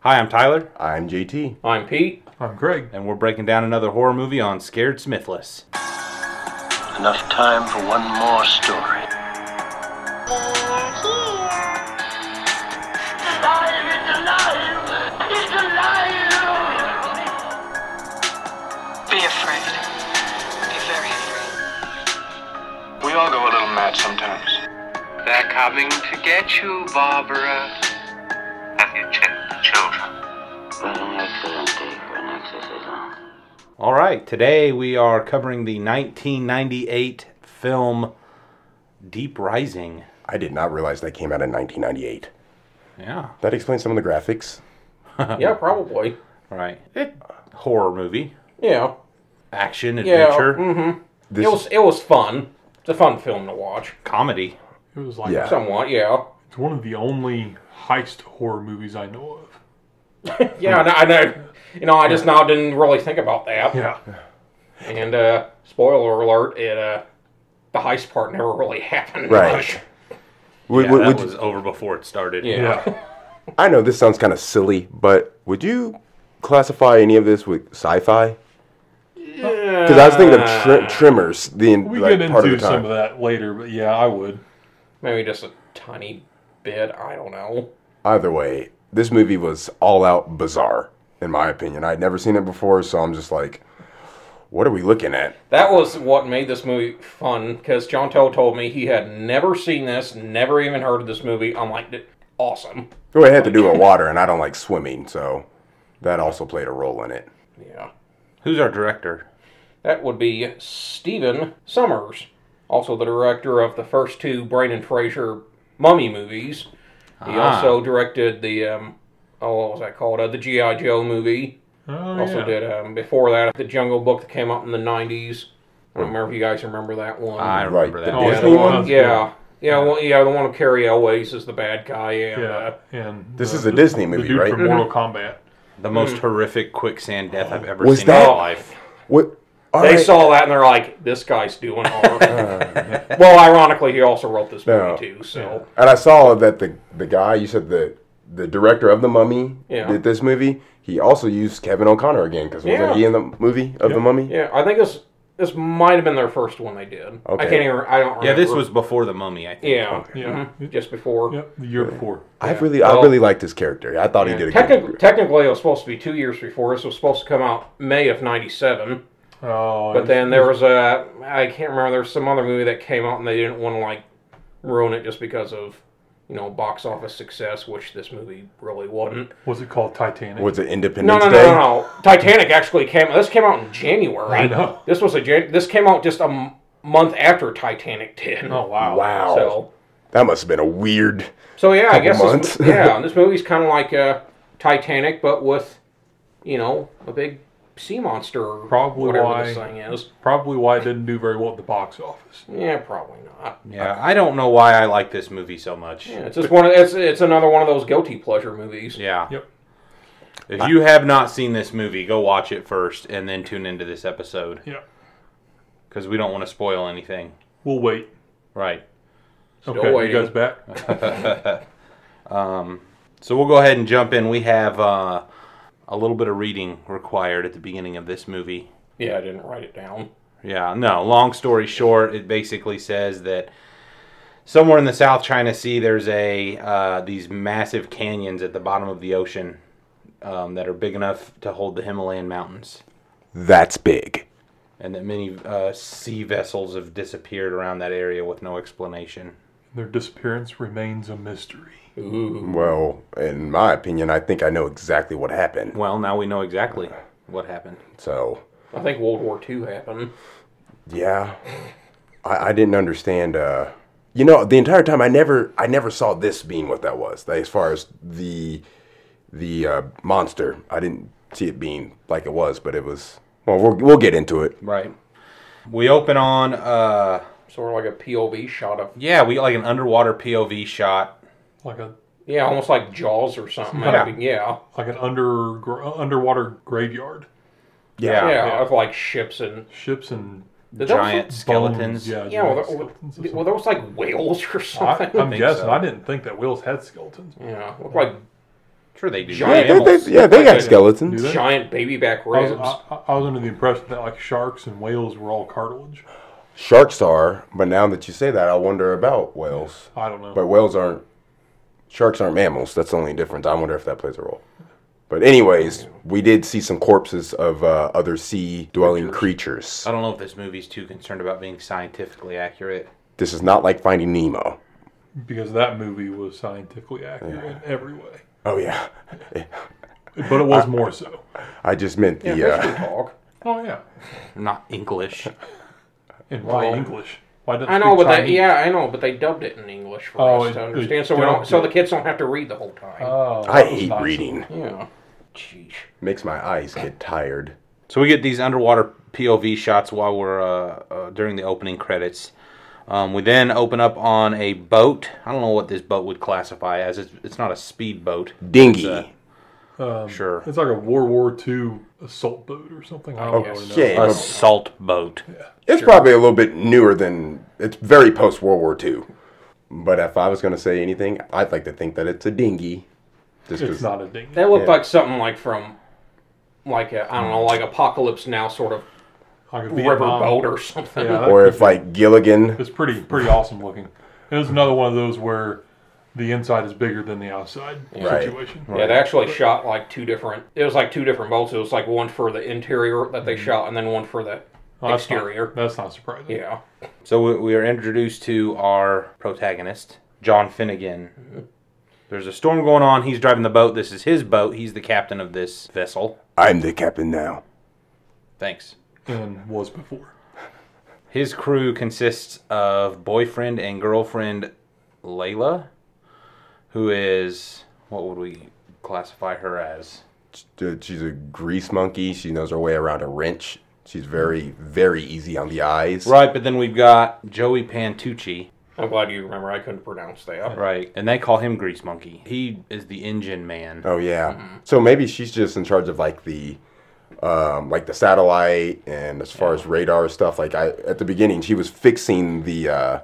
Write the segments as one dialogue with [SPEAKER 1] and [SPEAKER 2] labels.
[SPEAKER 1] Hi, I'm Tyler.
[SPEAKER 2] I'm JT.
[SPEAKER 3] I'm Pete.
[SPEAKER 4] I'm Greg.
[SPEAKER 1] And we're breaking down another horror movie on Scared Smithless.
[SPEAKER 5] Enough time for one more story.
[SPEAKER 6] Be afraid. Be very afraid.
[SPEAKER 7] We all go a little mad sometimes.
[SPEAKER 8] They're coming to get you, Barbara.
[SPEAKER 9] Have you checked the children?
[SPEAKER 10] What an excellent day for an exorcism.
[SPEAKER 1] All right, today we are covering the 1998 film Deep Rising.
[SPEAKER 2] I did not realize that came out in 1998.
[SPEAKER 1] Yeah.
[SPEAKER 2] That explains some of the graphics.
[SPEAKER 3] yeah, probably.
[SPEAKER 1] All right.
[SPEAKER 3] Eh.
[SPEAKER 1] Horror movie,
[SPEAKER 3] Yeah.
[SPEAKER 1] action,
[SPEAKER 3] Yeah.
[SPEAKER 1] adventure,
[SPEAKER 3] Mm-hmm.
[SPEAKER 2] This,
[SPEAKER 3] it was it was fun. It's a fun film to watch.
[SPEAKER 1] comedy.
[SPEAKER 4] It was like
[SPEAKER 2] Yeah.
[SPEAKER 3] Somewhat, yeah.
[SPEAKER 4] it's one of the only heist horror movies I know of.
[SPEAKER 3] Yeah, I know. I know. You know, I just now didn't really think about that.
[SPEAKER 4] Yeah.
[SPEAKER 3] And uh, spoiler alert, it uh, the heist part never really happened.
[SPEAKER 2] Right.
[SPEAKER 3] much.
[SPEAKER 2] would,
[SPEAKER 1] Yeah,
[SPEAKER 2] would-
[SPEAKER 1] that
[SPEAKER 2] would-
[SPEAKER 1] was over before it started.
[SPEAKER 3] Yeah.
[SPEAKER 4] Yeah.
[SPEAKER 2] I know this sounds kind of silly, but would you classify any of this with sci-fi? Because I was thinking of tri- Trimmers, the en-
[SPEAKER 4] Uh, We
[SPEAKER 2] like,
[SPEAKER 4] get
[SPEAKER 2] part of the
[SPEAKER 4] into
[SPEAKER 2] time.
[SPEAKER 4] some of that later, but yeah, I would.
[SPEAKER 3] Maybe just a tiny bit. I don't know.
[SPEAKER 2] Either way, this movie was all out bizarre, in my opinion. I'd never seen it before, so I'm just like, what are we looking at?
[SPEAKER 3] That was what made this movie fun because John Tell told me he had never seen this, never even heard of this movie. I'm like, "D- awesome.
[SPEAKER 2] Well, it had to do with water, and I don't like swimming, so that also played a role in it.
[SPEAKER 3] Yeah.
[SPEAKER 1] Who's our director?
[SPEAKER 3] That would be Stephen Summers, also the director of the first two Brandon Fraser Mummy movies. He
[SPEAKER 1] Ah.
[SPEAKER 3] also directed the um, oh, what was that called? Uh, the GI Joe movie.
[SPEAKER 4] Oh,
[SPEAKER 3] also
[SPEAKER 4] yeah.
[SPEAKER 3] did um, before that the Jungle Book that came out in the '90s. I don't remember if you guys remember that one.
[SPEAKER 1] I
[SPEAKER 2] Right,
[SPEAKER 1] remember
[SPEAKER 2] the
[SPEAKER 1] that.
[SPEAKER 4] Oh,
[SPEAKER 3] yeah,
[SPEAKER 4] Disney
[SPEAKER 3] the one,
[SPEAKER 4] one?
[SPEAKER 3] yeah, yeah, well, yeah, the one with Carrie Elways is the bad guy, and uh,
[SPEAKER 4] Yeah. And
[SPEAKER 2] This
[SPEAKER 4] the-
[SPEAKER 2] is a
[SPEAKER 4] the-
[SPEAKER 2] Disney
[SPEAKER 4] the
[SPEAKER 2] movie,
[SPEAKER 4] dude
[SPEAKER 2] right? Mm-hmm.
[SPEAKER 4] From Mortal Kombat.
[SPEAKER 1] The most
[SPEAKER 3] Mm.
[SPEAKER 1] horrific quicksand death I've ever
[SPEAKER 2] Was
[SPEAKER 1] seen in
[SPEAKER 2] that-
[SPEAKER 1] my life.
[SPEAKER 2] What? all
[SPEAKER 3] they
[SPEAKER 2] right.
[SPEAKER 3] saw that and they're like, "This guy's doing horror." well, ironically, he also wrote this movie
[SPEAKER 2] No.
[SPEAKER 3] too, so
[SPEAKER 2] And I saw that the the guy you said the the director of the Mummy
[SPEAKER 3] Yeah.
[SPEAKER 2] did this movie. He also used Kevin O'Connor again because wasn't
[SPEAKER 3] Yeah.
[SPEAKER 2] he in the movie of the Mummy?
[SPEAKER 3] yeah, I think this this might have been their first one they did.
[SPEAKER 2] Okay.
[SPEAKER 3] I can't even. I don't. Remember.
[SPEAKER 1] Yeah, this was before The Mummy, I think.
[SPEAKER 3] Yeah,
[SPEAKER 4] Yeah.
[SPEAKER 3] mhm, just before.
[SPEAKER 4] Yep. The year before.
[SPEAKER 2] I really I
[SPEAKER 3] Well-
[SPEAKER 2] really liked his character. I thought he did a good.
[SPEAKER 3] Technically, technically, it was supposed to be two years before. This was supposed to come out May of '97.
[SPEAKER 4] Oh.
[SPEAKER 2] Mm-hmm.
[SPEAKER 3] But then there was a I can't remember there was some other movie that came out and they didn't want to like ruin it just because of you know box office success, which this movie really wasn't.
[SPEAKER 4] was it called Titanic?
[SPEAKER 2] Was it
[SPEAKER 3] No,
[SPEAKER 2] Independence
[SPEAKER 3] no, no,
[SPEAKER 2] Day?
[SPEAKER 3] no, no. Titanic actually came. This came out in January.
[SPEAKER 4] I know.
[SPEAKER 3] This was a Jan- this came out just a m- month after Titanic did.
[SPEAKER 4] Oh wow.
[SPEAKER 2] Wow,
[SPEAKER 3] So
[SPEAKER 2] that must have been a weird.
[SPEAKER 3] so yeah, I
[SPEAKER 2] Couple
[SPEAKER 3] guess
[SPEAKER 2] months.
[SPEAKER 3] this, yeah, this movie's kind of like uh, Titanic, but with you know a big sea monster. or
[SPEAKER 4] Probably
[SPEAKER 3] whatever
[SPEAKER 4] why-
[SPEAKER 3] this thing is.
[SPEAKER 4] Probably why it didn't do very well at the box office.
[SPEAKER 3] Yeah, probably not.
[SPEAKER 1] Yeah, I don't know why I like this movie so much.
[SPEAKER 3] Yeah, it's just one. Of, it's it's another one of those guilty pleasure movies.
[SPEAKER 1] Yeah.
[SPEAKER 4] Yep.
[SPEAKER 1] If you have not seen this movie, go watch it first and then tune into this episode
[SPEAKER 4] Yeah.
[SPEAKER 1] because we don't want to spoil anything.
[SPEAKER 4] We'll wait.
[SPEAKER 1] Right.
[SPEAKER 4] okay.
[SPEAKER 3] waiting.
[SPEAKER 4] You guys back?
[SPEAKER 1] So we'll go ahead and jump in. We have uh, a little bit of reading required at the beginning of this movie.
[SPEAKER 3] Yeah, I didn't write it down.
[SPEAKER 1] Yeah, no, long story short, it basically says that somewhere in the South China Sea, there's a uh, these massive canyons at the bottom of the ocean um, that are big enough to hold the Himalayan mountains.
[SPEAKER 2] That's big.
[SPEAKER 1] and that many uh, sea vessels have disappeared around that area with no explanation.
[SPEAKER 4] Their disappearance remains a mystery.
[SPEAKER 2] Well, in my opinion, I think I know exactly what happened.
[SPEAKER 1] Well, now we know exactly what happened.
[SPEAKER 2] So
[SPEAKER 3] I think World War II happened.
[SPEAKER 2] Yeah. I, I didn't understand uh you know, the entire time I never I never saw this being what that was. Like, as far as the the uh, monster, I didn't see it being like it was, but it was well we'll, we'll get into it.
[SPEAKER 1] Right. We open on uh
[SPEAKER 3] Sort of like a POV shot of
[SPEAKER 1] yeah, we like an underwater POV shot.
[SPEAKER 4] Like a
[SPEAKER 3] yeah, almost like Jaws or something.
[SPEAKER 1] Yeah.
[SPEAKER 3] I mean, yeah,
[SPEAKER 4] like an under gr- underwater graveyard.
[SPEAKER 3] yeah,
[SPEAKER 1] Yeah.
[SPEAKER 3] of like ships and
[SPEAKER 4] Ships and
[SPEAKER 3] did
[SPEAKER 1] Giant
[SPEAKER 3] Those,
[SPEAKER 1] skeletons.
[SPEAKER 4] bones, Oh, yeah.
[SPEAKER 3] yeah, well,
[SPEAKER 4] giant
[SPEAKER 3] there,
[SPEAKER 4] skeletons or
[SPEAKER 3] were those like whales or
[SPEAKER 4] something.
[SPEAKER 3] something?
[SPEAKER 4] I, am
[SPEAKER 1] think
[SPEAKER 4] guessing.
[SPEAKER 1] so.
[SPEAKER 4] I didn't think that whales had skeletons.
[SPEAKER 3] yeah, looked like
[SPEAKER 1] Sure, they do.
[SPEAKER 3] Giant
[SPEAKER 1] They're
[SPEAKER 2] They-
[SPEAKER 1] animals.
[SPEAKER 2] they- yeah, they got
[SPEAKER 3] Like a
[SPEAKER 2] skeletons.
[SPEAKER 4] Do they?
[SPEAKER 3] Giant baby back
[SPEAKER 4] I was,
[SPEAKER 3] ribs.
[SPEAKER 4] I, I- I was under the impression that like sharks and whales were all cartilage.
[SPEAKER 2] Sharks are, but now that you say that, I wonder about whales.
[SPEAKER 4] I don't know.
[SPEAKER 2] But whales aren't. Sharks aren't mammals. That's the only difference. I wonder if that plays a role. But anyways, we did see some corpses of uh, other sea-dwelling creatures.
[SPEAKER 1] I don't know if this movie's too concerned about being scientifically accurate.
[SPEAKER 2] This is not like Finding Nemo.
[SPEAKER 4] because that movie was scientifically accurate in every way,
[SPEAKER 2] Oh yeah,
[SPEAKER 4] but it was more so.
[SPEAKER 2] I just meant the.
[SPEAKER 3] Yeah, fish
[SPEAKER 2] uh,
[SPEAKER 3] can talk.
[SPEAKER 4] Oh yeah,
[SPEAKER 1] Not English.
[SPEAKER 4] in why English? Why doesn't
[SPEAKER 3] I know,
[SPEAKER 4] speak
[SPEAKER 3] but they,
[SPEAKER 4] Chinese?
[SPEAKER 3] yeah, I know, but they dubbed it in English for
[SPEAKER 4] Oh,
[SPEAKER 3] us to
[SPEAKER 4] it- it
[SPEAKER 3] understand, so we don't,
[SPEAKER 4] dubbed
[SPEAKER 3] so
[SPEAKER 4] it.
[SPEAKER 3] the kids don't have to read the whole time.
[SPEAKER 4] Oh,
[SPEAKER 2] I
[SPEAKER 4] that was
[SPEAKER 2] hate
[SPEAKER 4] nice.
[SPEAKER 2] reading.
[SPEAKER 3] yeah, jeez.
[SPEAKER 2] Makes my eyes get tired.
[SPEAKER 1] So we get these underwater POV shots while we're uh, uh, during the opening credits. Um, we then open up on a boat. I don't know what this boat would classify as. It's, it's not a speedboat.
[SPEAKER 2] Dinghy.
[SPEAKER 1] It's Sure,
[SPEAKER 4] It's like a World War II assault boat or something. I don't know. what it
[SPEAKER 2] Okay,
[SPEAKER 4] is.
[SPEAKER 1] a
[SPEAKER 2] but
[SPEAKER 1] salt boat.
[SPEAKER 2] it's probably a little bit newer than it's very post World War II. But if I was going to say anything, I'd like to think that it's a dinghy. Just
[SPEAKER 4] It's
[SPEAKER 2] 'cause-
[SPEAKER 4] not a dinghy.
[SPEAKER 3] That looked
[SPEAKER 2] Yeah.
[SPEAKER 3] like something like from, like a, I don't know, like Apocalypse Now sort of
[SPEAKER 4] Like a
[SPEAKER 3] river
[SPEAKER 4] Vietnam-
[SPEAKER 3] boat or something.
[SPEAKER 4] Yeah, that-
[SPEAKER 2] Or if like Gilligan,
[SPEAKER 4] It's pretty pretty awesome looking. It was another one of those where the inside is bigger than the outside
[SPEAKER 2] Right.
[SPEAKER 4] situation.
[SPEAKER 3] Yeah, they actually shot like two different. It was like two different boats. It was like one for the interior that they shot, and then one for the
[SPEAKER 4] Mm-hmm. Oh, that's not-
[SPEAKER 3] exterior.
[SPEAKER 4] that's not surprising.
[SPEAKER 3] yeah,
[SPEAKER 1] So we, we are introduced to our protagonist, John Finnegan. There's a storm going on. He's driving the boat. This is his boat. He's the captain of this vessel.
[SPEAKER 2] I'm the captain now.
[SPEAKER 1] Thanks.
[SPEAKER 4] And was before.
[SPEAKER 1] His crew consists of boyfriend and girlfriend Layla, who is what would we classify her as?
[SPEAKER 2] Sh- She's a grease monkey. She knows her way around a wrench. She's very, very easy on the eyes.
[SPEAKER 1] Right, but then we've got Joey Pantucci,
[SPEAKER 3] I'm glad you remember. I couldn't pronounce that.
[SPEAKER 1] right? And they call him Grease Monkey. He is the engine man.
[SPEAKER 2] Oh yeah.
[SPEAKER 3] Mm-hmm.
[SPEAKER 2] So maybe she's just in charge of like the, um, like the satellite and as far as radar stuff. Like I at the beginning, she was fixing the uh,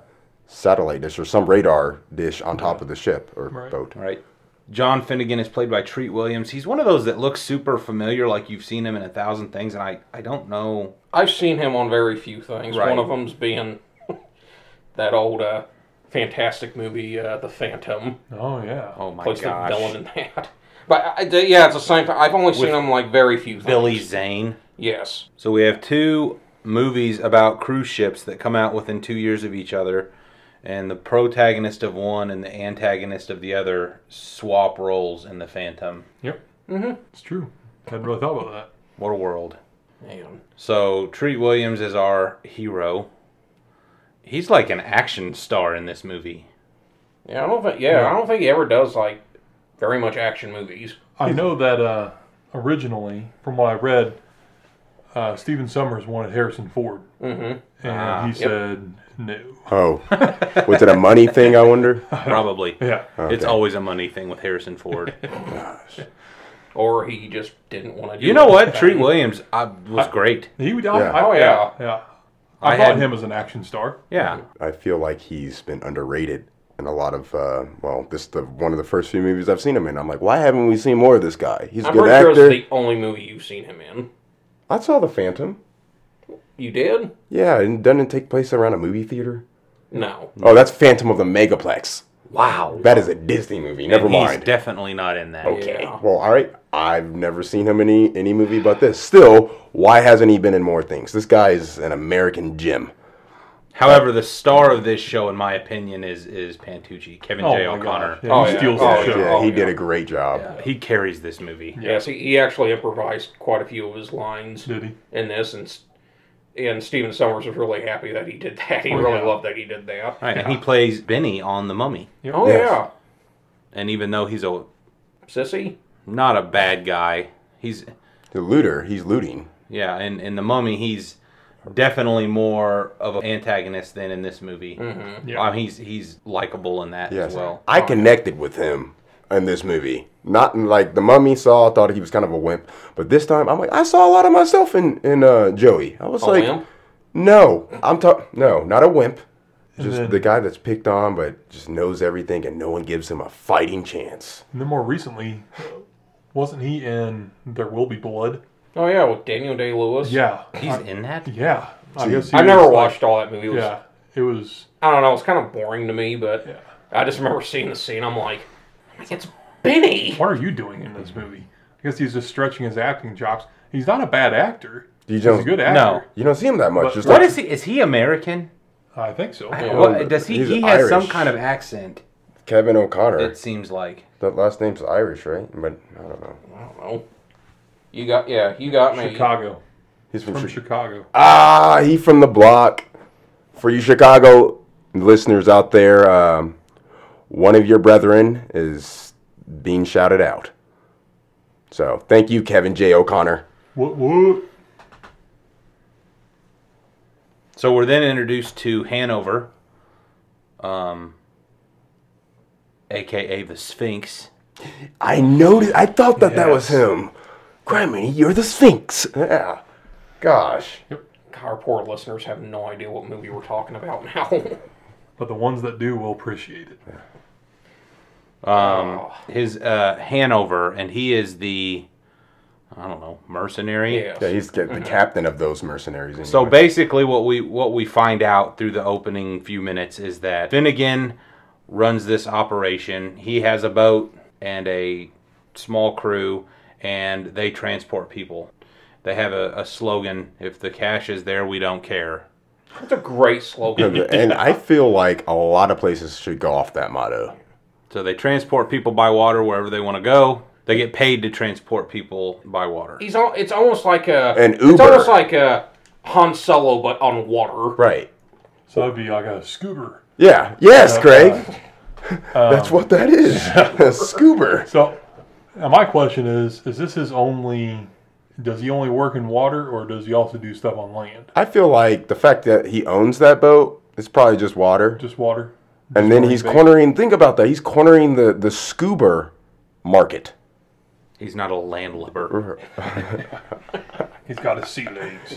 [SPEAKER 2] satellite dish or some radar dish on top of the
[SPEAKER 3] Mm-hmm.
[SPEAKER 2] ship or boat.
[SPEAKER 1] All right. John Finnegan is played by Treat Williams. He's one of those that looks super familiar, like you've seen him in a thousand things, and I, I don't know.
[SPEAKER 3] I've seen him on very few things.
[SPEAKER 1] Right.
[SPEAKER 3] One of them's being that old uh, fantastic movie, uh, The Phantom.
[SPEAKER 4] Oh yeah.
[SPEAKER 1] Oh my
[SPEAKER 3] Plays the
[SPEAKER 1] gosh.
[SPEAKER 3] villain in that. But I, I- yeah, it's the same thing. I've only seen him like very few things.
[SPEAKER 1] Billy Zane.
[SPEAKER 3] Yes.
[SPEAKER 1] So we have two movies about cruise ships that come out within two years of each other, and the protagonist of one and the antagonist of the other swap roles in the Phantom.
[SPEAKER 4] Yep. Mm-hmm. It's true. Hadn't really thought about that.
[SPEAKER 1] What a world.
[SPEAKER 3] Man.
[SPEAKER 1] So Treat Williams is our hero. He's like an action star in this movie.
[SPEAKER 3] Yeah, I don't think. Yeah, I don't think he ever does like very much action movies.
[SPEAKER 4] I know that uh, originally, from what I read, uh, Stephen Summers wanted Harrison Ford, mm-hmm. and he said no.
[SPEAKER 2] Oh, was it a money thing? I wonder.
[SPEAKER 1] Probably.
[SPEAKER 4] Yeah.
[SPEAKER 1] It's always a money thing with Harrison Ford.
[SPEAKER 3] Or he just didn't want to. do
[SPEAKER 1] you know
[SPEAKER 3] it.
[SPEAKER 1] what? Treat Williams I, was great.
[SPEAKER 4] He would.
[SPEAKER 2] Yeah.
[SPEAKER 4] I, I,
[SPEAKER 3] Oh yeah.
[SPEAKER 4] yeah. I,
[SPEAKER 1] I
[SPEAKER 4] thought
[SPEAKER 1] had-
[SPEAKER 4] him as an action star.
[SPEAKER 1] Yeah.
[SPEAKER 2] I feel like he's been underrated in a lot of. Uh, well, this is the one of the first few movies I've seen him in. I'm like, why haven't we seen more of this guy? He's a
[SPEAKER 3] I'm
[SPEAKER 2] good
[SPEAKER 3] pretty sure
[SPEAKER 2] actor.
[SPEAKER 3] it's the only movie you've seen him in.
[SPEAKER 2] I saw the Phantom.
[SPEAKER 3] You did?
[SPEAKER 2] Yeah, and doesn't it take place around a movie theater?
[SPEAKER 3] No.
[SPEAKER 2] Oh, that's Phantom of the Megaplex.
[SPEAKER 1] Wow.
[SPEAKER 2] That is a Disney movie. Never
[SPEAKER 1] And
[SPEAKER 2] mind.
[SPEAKER 1] He's definitely not in that.
[SPEAKER 2] okay.
[SPEAKER 3] Yeah.
[SPEAKER 2] Well, all right. I've never seen him in any any movie but this. Still, why hasn't he been in more things? This guy is an American gem.
[SPEAKER 1] However, the star of this show, in my opinion, is is Pantucci, Kevin
[SPEAKER 4] Oh
[SPEAKER 1] J.
[SPEAKER 4] my
[SPEAKER 1] O'Connor. Uh,
[SPEAKER 4] gosh. Yeah,
[SPEAKER 3] Oh,
[SPEAKER 4] he
[SPEAKER 3] yeah.
[SPEAKER 4] steals
[SPEAKER 3] Oh,
[SPEAKER 4] the show.
[SPEAKER 2] Yeah,
[SPEAKER 3] Oh,
[SPEAKER 2] he
[SPEAKER 3] yeah.
[SPEAKER 2] did a great job.
[SPEAKER 1] He carries this movie.
[SPEAKER 3] Yes, he, he actually improvised quite a few of his lines
[SPEAKER 4] Did he?
[SPEAKER 3] in this, and s- and Steven Summers was really happy that he did that. He
[SPEAKER 4] Oh,
[SPEAKER 3] really
[SPEAKER 4] yeah.
[SPEAKER 3] loved that he did that.
[SPEAKER 1] All right, and he plays Benny on The Mummy.
[SPEAKER 3] Oh
[SPEAKER 2] Yes.
[SPEAKER 3] yeah,
[SPEAKER 1] And even though he's a
[SPEAKER 3] sissy.
[SPEAKER 1] not a bad guy, he's
[SPEAKER 2] The looter, he's looting.
[SPEAKER 1] yeah, and in The Mummy, he's definitely more of an antagonist than in this movie. Mm-hmm.
[SPEAKER 4] Yeah.
[SPEAKER 1] he's he's likable in that
[SPEAKER 2] Yes.
[SPEAKER 1] as well.
[SPEAKER 2] I connected with him in this movie. Not in, like the Mummy saw. I thought he was kind of a wimp, but this time I'm like, I saw a lot of myself in in uh, Joey. I was
[SPEAKER 3] A
[SPEAKER 2] like,
[SPEAKER 3] wimp?
[SPEAKER 2] no, I'm talking. No, not a wimp.
[SPEAKER 4] And
[SPEAKER 2] Just
[SPEAKER 4] then-
[SPEAKER 2] the guy that's picked on, but just knows everything, and no one gives him a fighting chance.
[SPEAKER 4] And then more recently, wasn't he in There Will Be Blood?
[SPEAKER 3] Oh yeah, with Daniel Day Lewis.
[SPEAKER 4] Yeah,
[SPEAKER 1] He's in that.
[SPEAKER 4] Uh, yeah. I guess he
[SPEAKER 3] I
[SPEAKER 4] was,
[SPEAKER 3] never
[SPEAKER 4] like-
[SPEAKER 3] watched all that movie. It was,
[SPEAKER 4] Yeah, it was.
[SPEAKER 3] I don't know. It's kind of boring to me, but
[SPEAKER 4] Yeah.
[SPEAKER 3] I just remember seeing the scene. I'm like, it's Benny.
[SPEAKER 4] What are you doing in this movie? I guess he's just stretching his acting chops. He's not a bad actor.
[SPEAKER 2] You
[SPEAKER 4] He's a
[SPEAKER 2] don't,
[SPEAKER 4] good
[SPEAKER 1] No.
[SPEAKER 4] actor.
[SPEAKER 2] you don't see him that much.
[SPEAKER 4] But
[SPEAKER 2] just
[SPEAKER 1] What
[SPEAKER 2] like,
[SPEAKER 1] is he? Is he American?
[SPEAKER 4] No, I think so.
[SPEAKER 1] What, does he?
[SPEAKER 2] he's
[SPEAKER 1] He has some
[SPEAKER 2] Irish.
[SPEAKER 1] kind of accent.
[SPEAKER 2] Kevin O'Connor?
[SPEAKER 1] It seems like.
[SPEAKER 2] that last name's Irish, right? But I don't know.
[SPEAKER 3] I don't know. You got yeah. You got me.
[SPEAKER 4] Chicago,
[SPEAKER 2] He's from,
[SPEAKER 4] from
[SPEAKER 2] Chi-
[SPEAKER 4] Chicago.
[SPEAKER 2] Ah, he from the block. For you Chicago listeners out there, um, one of your brethren is being shouted out. So thank you, Kevin J. O'Connor.
[SPEAKER 4] What? What?
[SPEAKER 1] So we're then introduced to Hanover, um, aka the Sphinx.
[SPEAKER 2] I noticed. I thought that that was
[SPEAKER 4] Yes.
[SPEAKER 2] him. Grammy, you're the Sphinx. Yeah. Gosh.
[SPEAKER 3] Our poor listeners have no idea what movie we're talking about now.
[SPEAKER 4] But the ones that do will appreciate it.
[SPEAKER 1] Um, his uh, Hanover, and he is the, I don't know, mercenary.
[SPEAKER 3] yes.
[SPEAKER 2] Yeah, he's get- the captain of those mercenaries. Anyway.
[SPEAKER 1] So basically, what we what we find out through the opening few minutes is that Finnegan runs this operation. He has a boat and a small crew, and they transport people. They have a, a slogan: "If the cash is there, we don't care."
[SPEAKER 3] That's a great slogan.
[SPEAKER 2] and I feel like a lot of places should go off that motto.
[SPEAKER 1] So they transport people by water wherever they want to go. They get paid to transport people by water.
[SPEAKER 3] He's all, It's almost like a.
[SPEAKER 2] An
[SPEAKER 3] It's
[SPEAKER 2] Uber.
[SPEAKER 3] almost like a Han Solo, but on water.
[SPEAKER 2] Right.
[SPEAKER 4] So that'd be like a scooter.
[SPEAKER 2] Yeah. Yes, Craig. That's what that is. Scuba.
[SPEAKER 4] So now my question is: Is this his only? Does he only work in water, or does he also do stuff on land?
[SPEAKER 2] I feel like the fact that he owns that boat is probably just water.
[SPEAKER 4] Just water.
[SPEAKER 2] and then he's
[SPEAKER 4] bait.
[SPEAKER 2] cornering, think about that. He's cornering the, the scuba market.
[SPEAKER 1] He's not a landlubber.
[SPEAKER 4] He's got his sea legs.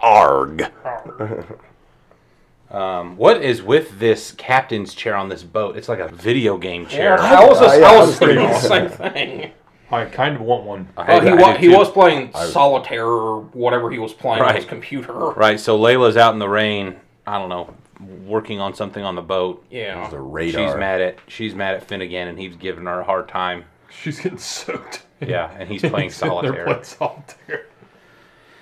[SPEAKER 2] Arg.
[SPEAKER 1] Um, what is with this captain's chair on this boat? It's like a video game chair.
[SPEAKER 3] Yeah, I was just,
[SPEAKER 2] I-
[SPEAKER 3] I
[SPEAKER 2] I
[SPEAKER 3] was
[SPEAKER 2] was pretty
[SPEAKER 3] thinking the same
[SPEAKER 2] awesome.
[SPEAKER 3] thing.
[SPEAKER 4] I kind of want one.
[SPEAKER 1] I had-
[SPEAKER 3] Well, Oh, he
[SPEAKER 1] I
[SPEAKER 3] was,
[SPEAKER 1] did
[SPEAKER 3] he
[SPEAKER 1] too.
[SPEAKER 3] was playing solitaire or whatever he was playing on his
[SPEAKER 1] Right.
[SPEAKER 3] computer.
[SPEAKER 1] Right, so Layla's out in the rain. I don't know, working on something on the boat.
[SPEAKER 3] Yeah.
[SPEAKER 2] The radar.
[SPEAKER 1] She's mad at she's mad at Finnegan, and he's giving her a hard time.
[SPEAKER 4] She's getting soaked.
[SPEAKER 1] Yeah, and he's playing
[SPEAKER 4] He's sitting there
[SPEAKER 1] solitaire.
[SPEAKER 4] playing solitaire.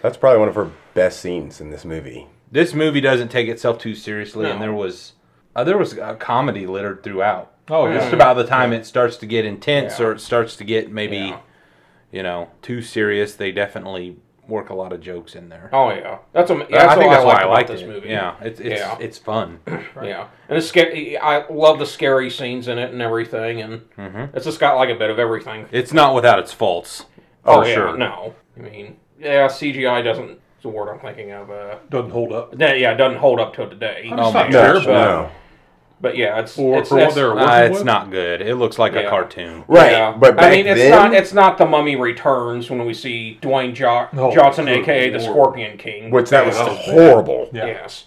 [SPEAKER 2] That's probably one of her best scenes in this movie.
[SPEAKER 1] This movie doesn't take itself too seriously, and
[SPEAKER 3] No.
[SPEAKER 1] there was uh, there was a comedy littered throughout.
[SPEAKER 4] Oh, yeah.
[SPEAKER 1] Just about the time it starts to get intense
[SPEAKER 3] Yeah.
[SPEAKER 1] or it starts to get maybe,
[SPEAKER 3] Yeah.
[SPEAKER 1] you know, too serious, they definitely work a lot of jokes in there.
[SPEAKER 3] Oh yeah, that's a, that's
[SPEAKER 1] I think
[SPEAKER 3] what
[SPEAKER 1] that's why
[SPEAKER 3] I like
[SPEAKER 1] I
[SPEAKER 3] about
[SPEAKER 1] liked
[SPEAKER 3] this
[SPEAKER 1] it.
[SPEAKER 3] movie.
[SPEAKER 1] Yeah, it's it's
[SPEAKER 3] Yeah.
[SPEAKER 1] it's fun.
[SPEAKER 3] yeah, and it's scary. I love the scary scenes in it and everything, and
[SPEAKER 1] Mm-hmm.
[SPEAKER 3] it's just got like a bit of everything.
[SPEAKER 1] It's not without its faults. Oh,
[SPEAKER 3] yeah,
[SPEAKER 1] sure.
[SPEAKER 3] no, I mean, yeah, CGI doesn't. It's the word I'm thinking of. Uh,
[SPEAKER 4] Doesn't hold up.
[SPEAKER 3] that, yeah, it doesn't hold up till today.
[SPEAKER 4] I'm just
[SPEAKER 1] my
[SPEAKER 4] not
[SPEAKER 1] gosh,
[SPEAKER 4] sure about it.
[SPEAKER 2] no.
[SPEAKER 3] But yeah, it's
[SPEAKER 4] For-
[SPEAKER 3] it's,
[SPEAKER 4] for what
[SPEAKER 3] it's-
[SPEAKER 4] they're worth.
[SPEAKER 1] Uh,
[SPEAKER 4] Working
[SPEAKER 1] it's
[SPEAKER 4] with?
[SPEAKER 1] not good. It looks like
[SPEAKER 3] Yeah.
[SPEAKER 1] a cartoon.
[SPEAKER 2] Right.
[SPEAKER 3] Yeah.
[SPEAKER 2] But back
[SPEAKER 3] I mean, it's
[SPEAKER 2] then,
[SPEAKER 3] not it's not the Mummy Returns when we see Dwayne jo-
[SPEAKER 4] No,
[SPEAKER 3] Johnson,
[SPEAKER 4] good
[SPEAKER 3] aka the
[SPEAKER 4] lord.
[SPEAKER 3] Scorpion King.
[SPEAKER 2] which that was
[SPEAKER 4] Yeah, that was bad.
[SPEAKER 2] horrible.
[SPEAKER 4] Yeah.
[SPEAKER 3] Yes,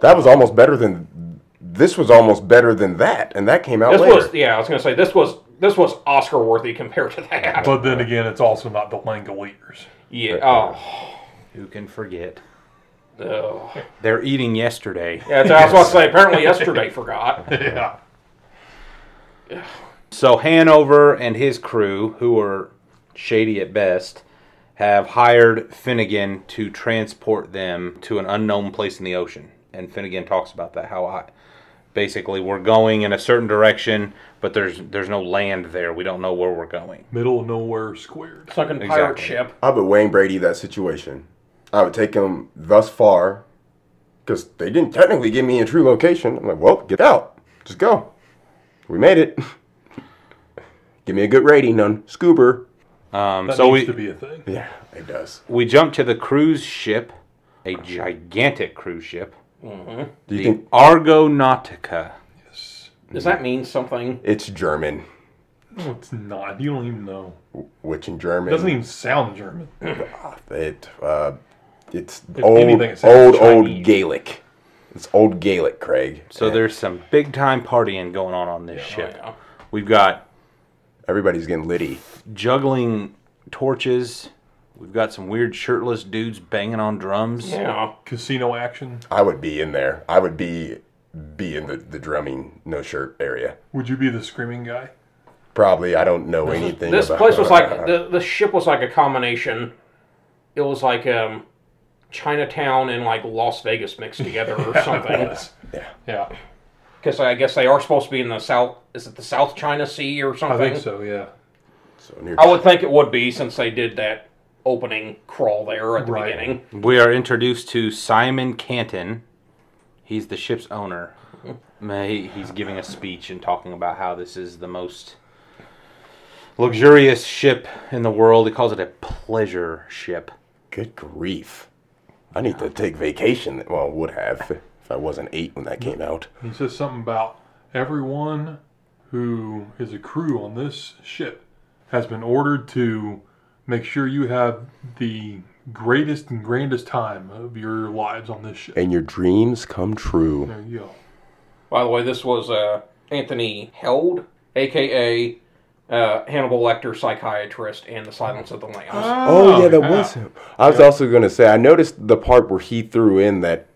[SPEAKER 2] That was almost better than. This was almost better than that, and that came out
[SPEAKER 3] this
[SPEAKER 2] later.
[SPEAKER 3] was yeah. I was gonna say this was this was Oscar worthy compared to that.
[SPEAKER 4] But then again, it's also not the Langoliers.
[SPEAKER 3] yeah. Oh.
[SPEAKER 1] Who can forget?
[SPEAKER 3] ugh.
[SPEAKER 1] They're eating yesterday.
[SPEAKER 3] Yeah, that's what I was about to say. Apparently, yesterday forgot.
[SPEAKER 4] Yeah.
[SPEAKER 1] So Hanover and his crew, who are shady at best, have hired Finnegan to transport them to an unknown place in the ocean. And Finnegan talks about that how I basically we're going in a certain direction, but there's there's no land there. We don't know where we're going.
[SPEAKER 4] Middle of nowhere squared.
[SPEAKER 3] Fucking pirate
[SPEAKER 1] Exactly.
[SPEAKER 3] ship.
[SPEAKER 2] I would Wayne Brady that situation. I would take him thus far because they didn't technically give me a true location. I'm like, well, get out. Just go. We made it. give me a good rating on Scuba.
[SPEAKER 1] Um,
[SPEAKER 4] That
[SPEAKER 1] so we
[SPEAKER 4] needs to be a thing.
[SPEAKER 2] Yeah, it does.
[SPEAKER 1] we jump to the cruise ship, a gigantic cruise ship,
[SPEAKER 2] Do you
[SPEAKER 1] the
[SPEAKER 2] think
[SPEAKER 1] Argonautica.
[SPEAKER 3] Does that mean something?
[SPEAKER 2] it's German?
[SPEAKER 4] No, it's not. You don't even know.
[SPEAKER 2] Which in
[SPEAKER 4] It
[SPEAKER 2] German
[SPEAKER 4] doesn't even sound German.
[SPEAKER 2] it uh, it's
[SPEAKER 4] If
[SPEAKER 2] old
[SPEAKER 4] anything, it
[SPEAKER 2] old
[SPEAKER 4] sounds
[SPEAKER 2] old
[SPEAKER 4] Chinese.
[SPEAKER 2] Gaelic. It's old Gaelic, Craig.
[SPEAKER 1] So
[SPEAKER 2] And
[SPEAKER 1] there's some big time partying going on on this ship.
[SPEAKER 3] yeah.
[SPEAKER 1] We've got
[SPEAKER 2] everybody's getting litty.
[SPEAKER 1] juggling torches. We've got some weird shirtless dudes banging on drums.
[SPEAKER 3] Yeah.
[SPEAKER 4] Casino action.
[SPEAKER 2] I would be in there. I would be be in the, the drumming no shirt area.
[SPEAKER 4] Would you be the screaming guy?
[SPEAKER 2] Probably I don't know anything.
[SPEAKER 3] This
[SPEAKER 2] about,
[SPEAKER 3] place was like the the ship was like a combination. It was like um, Chinatown and like Las Vegas mixed together or something.
[SPEAKER 4] Yeah,
[SPEAKER 3] Because I guess they are supposed to be in the south. Is it the South China Sea or
[SPEAKER 4] I
[SPEAKER 3] something?
[SPEAKER 4] think so. Yeah,
[SPEAKER 2] So near-
[SPEAKER 3] I would think it would be since they did that opening crawl there at the
[SPEAKER 4] Right.
[SPEAKER 3] beginning.
[SPEAKER 1] We are introduced to Simon Canton. He's the ship's owner. Man, he- He's giving a speech and talking about how this is the most luxurious ship in the world. He calls it a pleasure ship.
[SPEAKER 2] Good grief! I need to take vacation. Well, would have if I wasn't eight when that came out.
[SPEAKER 4] he says something about everyone who is a crew on this ship has been ordered to make sure you have the greatest and grandest time of your lives on this ship.
[SPEAKER 2] And your dreams come true.
[SPEAKER 4] There you go.
[SPEAKER 3] By the way, this was uh, Anthony Held, aka uh, Hannibal Lecter, psychiatrist, and The Silence of the Lambs.
[SPEAKER 4] Uh,
[SPEAKER 2] Oh, yeah, that was him. I was also going to say I noticed the part where he threw in that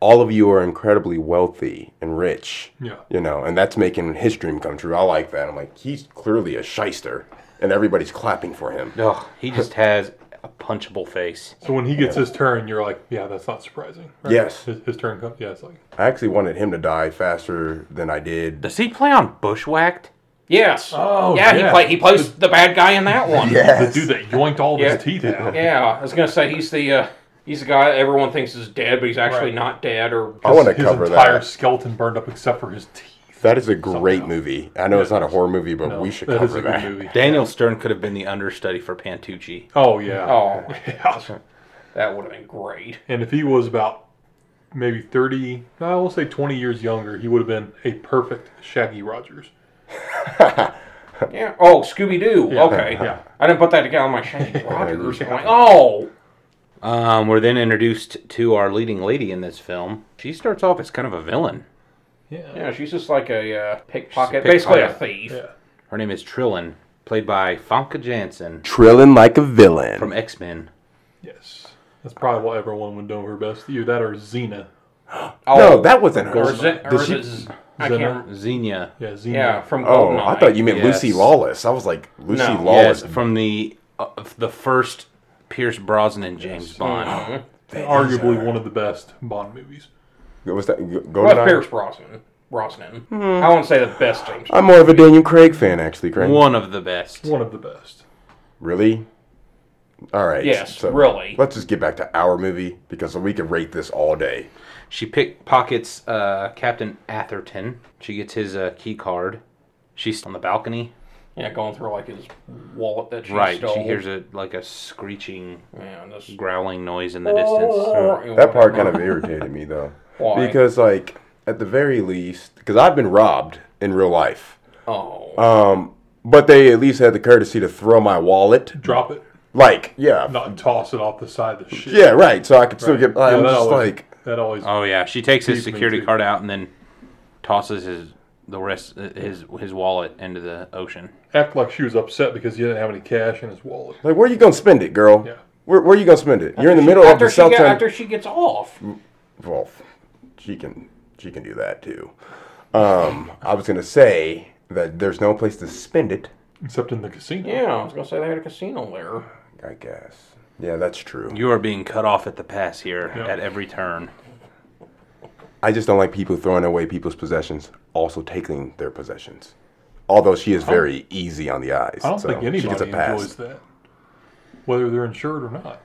[SPEAKER 2] all of you are incredibly wealthy and rich.
[SPEAKER 4] Yeah.
[SPEAKER 2] You know, and that's making his dream come true. I like that. I'm like, he's clearly a shyster, and everybody's clapping for him.
[SPEAKER 1] Ugh, he just has a punchable face.
[SPEAKER 4] So when he gets his turn, you're like, yeah, that's not surprising. right?
[SPEAKER 2] Yes.
[SPEAKER 4] His, his turn comes. Yeah, it's like,
[SPEAKER 2] I actually wanted him to die faster than I did.
[SPEAKER 1] Does he play on Bushwhacked?
[SPEAKER 3] Yes.
[SPEAKER 4] Oh,
[SPEAKER 3] yeah. He
[SPEAKER 4] yeah.
[SPEAKER 3] play, he plays the bad guy in that one. Yeah.
[SPEAKER 4] the dude that yoinked all of
[SPEAKER 3] Yeah.
[SPEAKER 4] his teeth out.
[SPEAKER 3] I was gonna say he's the uh, he's the guy that everyone thinks is dead, but he's actually
[SPEAKER 4] Right.
[SPEAKER 3] not dead. Or
[SPEAKER 2] I want to
[SPEAKER 4] his
[SPEAKER 2] cover
[SPEAKER 4] entire
[SPEAKER 2] that.
[SPEAKER 4] skeleton burned up except for his teeth.
[SPEAKER 2] That is a great movie. I know it's not a horror movie, but
[SPEAKER 4] No,
[SPEAKER 2] we should
[SPEAKER 4] that is
[SPEAKER 2] cover
[SPEAKER 4] a good
[SPEAKER 2] that.
[SPEAKER 4] movie.
[SPEAKER 1] Daniel Stern could have been the understudy for Pantucci.
[SPEAKER 4] Oh yeah.
[SPEAKER 3] oh,
[SPEAKER 4] Yeah.
[SPEAKER 3] that would have been great.
[SPEAKER 4] And if he was about maybe 30, no, I will say 20 years younger, he would have been a perfect Shaggy Rogers.
[SPEAKER 3] Yeah. Oh, Scooby Doo. Okay.
[SPEAKER 4] Yeah.
[SPEAKER 3] I didn't put that together. I'm like Shaggy Rogers. I'm like, oh.
[SPEAKER 1] Um, we're then introduced to our leading lady in this film. She starts off as kind of a villain.
[SPEAKER 3] Yeah, she's just like a uh,
[SPEAKER 1] pickpocket.
[SPEAKER 3] pickpocket, basically a thief.
[SPEAKER 4] Yeah.
[SPEAKER 1] Her name is Trillin, played by Fonka Jansen
[SPEAKER 2] Trilling like a villain.
[SPEAKER 1] from X Men.
[SPEAKER 4] Yes. That's probably what everyone would know her best. Either that or Xena.
[SPEAKER 3] Oh,
[SPEAKER 2] no, that wasn't her.
[SPEAKER 3] or is it? Or
[SPEAKER 2] Does
[SPEAKER 3] is
[SPEAKER 2] she-
[SPEAKER 3] it Z- I
[SPEAKER 4] Xena?
[SPEAKER 3] can't. remember.
[SPEAKER 1] Xenia.
[SPEAKER 4] Yeah, Xena.
[SPEAKER 3] Yeah, from
[SPEAKER 2] Oh,
[SPEAKER 3] Goldeneye.
[SPEAKER 2] I thought you meant Lucy
[SPEAKER 1] Yes.
[SPEAKER 2] Lawless. I was like, Lucy
[SPEAKER 3] No.
[SPEAKER 2] Lawless.
[SPEAKER 1] Yes, from the uh, the first Pierce Brosnan James Bond.
[SPEAKER 2] Oh,
[SPEAKER 3] Mhm.
[SPEAKER 4] Arguably one of the best Bond movies.
[SPEAKER 2] What was that? G-
[SPEAKER 3] Well,
[SPEAKER 2] Goldeneye?
[SPEAKER 3] that's Pierce Brosnan. Brosnan. I won't say the best James.
[SPEAKER 2] I'm more of a Daniel Craig fan, actually, Craig.
[SPEAKER 1] One of the best.
[SPEAKER 4] One of the best.
[SPEAKER 2] Really? All right.
[SPEAKER 3] Yes, really.
[SPEAKER 2] Let's just get back to our movie because we could rate this all day.
[SPEAKER 1] She pickpockets uh, Captain Atherton. She gets his uh, key card. She's on the balcony.
[SPEAKER 3] Yeah, going through like his wallet that she
[SPEAKER 1] right.
[SPEAKER 3] stole.
[SPEAKER 1] She hears a like a screeching,
[SPEAKER 3] Yeah, and this-
[SPEAKER 1] growling noise in the distance.
[SPEAKER 2] uh, That part kind of irritated me, though.
[SPEAKER 3] Why?
[SPEAKER 2] Because, like, at the very least, because I've been robbed in real life,
[SPEAKER 3] Oh,
[SPEAKER 2] but they at least had the courtesy to throw my wallet.
[SPEAKER 4] Drop it,
[SPEAKER 2] Like, yeah.
[SPEAKER 4] not toss it off the side of the ship.
[SPEAKER 2] Yeah, right. So I could still get.
[SPEAKER 4] Yeah,
[SPEAKER 2] I'm
[SPEAKER 4] that
[SPEAKER 2] just
[SPEAKER 4] always,
[SPEAKER 2] like,
[SPEAKER 4] That always.
[SPEAKER 1] Oh yeah, she takes his
[SPEAKER 4] Keeps me
[SPEAKER 1] security
[SPEAKER 4] too.
[SPEAKER 1] card out and then tosses his the rest his his wallet into the ocean.
[SPEAKER 4] act like she was upset because he didn't have any cash in his wallet.
[SPEAKER 2] like, where you going to spend it, girl?
[SPEAKER 4] Yeah.
[SPEAKER 2] Where, where you going to spend it? You're in the middle of
[SPEAKER 3] after
[SPEAKER 2] the
[SPEAKER 3] she
[SPEAKER 2] South
[SPEAKER 3] get,
[SPEAKER 2] China-
[SPEAKER 3] after she gets off,
[SPEAKER 2] well, she can she can do that too. Um, I was gonna say that there's no place to spend it.
[SPEAKER 4] Except in the casino.
[SPEAKER 3] yeah, I was gonna say they had a casino there.
[SPEAKER 2] I guess. Yeah, that's true.
[SPEAKER 1] You are being cut off at the pass here at every turn.
[SPEAKER 2] I just don't like people throwing away people's possessions, also taking their possessions. Although she is very easy on the eyes,
[SPEAKER 4] Oh. I don't
[SPEAKER 2] so
[SPEAKER 4] think
[SPEAKER 2] she
[SPEAKER 4] anybody
[SPEAKER 2] gets a
[SPEAKER 4] enjoys
[SPEAKER 2] pass.
[SPEAKER 4] that, whether they're insured or not.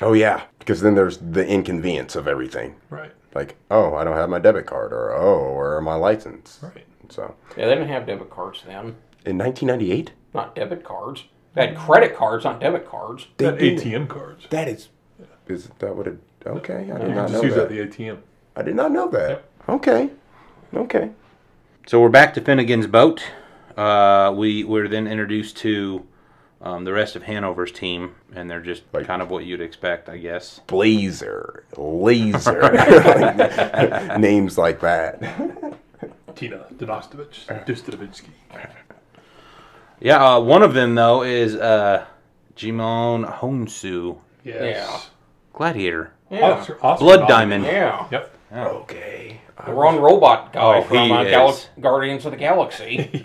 [SPEAKER 2] Oh yeah, because then there's the inconvenience of everything.
[SPEAKER 4] Right.
[SPEAKER 2] Like, oh, I don't have my debit card, or oh, where are my license?
[SPEAKER 4] Right.
[SPEAKER 2] So,
[SPEAKER 3] Yeah, they didn't have debit cards then.
[SPEAKER 2] in 1998,
[SPEAKER 3] Not debit cards. They had credit cards, not debit cards.
[SPEAKER 2] they
[SPEAKER 4] That
[SPEAKER 2] did-
[SPEAKER 4] ATM cards.
[SPEAKER 2] That is, is that what it? Okay, I did
[SPEAKER 4] You
[SPEAKER 2] not
[SPEAKER 4] can
[SPEAKER 2] know
[SPEAKER 4] just use
[SPEAKER 2] that.
[SPEAKER 4] that at the ATM.
[SPEAKER 2] I did not know that. Okay. Okay.
[SPEAKER 1] So we're back to Finnegan's boat. Uh, we we're then introduced to um, the rest of Hanover's team, and they're just kind of what you'd expect, I guess.
[SPEAKER 2] Blazer, laser, names like that.
[SPEAKER 4] Tina Donostovich, Dostoevsky.
[SPEAKER 1] Yeah, uh, one of them though is uh, Jimon Honsu,
[SPEAKER 4] Yes.
[SPEAKER 1] Gladiator,
[SPEAKER 3] Yeah.
[SPEAKER 4] Oscar- Oscar
[SPEAKER 1] Blood
[SPEAKER 4] Donovan.
[SPEAKER 1] Diamond.
[SPEAKER 3] Yeah.
[SPEAKER 4] Yep.
[SPEAKER 2] Okay.
[SPEAKER 3] The Ron Robot guy
[SPEAKER 1] Oh,
[SPEAKER 3] from
[SPEAKER 1] he
[SPEAKER 3] uh,
[SPEAKER 1] is.
[SPEAKER 3] Gal- Guardians of the Galaxy.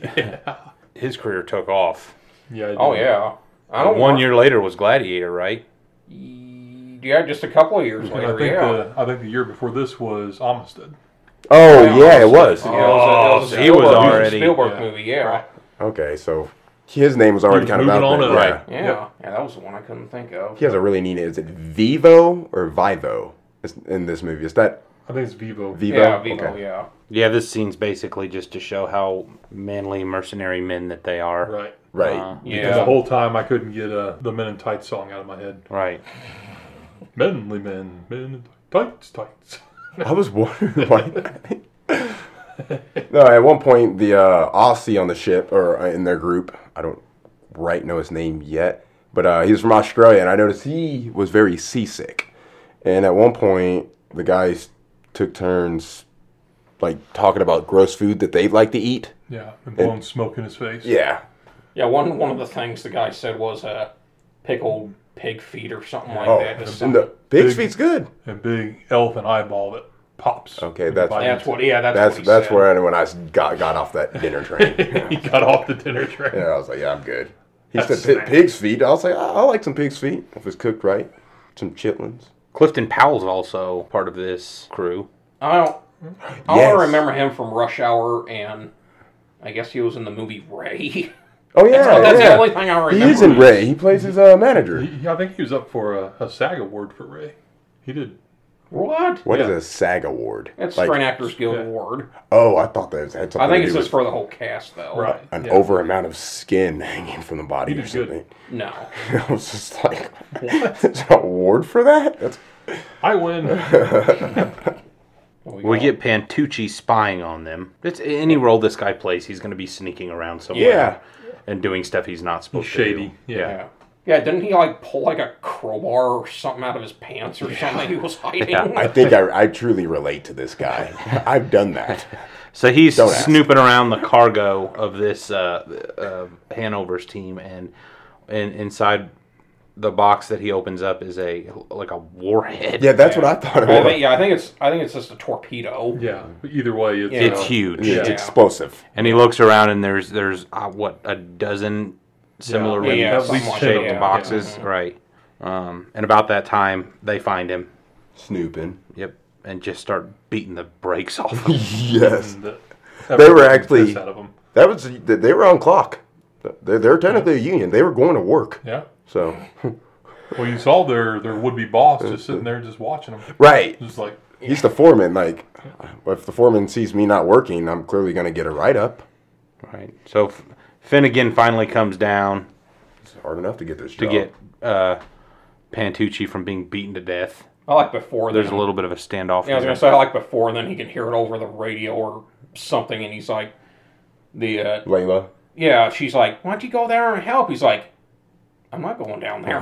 [SPEAKER 1] His career took off.
[SPEAKER 4] Yeah. I
[SPEAKER 3] oh
[SPEAKER 4] do.
[SPEAKER 3] yeah. I don't
[SPEAKER 1] One
[SPEAKER 3] wa-
[SPEAKER 1] year later was Gladiator, right?
[SPEAKER 3] Yeah, just a couple of years
[SPEAKER 4] And I
[SPEAKER 3] later.
[SPEAKER 4] think uh,
[SPEAKER 3] Yeah.
[SPEAKER 4] the I think the year before this was Amistad.
[SPEAKER 2] Oh yeah, it was.
[SPEAKER 3] Yeah, it was a-
[SPEAKER 1] Oh, he
[SPEAKER 3] it
[SPEAKER 1] was
[SPEAKER 3] Spielberg-
[SPEAKER 1] already-
[SPEAKER 3] Spielberg
[SPEAKER 4] yeah.
[SPEAKER 3] movie. Yeah.
[SPEAKER 2] Okay, so his name was already
[SPEAKER 4] He was
[SPEAKER 2] kind of
[SPEAKER 4] moving
[SPEAKER 2] out
[SPEAKER 4] on
[SPEAKER 2] there.
[SPEAKER 4] to
[SPEAKER 2] yeah.
[SPEAKER 4] that.
[SPEAKER 3] Yeah.
[SPEAKER 4] Yep.
[SPEAKER 3] Yeah, that was the one I couldn't think of.
[SPEAKER 2] He has a really neat. Is it Vivo or Vivo? Is- In this movie, is that
[SPEAKER 4] I think it's Vivo.
[SPEAKER 2] Vivo?
[SPEAKER 3] Yeah, Vivo. Yeah.
[SPEAKER 1] Yeah, this scene's basically just to show how manly mercenary men that they are.
[SPEAKER 4] Right.
[SPEAKER 2] Right.
[SPEAKER 3] Uh-huh.
[SPEAKER 4] Because the
[SPEAKER 3] Yeah.
[SPEAKER 4] whole time I couldn't get uh, the Men in Tights song out of my head.
[SPEAKER 1] Right.
[SPEAKER 4] Manly men, men in tights, tights.
[SPEAKER 2] I was wondering why. no, at one point, the uh, Aussie on the ship or uh, in their group, I don't right know his name yet, but uh, he was from Australia, and I noticed he was very seasick. And at one point, the guys took turns like talking about gross food that they like to eat.
[SPEAKER 4] Yeah, and blowing smoke in his face.
[SPEAKER 2] Yeah.
[SPEAKER 3] Yeah. One one of the things the guy said was uh, pickled pig feet or something like
[SPEAKER 2] Oh,
[SPEAKER 3] that. Just
[SPEAKER 2] and
[SPEAKER 3] some-
[SPEAKER 2] the pig's
[SPEAKER 4] Big-
[SPEAKER 2] feet's good.
[SPEAKER 4] And big elephant eyeball that pops.
[SPEAKER 2] Okay,
[SPEAKER 4] when you
[SPEAKER 2] that's-
[SPEAKER 4] bite
[SPEAKER 3] that's what. Yeah, that's
[SPEAKER 2] That's
[SPEAKER 3] what he
[SPEAKER 2] that's
[SPEAKER 3] said.
[SPEAKER 2] where I, when I got got off that dinner train.
[SPEAKER 4] into it. he got off the dinner tray.
[SPEAKER 2] Yeah, I was like, yeah, I'm good. He
[SPEAKER 4] That's
[SPEAKER 2] said
[SPEAKER 4] nice.
[SPEAKER 2] "Pi- pig's feet. I was like, I, I like some pig's feet if it's cooked right. Some chitlins.
[SPEAKER 1] Clifton Powell's also part of this crew.
[SPEAKER 3] I don't. I
[SPEAKER 2] Yes.
[SPEAKER 3] only remember him from Rush Hour, and I guess he was in the movie Ray.
[SPEAKER 2] Oh yeah,
[SPEAKER 3] That's
[SPEAKER 2] yeah.
[SPEAKER 3] the only thing I remember.
[SPEAKER 2] he is in Ray. He plays his uh, manager.
[SPEAKER 4] He, I think he was up for a, a SAG award for Ray. He did.
[SPEAKER 3] What?
[SPEAKER 2] What is
[SPEAKER 4] Yeah.
[SPEAKER 2] a SAG award?
[SPEAKER 3] That's
[SPEAKER 2] Like-
[SPEAKER 3] Screen Actors Guild
[SPEAKER 4] Yeah.
[SPEAKER 3] Award.
[SPEAKER 2] Oh, I thought that had something.
[SPEAKER 3] I think
[SPEAKER 2] to
[SPEAKER 3] it's
[SPEAKER 2] do
[SPEAKER 3] just
[SPEAKER 2] with
[SPEAKER 3] for the whole cast, though.
[SPEAKER 4] Right.
[SPEAKER 2] an
[SPEAKER 4] yeah.
[SPEAKER 2] over amount of skin hanging from the body
[SPEAKER 4] He
[SPEAKER 2] or
[SPEAKER 4] did good.
[SPEAKER 2] something.
[SPEAKER 3] No.
[SPEAKER 2] I was just like, there's an award for that? That's
[SPEAKER 4] I win.
[SPEAKER 1] We get Pantucci spying on them. It's any role this guy plays, he's going to be sneaking around somewhere
[SPEAKER 2] yeah.
[SPEAKER 1] and doing stuff he's not supposed to
[SPEAKER 4] Shady.
[SPEAKER 1] do.
[SPEAKER 4] Yeah.
[SPEAKER 3] Yeah. Yeah, didn't he like pull like a crowbar or something out of his pants or something he was hiding?
[SPEAKER 2] I think I, I truly relate to this guy. I've done that.
[SPEAKER 1] So he's
[SPEAKER 2] Don't ask.
[SPEAKER 1] snooping around the cargo of this uh, uh, Hanover's team, and and inside the box that he opens up is a like a warhead.
[SPEAKER 2] Yeah, that's what I thought
[SPEAKER 3] Well, I
[SPEAKER 2] about.
[SPEAKER 3] think- yeah, I think it's I think it's just a torpedo.
[SPEAKER 4] Yeah. But either way, it's.
[SPEAKER 1] It's
[SPEAKER 4] uh,
[SPEAKER 1] huge.
[SPEAKER 2] It's
[SPEAKER 3] Yeah.
[SPEAKER 2] explosive.
[SPEAKER 1] And he looks around, and there's there's uh, what a dozen similar
[SPEAKER 3] Yeah, yeah,
[SPEAKER 1] yeah,
[SPEAKER 3] something like
[SPEAKER 1] shaped
[SPEAKER 3] that, yeah.
[SPEAKER 1] boxes, right? Um, and about that time, they find him.
[SPEAKER 2] Snooping.
[SPEAKER 1] Yep, and just start beating the brakes off. him.
[SPEAKER 2] Yes.
[SPEAKER 4] uh, the-
[SPEAKER 2] They were
[SPEAKER 4] everyone
[SPEAKER 2] actually-
[SPEAKER 4] pissed out of him.
[SPEAKER 2] That was they were on clock. They're, they're technically a union. They were going to work.
[SPEAKER 4] Yeah.
[SPEAKER 2] So
[SPEAKER 4] Well, you saw their their would be boss just sitting there just watching them.
[SPEAKER 2] right,
[SPEAKER 4] Just like,
[SPEAKER 2] he's the foreman. Like, if the foreman sees me not working, I'm clearly going to get a write up.
[SPEAKER 1] right. So F- Finnegan finally comes down
[SPEAKER 2] It's hard enough to get this
[SPEAKER 1] to
[SPEAKER 2] job.
[SPEAKER 1] get uh, Pantucci from being beaten to death.
[SPEAKER 3] I like before
[SPEAKER 1] There's
[SPEAKER 3] then.
[SPEAKER 1] a little bit of a standoff.
[SPEAKER 3] Yeah, I was
[SPEAKER 1] there.
[SPEAKER 3] gonna say I like before then he can hear it over the radio or something and he's like the uh,
[SPEAKER 2] Layla.
[SPEAKER 3] yeah, she's like, Why don't you go there and help? He's like, I'm not going down there.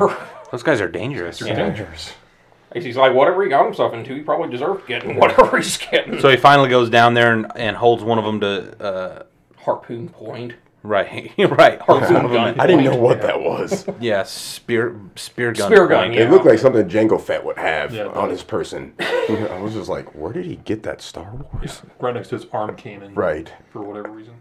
[SPEAKER 1] Those guys are dangerous.
[SPEAKER 4] dangerous.
[SPEAKER 3] And he's like, Whatever he got himself into, he probably deserved getting whatever he's getting.
[SPEAKER 1] So he finally goes down there and, and holds one of them to uh,
[SPEAKER 3] Harpoon point.
[SPEAKER 1] right, right. Holds one of them.
[SPEAKER 2] I didn't know what that was.
[SPEAKER 1] Yeah, spear spear gun.
[SPEAKER 3] Spear gun,
[SPEAKER 1] point.
[SPEAKER 2] It looked like something Django Fett would have
[SPEAKER 4] Yeah, it
[SPEAKER 2] on
[SPEAKER 4] does.
[SPEAKER 2] his person. I was just like, where did he get that Star Wars?
[SPEAKER 4] Right next to his arm cannon.
[SPEAKER 2] Right.
[SPEAKER 4] For whatever reason.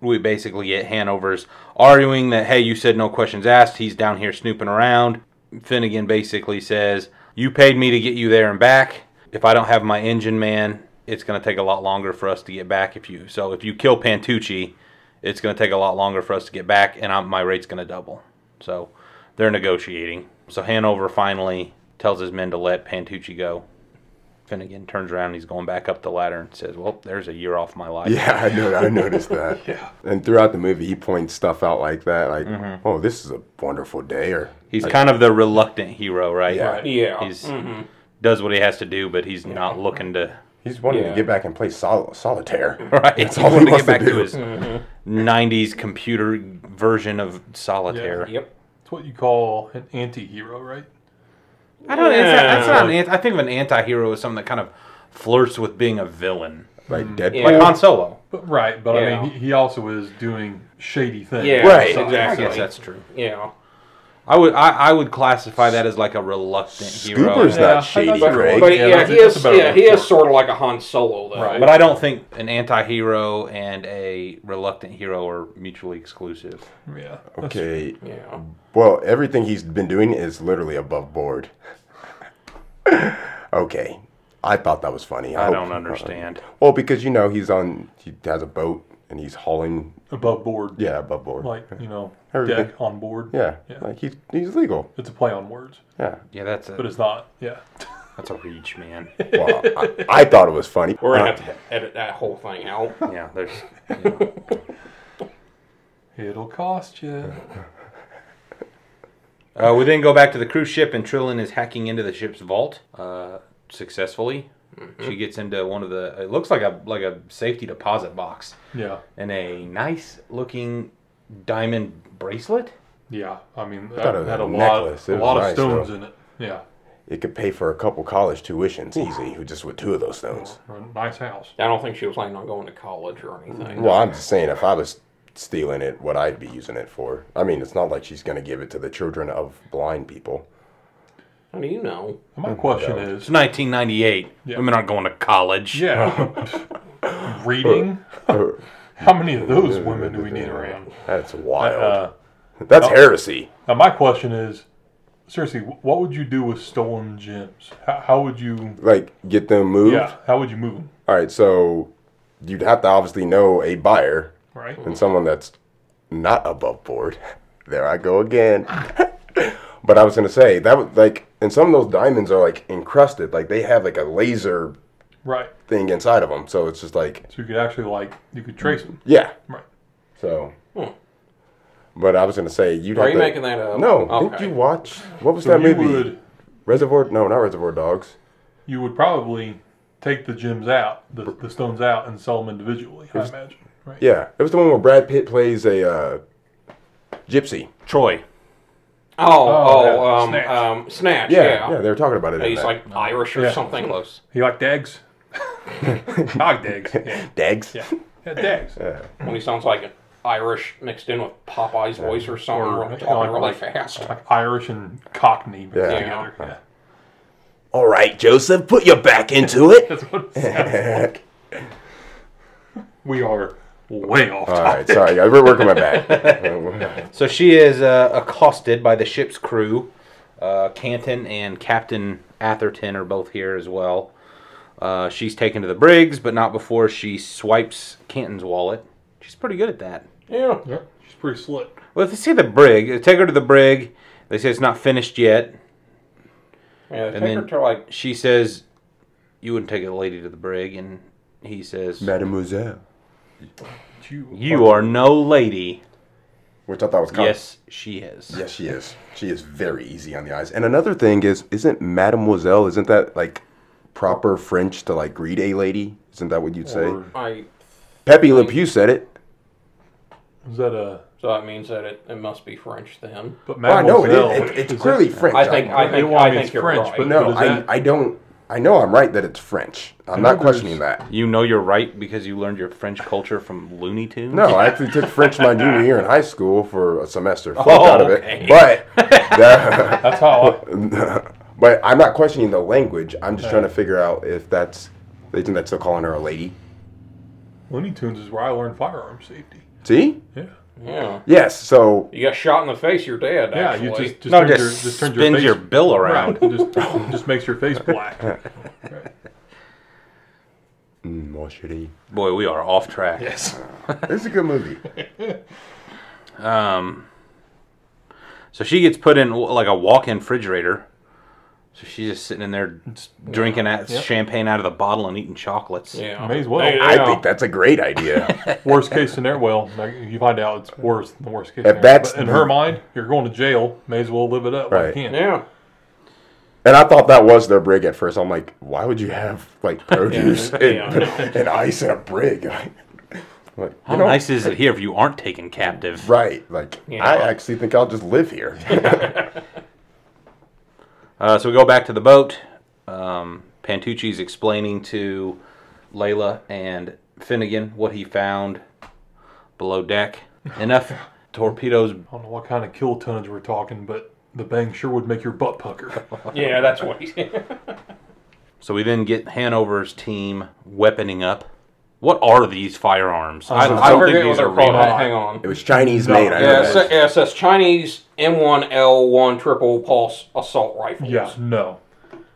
[SPEAKER 1] we basically get Hanover's arguing that, hey, you said no questions asked. He's down here snooping around. Finnegan basically says, you paid me to get you there and back. If I don't have my engine man, it's going to take a lot longer for us to get back. If you so, if you kill Pantucci, it's going to take a lot longer for us to get back, and I'm, my rate's going to double. So they're negotiating. So Hanover finally tells his men to let Pantucci go. Finnegan turns around. He's going back up the ladder and says, "Well, there's a year off my life."
[SPEAKER 2] Yeah, I, know, I noticed that.
[SPEAKER 4] Yeah.
[SPEAKER 2] And throughout the movie, he points stuff out like that, like,
[SPEAKER 1] Mm-hmm.
[SPEAKER 2] "Oh, this is a wonderful day," or
[SPEAKER 1] He's kind of the reluctant hero, right?
[SPEAKER 2] Yeah.
[SPEAKER 3] Yeah. Mm-hmm.
[SPEAKER 1] He's does what he has to do, but he's not looking to
[SPEAKER 2] he's wanting
[SPEAKER 3] Yeah.
[SPEAKER 2] to get back and play sol- solitaire.
[SPEAKER 1] right.
[SPEAKER 2] all he
[SPEAKER 1] wanting to
[SPEAKER 2] wants
[SPEAKER 1] get back
[SPEAKER 2] to
[SPEAKER 1] to,
[SPEAKER 2] do.
[SPEAKER 1] his '90s computer version of solitaire.
[SPEAKER 3] Yep.
[SPEAKER 4] It's what you call an anti-hero, right?
[SPEAKER 1] I don't. It's not, that's
[SPEAKER 3] Yeah.
[SPEAKER 1] not an. anti- I think of an anti-hero as something that kind of flirts with being a villain,
[SPEAKER 2] like Deadpool.
[SPEAKER 1] like
[SPEAKER 3] Yeah.
[SPEAKER 1] Han Solo.
[SPEAKER 4] But right, but I
[SPEAKER 3] Yeah.
[SPEAKER 4] mean, he, he also is doing shady things.
[SPEAKER 3] Yeah,
[SPEAKER 2] Right,
[SPEAKER 3] so-
[SPEAKER 1] I
[SPEAKER 2] exactly.
[SPEAKER 1] guess that's true.
[SPEAKER 3] Yeah.
[SPEAKER 1] I would. I, I would classify that as like a reluctant hero.
[SPEAKER 2] Scooper's
[SPEAKER 4] Yeah, I
[SPEAKER 2] not
[SPEAKER 4] thought
[SPEAKER 2] shady,
[SPEAKER 4] you were
[SPEAKER 2] Craig.
[SPEAKER 4] right.
[SPEAKER 3] But
[SPEAKER 4] Yeah,
[SPEAKER 3] yeah,
[SPEAKER 4] that's-
[SPEAKER 3] he
[SPEAKER 4] that's
[SPEAKER 3] is.
[SPEAKER 4] about a
[SPEAKER 3] Yeah, he
[SPEAKER 4] report.
[SPEAKER 3] is sort of like a Han Solo, though.
[SPEAKER 4] Right.
[SPEAKER 1] But I don't think an anti-hero and a reluctant hero are mutually exclusive.
[SPEAKER 4] Yeah.
[SPEAKER 2] Okay.
[SPEAKER 3] Yeah.
[SPEAKER 2] Well, everything he's been doing is literally above board. okay. I thought that was funny.
[SPEAKER 1] I
[SPEAKER 2] hope-
[SPEAKER 1] don't understand.
[SPEAKER 2] Well, because you know he's on, he has a boat and he's hauling.
[SPEAKER 4] Above board.
[SPEAKER 2] Yeah, above board.
[SPEAKER 4] Like, you know,
[SPEAKER 2] Everything.
[SPEAKER 4] deck on board.
[SPEAKER 2] yeah,
[SPEAKER 4] Yeah.
[SPEAKER 2] like he's he's legal.
[SPEAKER 4] It's a play on words,
[SPEAKER 2] Yeah.
[SPEAKER 1] Yeah, that's
[SPEAKER 4] but
[SPEAKER 1] a
[SPEAKER 4] it's not. Yeah.
[SPEAKER 1] that's a reach, man.
[SPEAKER 2] Well, I, I thought it was funny.
[SPEAKER 3] We're gonna
[SPEAKER 2] Uh,
[SPEAKER 3] have to edit that whole thing out.
[SPEAKER 1] Yeah, there's. You know.
[SPEAKER 4] It'll cost you.
[SPEAKER 1] Uh, we then go back to the cruise ship, and Trillin is hacking into the ship's vault uh, successfully.
[SPEAKER 4] Mm-hmm.
[SPEAKER 1] She gets into one of the. It looks like a like a safety deposit box,
[SPEAKER 4] Yeah.
[SPEAKER 1] and a nice looking diamond bracelet.
[SPEAKER 4] Yeah. I mean,
[SPEAKER 2] thought
[SPEAKER 4] that
[SPEAKER 2] it was
[SPEAKER 4] had
[SPEAKER 2] a
[SPEAKER 4] a lot,
[SPEAKER 2] necklace. It
[SPEAKER 4] a
[SPEAKER 2] was
[SPEAKER 4] lot of
[SPEAKER 2] nice,
[SPEAKER 4] stones
[SPEAKER 2] though.
[SPEAKER 4] in it. Yeah.
[SPEAKER 2] It could pay for a couple college tuitions easy, just with two of those stones.
[SPEAKER 4] Or a nice house.
[SPEAKER 3] I don't think she was planning on going to college or anything.
[SPEAKER 2] Well, I'm just saying, if I was stealing it, what I'd be using it for. I mean, it's not like she's going to give it to the children of blind people.
[SPEAKER 3] How do you know?
[SPEAKER 4] My
[SPEAKER 2] Mm,
[SPEAKER 4] question
[SPEAKER 1] It's
[SPEAKER 4] is
[SPEAKER 1] 1998.
[SPEAKER 4] Yeah.
[SPEAKER 1] Women aren't going to college.
[SPEAKER 4] yeah. reading? How many of those women do we need around?
[SPEAKER 2] That's wild.
[SPEAKER 4] Uh,
[SPEAKER 2] That's heresy.
[SPEAKER 4] now, my question is seriously, wh- what would you do with stolen gems? How, how would you.
[SPEAKER 2] Like, get them moved.
[SPEAKER 4] Yeah. How would you move them?
[SPEAKER 2] All right, so you'd have to obviously know a buyer
[SPEAKER 4] Right?
[SPEAKER 2] and someone that's not above board. There I go again. but I was gonna say that was like, and some of those diamonds are like encrusted, like they have like a laser
[SPEAKER 4] Right.
[SPEAKER 2] thing inside of them. So it's just like,
[SPEAKER 4] So you could actually, like, you could trace them.
[SPEAKER 2] yeah.
[SPEAKER 4] Right.
[SPEAKER 2] So,
[SPEAKER 3] Hmm.
[SPEAKER 2] but I was gonna say you'd
[SPEAKER 3] Are
[SPEAKER 2] have
[SPEAKER 3] you
[SPEAKER 2] to-
[SPEAKER 3] making that up?
[SPEAKER 2] No,
[SPEAKER 3] Okay.
[SPEAKER 2] did you watch what was
[SPEAKER 4] So
[SPEAKER 2] that
[SPEAKER 4] you
[SPEAKER 2] movie?
[SPEAKER 4] would.
[SPEAKER 2] Reservoir? No, not Reservoir Dogs.
[SPEAKER 4] you would probably take the gems out, the, the stones out, and sell them individually. I imagine. Right?
[SPEAKER 2] Yeah, it was the one where Brad Pitt plays a uh, gypsy.
[SPEAKER 1] Troy.
[SPEAKER 3] Oh, oh,
[SPEAKER 4] yeah.
[SPEAKER 3] um,
[SPEAKER 4] Snatch.
[SPEAKER 3] Snatch. um, Snatch.
[SPEAKER 2] Yeah,
[SPEAKER 3] Yeah,
[SPEAKER 2] yeah, they were talking about it. in
[SPEAKER 3] he's
[SPEAKER 2] that.
[SPEAKER 3] like Irish or
[SPEAKER 4] Yeah.
[SPEAKER 3] something. Close.
[SPEAKER 4] He liked dags. Dog dags. Yeah.
[SPEAKER 2] Dags.
[SPEAKER 4] Yeah. yeah dags.
[SPEAKER 3] When he sounds like Irish mixed in with Popeye's voice or something,
[SPEAKER 4] Or,
[SPEAKER 3] talking
[SPEAKER 4] like,
[SPEAKER 3] really
[SPEAKER 4] like-
[SPEAKER 3] fast.
[SPEAKER 4] Like Irish and Cockney mixed
[SPEAKER 2] Yeah.
[SPEAKER 4] together. Yeah.
[SPEAKER 2] All right, Joseph, put your back into it.
[SPEAKER 4] That's what it sounds like. we are way off
[SPEAKER 2] All right,
[SPEAKER 4] topic.
[SPEAKER 2] sorry, guys. We're working my back.
[SPEAKER 1] So she is uh, accosted by the ship's crew. Uh, Canton and Captain Atherton are both here as well. Uh, she's taken to the brigs, but not before she swipes Canton's wallet. She's pretty good at that.
[SPEAKER 3] Yeah.
[SPEAKER 4] Yeah. She's pretty slick.
[SPEAKER 1] Well, if they see the brig, they take her to the brig. They say it's not finished yet.
[SPEAKER 3] Yeah, they
[SPEAKER 1] And
[SPEAKER 3] take her
[SPEAKER 1] then-
[SPEAKER 3] to like
[SPEAKER 1] She says, "You wouldn't take a lady to the brig," and he says,
[SPEAKER 2] Mademoiselle.
[SPEAKER 4] You,
[SPEAKER 1] "You are no lady."
[SPEAKER 2] Which I thought was kind
[SPEAKER 1] Yes, she is.
[SPEAKER 2] Yes, she is. She is very easy on the eyes. And another thing is, isn't Mademoiselle, isn't that like proper French to like greet a lady? Isn't that what you'd say?
[SPEAKER 4] Or-
[SPEAKER 3] I.
[SPEAKER 2] Pepe Le Pew said it.
[SPEAKER 4] Is that a?
[SPEAKER 3] So that means that it, it must be French then.
[SPEAKER 4] But
[SPEAKER 2] Well, I know it
[SPEAKER 4] Mademoiselle.
[SPEAKER 2] is. It- it's
[SPEAKER 4] is
[SPEAKER 2] clearly
[SPEAKER 4] that-
[SPEAKER 2] French.
[SPEAKER 3] I think I
[SPEAKER 4] They
[SPEAKER 3] think
[SPEAKER 4] want
[SPEAKER 3] I
[SPEAKER 4] me
[SPEAKER 3] think
[SPEAKER 4] as
[SPEAKER 3] you're
[SPEAKER 4] French,
[SPEAKER 3] right.
[SPEAKER 4] but-
[SPEAKER 2] No,
[SPEAKER 4] What is
[SPEAKER 2] I,
[SPEAKER 4] that?
[SPEAKER 2] I don't. I know I'm right that it's French. I'm not
[SPEAKER 4] know there's-
[SPEAKER 2] questioning that.
[SPEAKER 1] You know you're right because you learned your French culture from Looney Tunes.
[SPEAKER 2] No, I actually took French my junior year in high school for a semester. Fuck
[SPEAKER 1] Oh,
[SPEAKER 2] out of
[SPEAKER 1] okay.
[SPEAKER 2] it. But that-
[SPEAKER 4] That's how. I,
[SPEAKER 2] But I'm not questioning the language. I'm just trying to figure out if that's they think that's still calling her a lady.
[SPEAKER 4] Looney Tunes is where I learned firearm safety.
[SPEAKER 2] See?
[SPEAKER 4] Yeah.
[SPEAKER 3] Yeah.
[SPEAKER 2] Yes. So
[SPEAKER 3] You got shot in the face, you're dead.
[SPEAKER 4] Yeah,
[SPEAKER 3] actually.
[SPEAKER 4] you just, just
[SPEAKER 1] No,
[SPEAKER 4] turns
[SPEAKER 1] just
[SPEAKER 4] your, just turns
[SPEAKER 1] spins
[SPEAKER 4] your,
[SPEAKER 1] your
[SPEAKER 4] face
[SPEAKER 1] bill around.
[SPEAKER 4] Right, just, just makes your face black. Right.
[SPEAKER 2] Mm, well, shitty.
[SPEAKER 1] Boy, we are off track.
[SPEAKER 4] Yes.
[SPEAKER 2] This is a good movie.
[SPEAKER 1] So she gets put in like a walk-in refrigerator. So she's just sitting in there drinking at champagne out of the bottle and eating chocolates.
[SPEAKER 3] yeah.
[SPEAKER 4] May as well.
[SPEAKER 3] They- they
[SPEAKER 2] I
[SPEAKER 3] know.
[SPEAKER 2] think that's a great idea.
[SPEAKER 4] Worst case scenario. Well, like, you find out it's worse than the worst case. scenario.
[SPEAKER 2] that's
[SPEAKER 4] But in
[SPEAKER 2] the-
[SPEAKER 4] her mind, you're going to jail. May as well live it up. Right.
[SPEAKER 2] Right.
[SPEAKER 4] can.
[SPEAKER 3] Yeah.
[SPEAKER 2] and I thought that was their brig at first. I'm like, why would you have like produce
[SPEAKER 3] Yeah.
[SPEAKER 2] and, and ice in a brig? Like,
[SPEAKER 1] How
[SPEAKER 2] you know,
[SPEAKER 1] nice is it here if you aren't taken captive?
[SPEAKER 2] Right. Like,
[SPEAKER 3] You
[SPEAKER 2] I
[SPEAKER 3] know.
[SPEAKER 2] actually think I'll just live here.
[SPEAKER 1] Uh, so we go back to the boat. Um, Pantucci's explaining to Layla and Finnegan what he found below deck. Enough torpedoes.
[SPEAKER 4] I don't know what kind of kill tonnage we're talking, but the bang sure would make your butt pucker.
[SPEAKER 3] Yeah, that's what he
[SPEAKER 1] So we then get Hanover's team weaponing up. What are these firearms? I, I don't think these are
[SPEAKER 3] called.
[SPEAKER 1] real.
[SPEAKER 3] Hang on.
[SPEAKER 2] it was Chinese made. I
[SPEAKER 3] Yeah,
[SPEAKER 2] know
[SPEAKER 3] it
[SPEAKER 2] that.
[SPEAKER 3] sa- yeah, it says Chinese M1L1 triple pulse assault rifles.
[SPEAKER 4] yeah, no.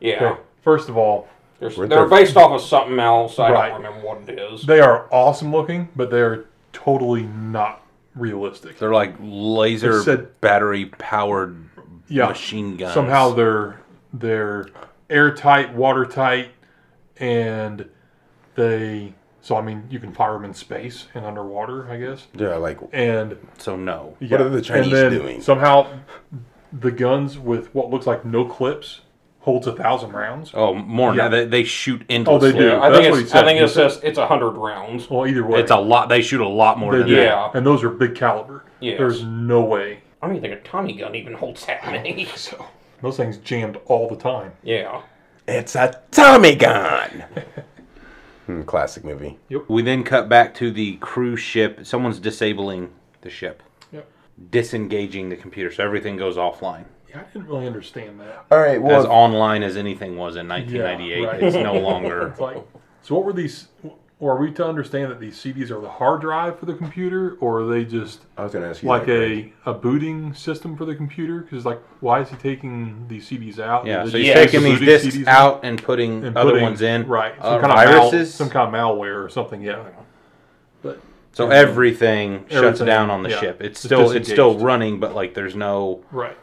[SPEAKER 3] Yeah.
[SPEAKER 4] Okay, first of all,
[SPEAKER 3] They're,
[SPEAKER 2] Weren't there-
[SPEAKER 3] they're based off of something else. I
[SPEAKER 4] Right.
[SPEAKER 3] don't remember what it is.
[SPEAKER 4] they are awesome looking, but they are totally not realistic.
[SPEAKER 1] They're like laser
[SPEAKER 4] It said-
[SPEAKER 1] battery powered
[SPEAKER 4] yeah,
[SPEAKER 1] machine guns.
[SPEAKER 4] Somehow they're they're airtight, watertight, and they. So I mean, you can fire them in space and underwater, I guess.
[SPEAKER 2] Yeah, like,
[SPEAKER 4] And
[SPEAKER 1] So no.
[SPEAKER 4] yeah.
[SPEAKER 2] are the Chinese
[SPEAKER 4] and then
[SPEAKER 2] doing?
[SPEAKER 4] Somehow, the guns with what looks like no clips holds a thousand rounds.
[SPEAKER 1] Oh, more.
[SPEAKER 4] Yeah. Oh,
[SPEAKER 1] now They, they shoot endlessly.
[SPEAKER 4] do.
[SPEAKER 3] Yeah, I
[SPEAKER 4] That's
[SPEAKER 3] think
[SPEAKER 4] what
[SPEAKER 3] it's,
[SPEAKER 4] he said.
[SPEAKER 3] I think
[SPEAKER 4] He
[SPEAKER 3] it says it's hundred rounds.
[SPEAKER 4] Well, either way,
[SPEAKER 1] It's a lot. They shoot a lot more
[SPEAKER 4] They
[SPEAKER 1] than
[SPEAKER 4] do.
[SPEAKER 1] that.
[SPEAKER 3] Yeah.
[SPEAKER 4] and those are big caliber.
[SPEAKER 3] Yes.
[SPEAKER 4] There's no way
[SPEAKER 3] I don't even think a Tommy gun even holds that many. So
[SPEAKER 4] those things jammed all the time.
[SPEAKER 3] yeah,
[SPEAKER 2] it's a Tommy gun. Hmm, classic movie.
[SPEAKER 1] We then cut back to the cruise ship. Someone's disabling the ship,
[SPEAKER 4] Yep.
[SPEAKER 1] disengaging the computer, so everything goes offline.
[SPEAKER 4] Yeah, I didn't really understand that.
[SPEAKER 2] All right. Well,
[SPEAKER 1] as online as anything was in 1998,
[SPEAKER 4] Yeah, right.
[SPEAKER 1] it's no longer.
[SPEAKER 4] It's like, so what were these? Or are we to understand that these CDs are the hard drive for the computer, or are they just
[SPEAKER 1] Uh,
[SPEAKER 2] I was going to ask you.
[SPEAKER 4] like
[SPEAKER 2] that, Greg.
[SPEAKER 4] a, a booting system for the computer? Because like, why is he taking these CDs out?
[SPEAKER 1] Yeah,
[SPEAKER 4] Is
[SPEAKER 1] so
[SPEAKER 4] it
[SPEAKER 1] he's
[SPEAKER 4] just
[SPEAKER 1] taking these
[SPEAKER 4] booting
[SPEAKER 1] discs
[SPEAKER 4] CDs
[SPEAKER 1] out and putting
[SPEAKER 4] and
[SPEAKER 1] other
[SPEAKER 4] putting-
[SPEAKER 1] ones in.
[SPEAKER 4] right? Some
[SPEAKER 1] Uh,
[SPEAKER 4] kind of
[SPEAKER 1] viruses.
[SPEAKER 4] viruses, some kind of malware or something. Yeah, but
[SPEAKER 1] so everything, shuts
[SPEAKER 4] Everything,
[SPEAKER 1] down on the
[SPEAKER 4] yeah.
[SPEAKER 1] ship. It's
[SPEAKER 4] It's
[SPEAKER 1] still it's still
[SPEAKER 4] disengaged.
[SPEAKER 1] running, but like there's no
[SPEAKER 4] right,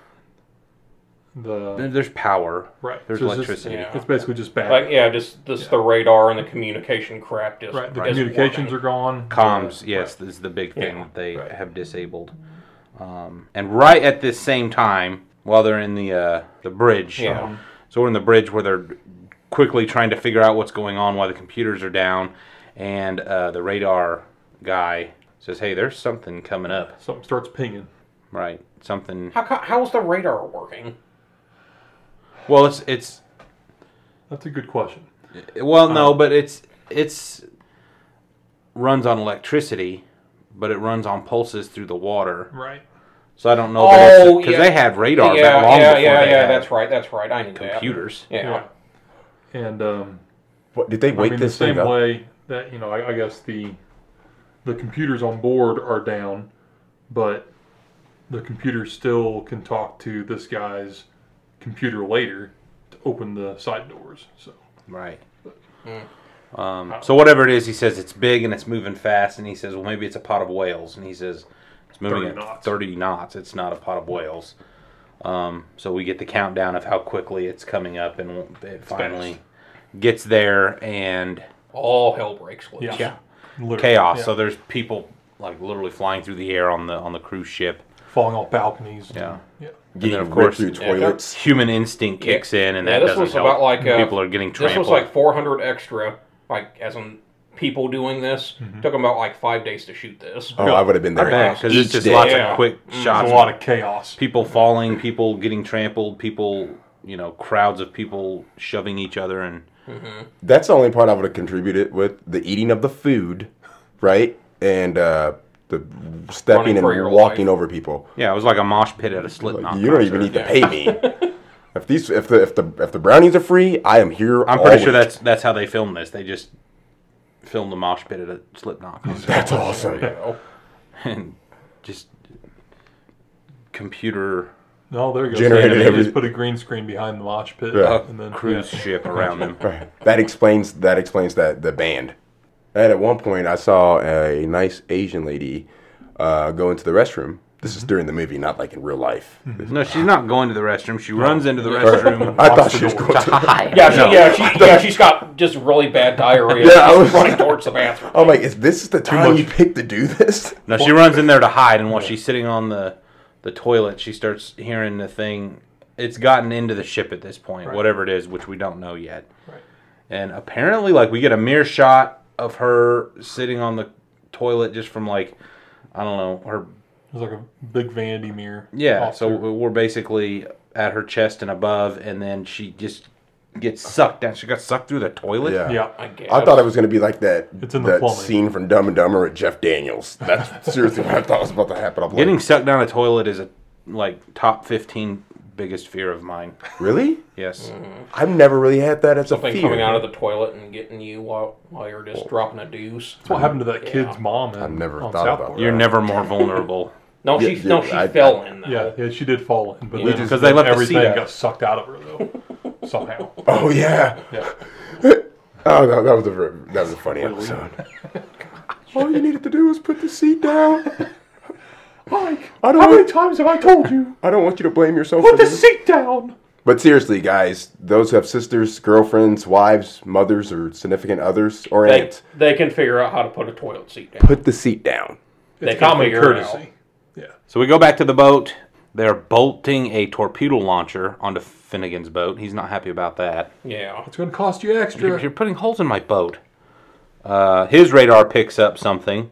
[SPEAKER 1] there-
[SPEAKER 4] the
[SPEAKER 1] there's power.
[SPEAKER 4] right.
[SPEAKER 1] There's
[SPEAKER 4] So it's just-
[SPEAKER 1] electricity.
[SPEAKER 3] yeah.
[SPEAKER 4] It's basically just bad.
[SPEAKER 3] like yeah, just this the radar and the communication crap. Just
[SPEAKER 4] right, the
[SPEAKER 3] isn't
[SPEAKER 4] communications
[SPEAKER 3] working.
[SPEAKER 4] are gone.
[SPEAKER 1] Comms, yes, this is the big thing
[SPEAKER 3] Yeah,
[SPEAKER 1] that they
[SPEAKER 4] right.
[SPEAKER 1] have disabled. Um, and right at this same time, while they're in the uh, the bridge,
[SPEAKER 3] Yeah.
[SPEAKER 1] so we're in the bridge where they're quickly trying to figure out what's going on, why the computers are down, and uh, the radar guy says, "Hey, there's something coming up."
[SPEAKER 4] Something starts pinging.
[SPEAKER 1] Right, something.
[SPEAKER 3] How co- how's the radar working?
[SPEAKER 1] Well, it's it's
[SPEAKER 4] That's a good question.
[SPEAKER 1] well, no,
[SPEAKER 3] Uh-huh.
[SPEAKER 1] but it's it's runs on electricity, but it runs on pulses through the water.
[SPEAKER 4] Right.
[SPEAKER 1] So I don't know that it's because
[SPEAKER 3] Oh, yeah.
[SPEAKER 1] they had radar
[SPEAKER 3] yeah,
[SPEAKER 1] that long
[SPEAKER 3] yeah,
[SPEAKER 1] before
[SPEAKER 3] yeah,
[SPEAKER 1] they
[SPEAKER 3] yeah.
[SPEAKER 1] had
[SPEAKER 3] That's right. That's right. I knew
[SPEAKER 1] computers.
[SPEAKER 3] that. Yeah.
[SPEAKER 4] And um,
[SPEAKER 2] What, did they wake
[SPEAKER 4] I mean,
[SPEAKER 2] this
[SPEAKER 4] the same
[SPEAKER 2] thing up?
[SPEAKER 4] way that you know, I, I guess the the computers on board are down, but the computer still can talk to this guy's computer later to open the side doors. So
[SPEAKER 1] Right.
[SPEAKER 3] Mm.
[SPEAKER 1] Um,
[SPEAKER 3] Uh-huh.
[SPEAKER 1] so whatever it is, he says it's big and it's moving fast, and he says, "Well, maybe it's a pot of whales," and he says, "It's moving
[SPEAKER 4] 30
[SPEAKER 1] at
[SPEAKER 4] knots.
[SPEAKER 1] thirty knots. It's not a pot of whales." Um, so we get the countdown of how quickly it's coming up, and it finally gets there, and
[SPEAKER 3] All hell breaks loose.
[SPEAKER 4] Literally,
[SPEAKER 1] chaos.
[SPEAKER 4] yeah.
[SPEAKER 1] So there's people like literally flying through the air on the on the cruise ship.
[SPEAKER 4] falling off balconies.
[SPEAKER 1] Yeah.
[SPEAKER 4] yeah.
[SPEAKER 2] Getting
[SPEAKER 1] then, of
[SPEAKER 2] ripped
[SPEAKER 1] course,
[SPEAKER 2] through
[SPEAKER 3] yeah,
[SPEAKER 2] toilets.
[SPEAKER 1] Human instinct kicks in, and that
[SPEAKER 3] Yeah, this
[SPEAKER 1] doesn't
[SPEAKER 3] was
[SPEAKER 1] help.
[SPEAKER 3] about like, uh,
[SPEAKER 1] people are getting
[SPEAKER 3] This
[SPEAKER 1] trampled.
[SPEAKER 3] was like 400 extra, like as in people doing this. Took them about like five days to shoot this.
[SPEAKER 2] oh, I would have been there.
[SPEAKER 1] because it's
[SPEAKER 2] each
[SPEAKER 1] just
[SPEAKER 2] day.
[SPEAKER 1] lots
[SPEAKER 3] Yeah.
[SPEAKER 1] of quick shots.
[SPEAKER 4] There's a lot of chaos.
[SPEAKER 1] people falling, people getting trampled, people, you know, crowds of people shoving each other and
[SPEAKER 2] That's the only part I would have contributed with the eating of the food, right? And uh, the stepping
[SPEAKER 3] Running for your
[SPEAKER 2] and walking
[SPEAKER 3] life.
[SPEAKER 2] over people.
[SPEAKER 1] yeah, it was like a mosh pit at a Slipknot.
[SPEAKER 2] Like, you don't even
[SPEAKER 1] concert.
[SPEAKER 2] need to pay me. if these, if the, if the, if the brownies are free, I am here.
[SPEAKER 1] I'm pretty sure
[SPEAKER 2] always.
[SPEAKER 1] that's that's how they filmed this. They just filmed the mosh pit at a Slipknot concert
[SPEAKER 2] that's awesome.
[SPEAKER 1] and just computer
[SPEAKER 4] No, there goes.
[SPEAKER 2] Generated
[SPEAKER 4] they
[SPEAKER 2] every-
[SPEAKER 4] just put a green screen behind the mosh pit
[SPEAKER 2] Yeah.
[SPEAKER 4] and then
[SPEAKER 1] cruise ship around them.
[SPEAKER 2] That explains that explains that the band. And at one point, I saw a nice Asian lady uh, go into the restroom. This is during the movie, not like in real life.
[SPEAKER 1] No, she's not going to the restroom. She runs into the
[SPEAKER 2] Or-
[SPEAKER 1] restroom.
[SPEAKER 2] I thought she was going to.
[SPEAKER 3] Yeah, she,
[SPEAKER 1] No.
[SPEAKER 3] yeah, she, yeah, she's got just really bad diarrhea.
[SPEAKER 2] Yeah, I
[SPEAKER 3] she's
[SPEAKER 2] was-
[SPEAKER 3] running towards the bathroom.
[SPEAKER 2] I'm like, is this the time you picked to do this?
[SPEAKER 1] No, she runs in there to hide, and while she's sitting on the the toilet, she starts hearing the thing. It's gotten into the ship at this point, whatever it is, which we don't know yet.
[SPEAKER 4] Right.
[SPEAKER 1] And apparently, like we get a mere shot of her sitting on the toilet just from like I don't know her.
[SPEAKER 4] It's like a big vanity mirror.
[SPEAKER 1] Yeah,
[SPEAKER 4] Off
[SPEAKER 1] so
[SPEAKER 4] there.
[SPEAKER 1] we're basically at her chest and above, and then she just gets sucked down. She got sucked through the toilet.
[SPEAKER 2] Yeah.
[SPEAKER 4] yeah,
[SPEAKER 3] I guess.
[SPEAKER 2] I thought it was going to be like that
[SPEAKER 4] It's in the
[SPEAKER 2] that
[SPEAKER 4] plumbing.
[SPEAKER 2] scene from Dumb and Dumber at Jeff Daniels. That's seriously what I thought was about to happen. I'm like,
[SPEAKER 1] Getting sucked down a toilet is a like top fifteen biggest fear of mine.
[SPEAKER 2] really?
[SPEAKER 1] Yes.
[SPEAKER 2] I've never really had that as a
[SPEAKER 3] Something
[SPEAKER 2] fear.
[SPEAKER 3] coming out of the toilet and getting you while, while you're just dropping a deuce.
[SPEAKER 4] That's what happened to that kid's mom. In,
[SPEAKER 2] I've never
[SPEAKER 4] on
[SPEAKER 2] thought
[SPEAKER 4] South
[SPEAKER 2] about
[SPEAKER 4] Park.
[SPEAKER 1] You're never more vulnerable.
[SPEAKER 2] Yeah,
[SPEAKER 3] No, she no,
[SPEAKER 2] dude,
[SPEAKER 3] she
[SPEAKER 2] I-
[SPEAKER 3] fell in. Though.
[SPEAKER 4] Yeah, yeah, she did fall in, but then
[SPEAKER 1] Because they left the
[SPEAKER 4] everything
[SPEAKER 1] seat out.
[SPEAKER 4] got sucked out of her though somehow.
[SPEAKER 2] oh yeah.
[SPEAKER 4] Yeah,
[SPEAKER 2] Oh, that, that was a ver- that was a funny episode. All you needed to do was put the seat down.
[SPEAKER 4] Mike,
[SPEAKER 2] I don't
[SPEAKER 4] how many
[SPEAKER 2] want,
[SPEAKER 4] times have I told you?
[SPEAKER 2] I don't want you to blame yourself. for
[SPEAKER 4] Put the
[SPEAKER 2] this.
[SPEAKER 4] seat down.
[SPEAKER 2] But seriously, guys, those who have sisters, girlfriends, wives, mothers, or significant others, or
[SPEAKER 3] They,
[SPEAKER 2] aunts,
[SPEAKER 3] they can figure out how to put a toilet seat down.
[SPEAKER 2] put the seat down.
[SPEAKER 3] They can
[SPEAKER 4] Common
[SPEAKER 3] figure it
[SPEAKER 4] courtesy.
[SPEAKER 1] So we go back to the boat. They're bolting a torpedo launcher onto Finnegan's boat. He's not happy about that.
[SPEAKER 3] out. Yeah.
[SPEAKER 4] It's going to cost you
[SPEAKER 1] You're,
[SPEAKER 4] extra.
[SPEAKER 1] you're putting holes in my boat. Uh, his radar picks up something.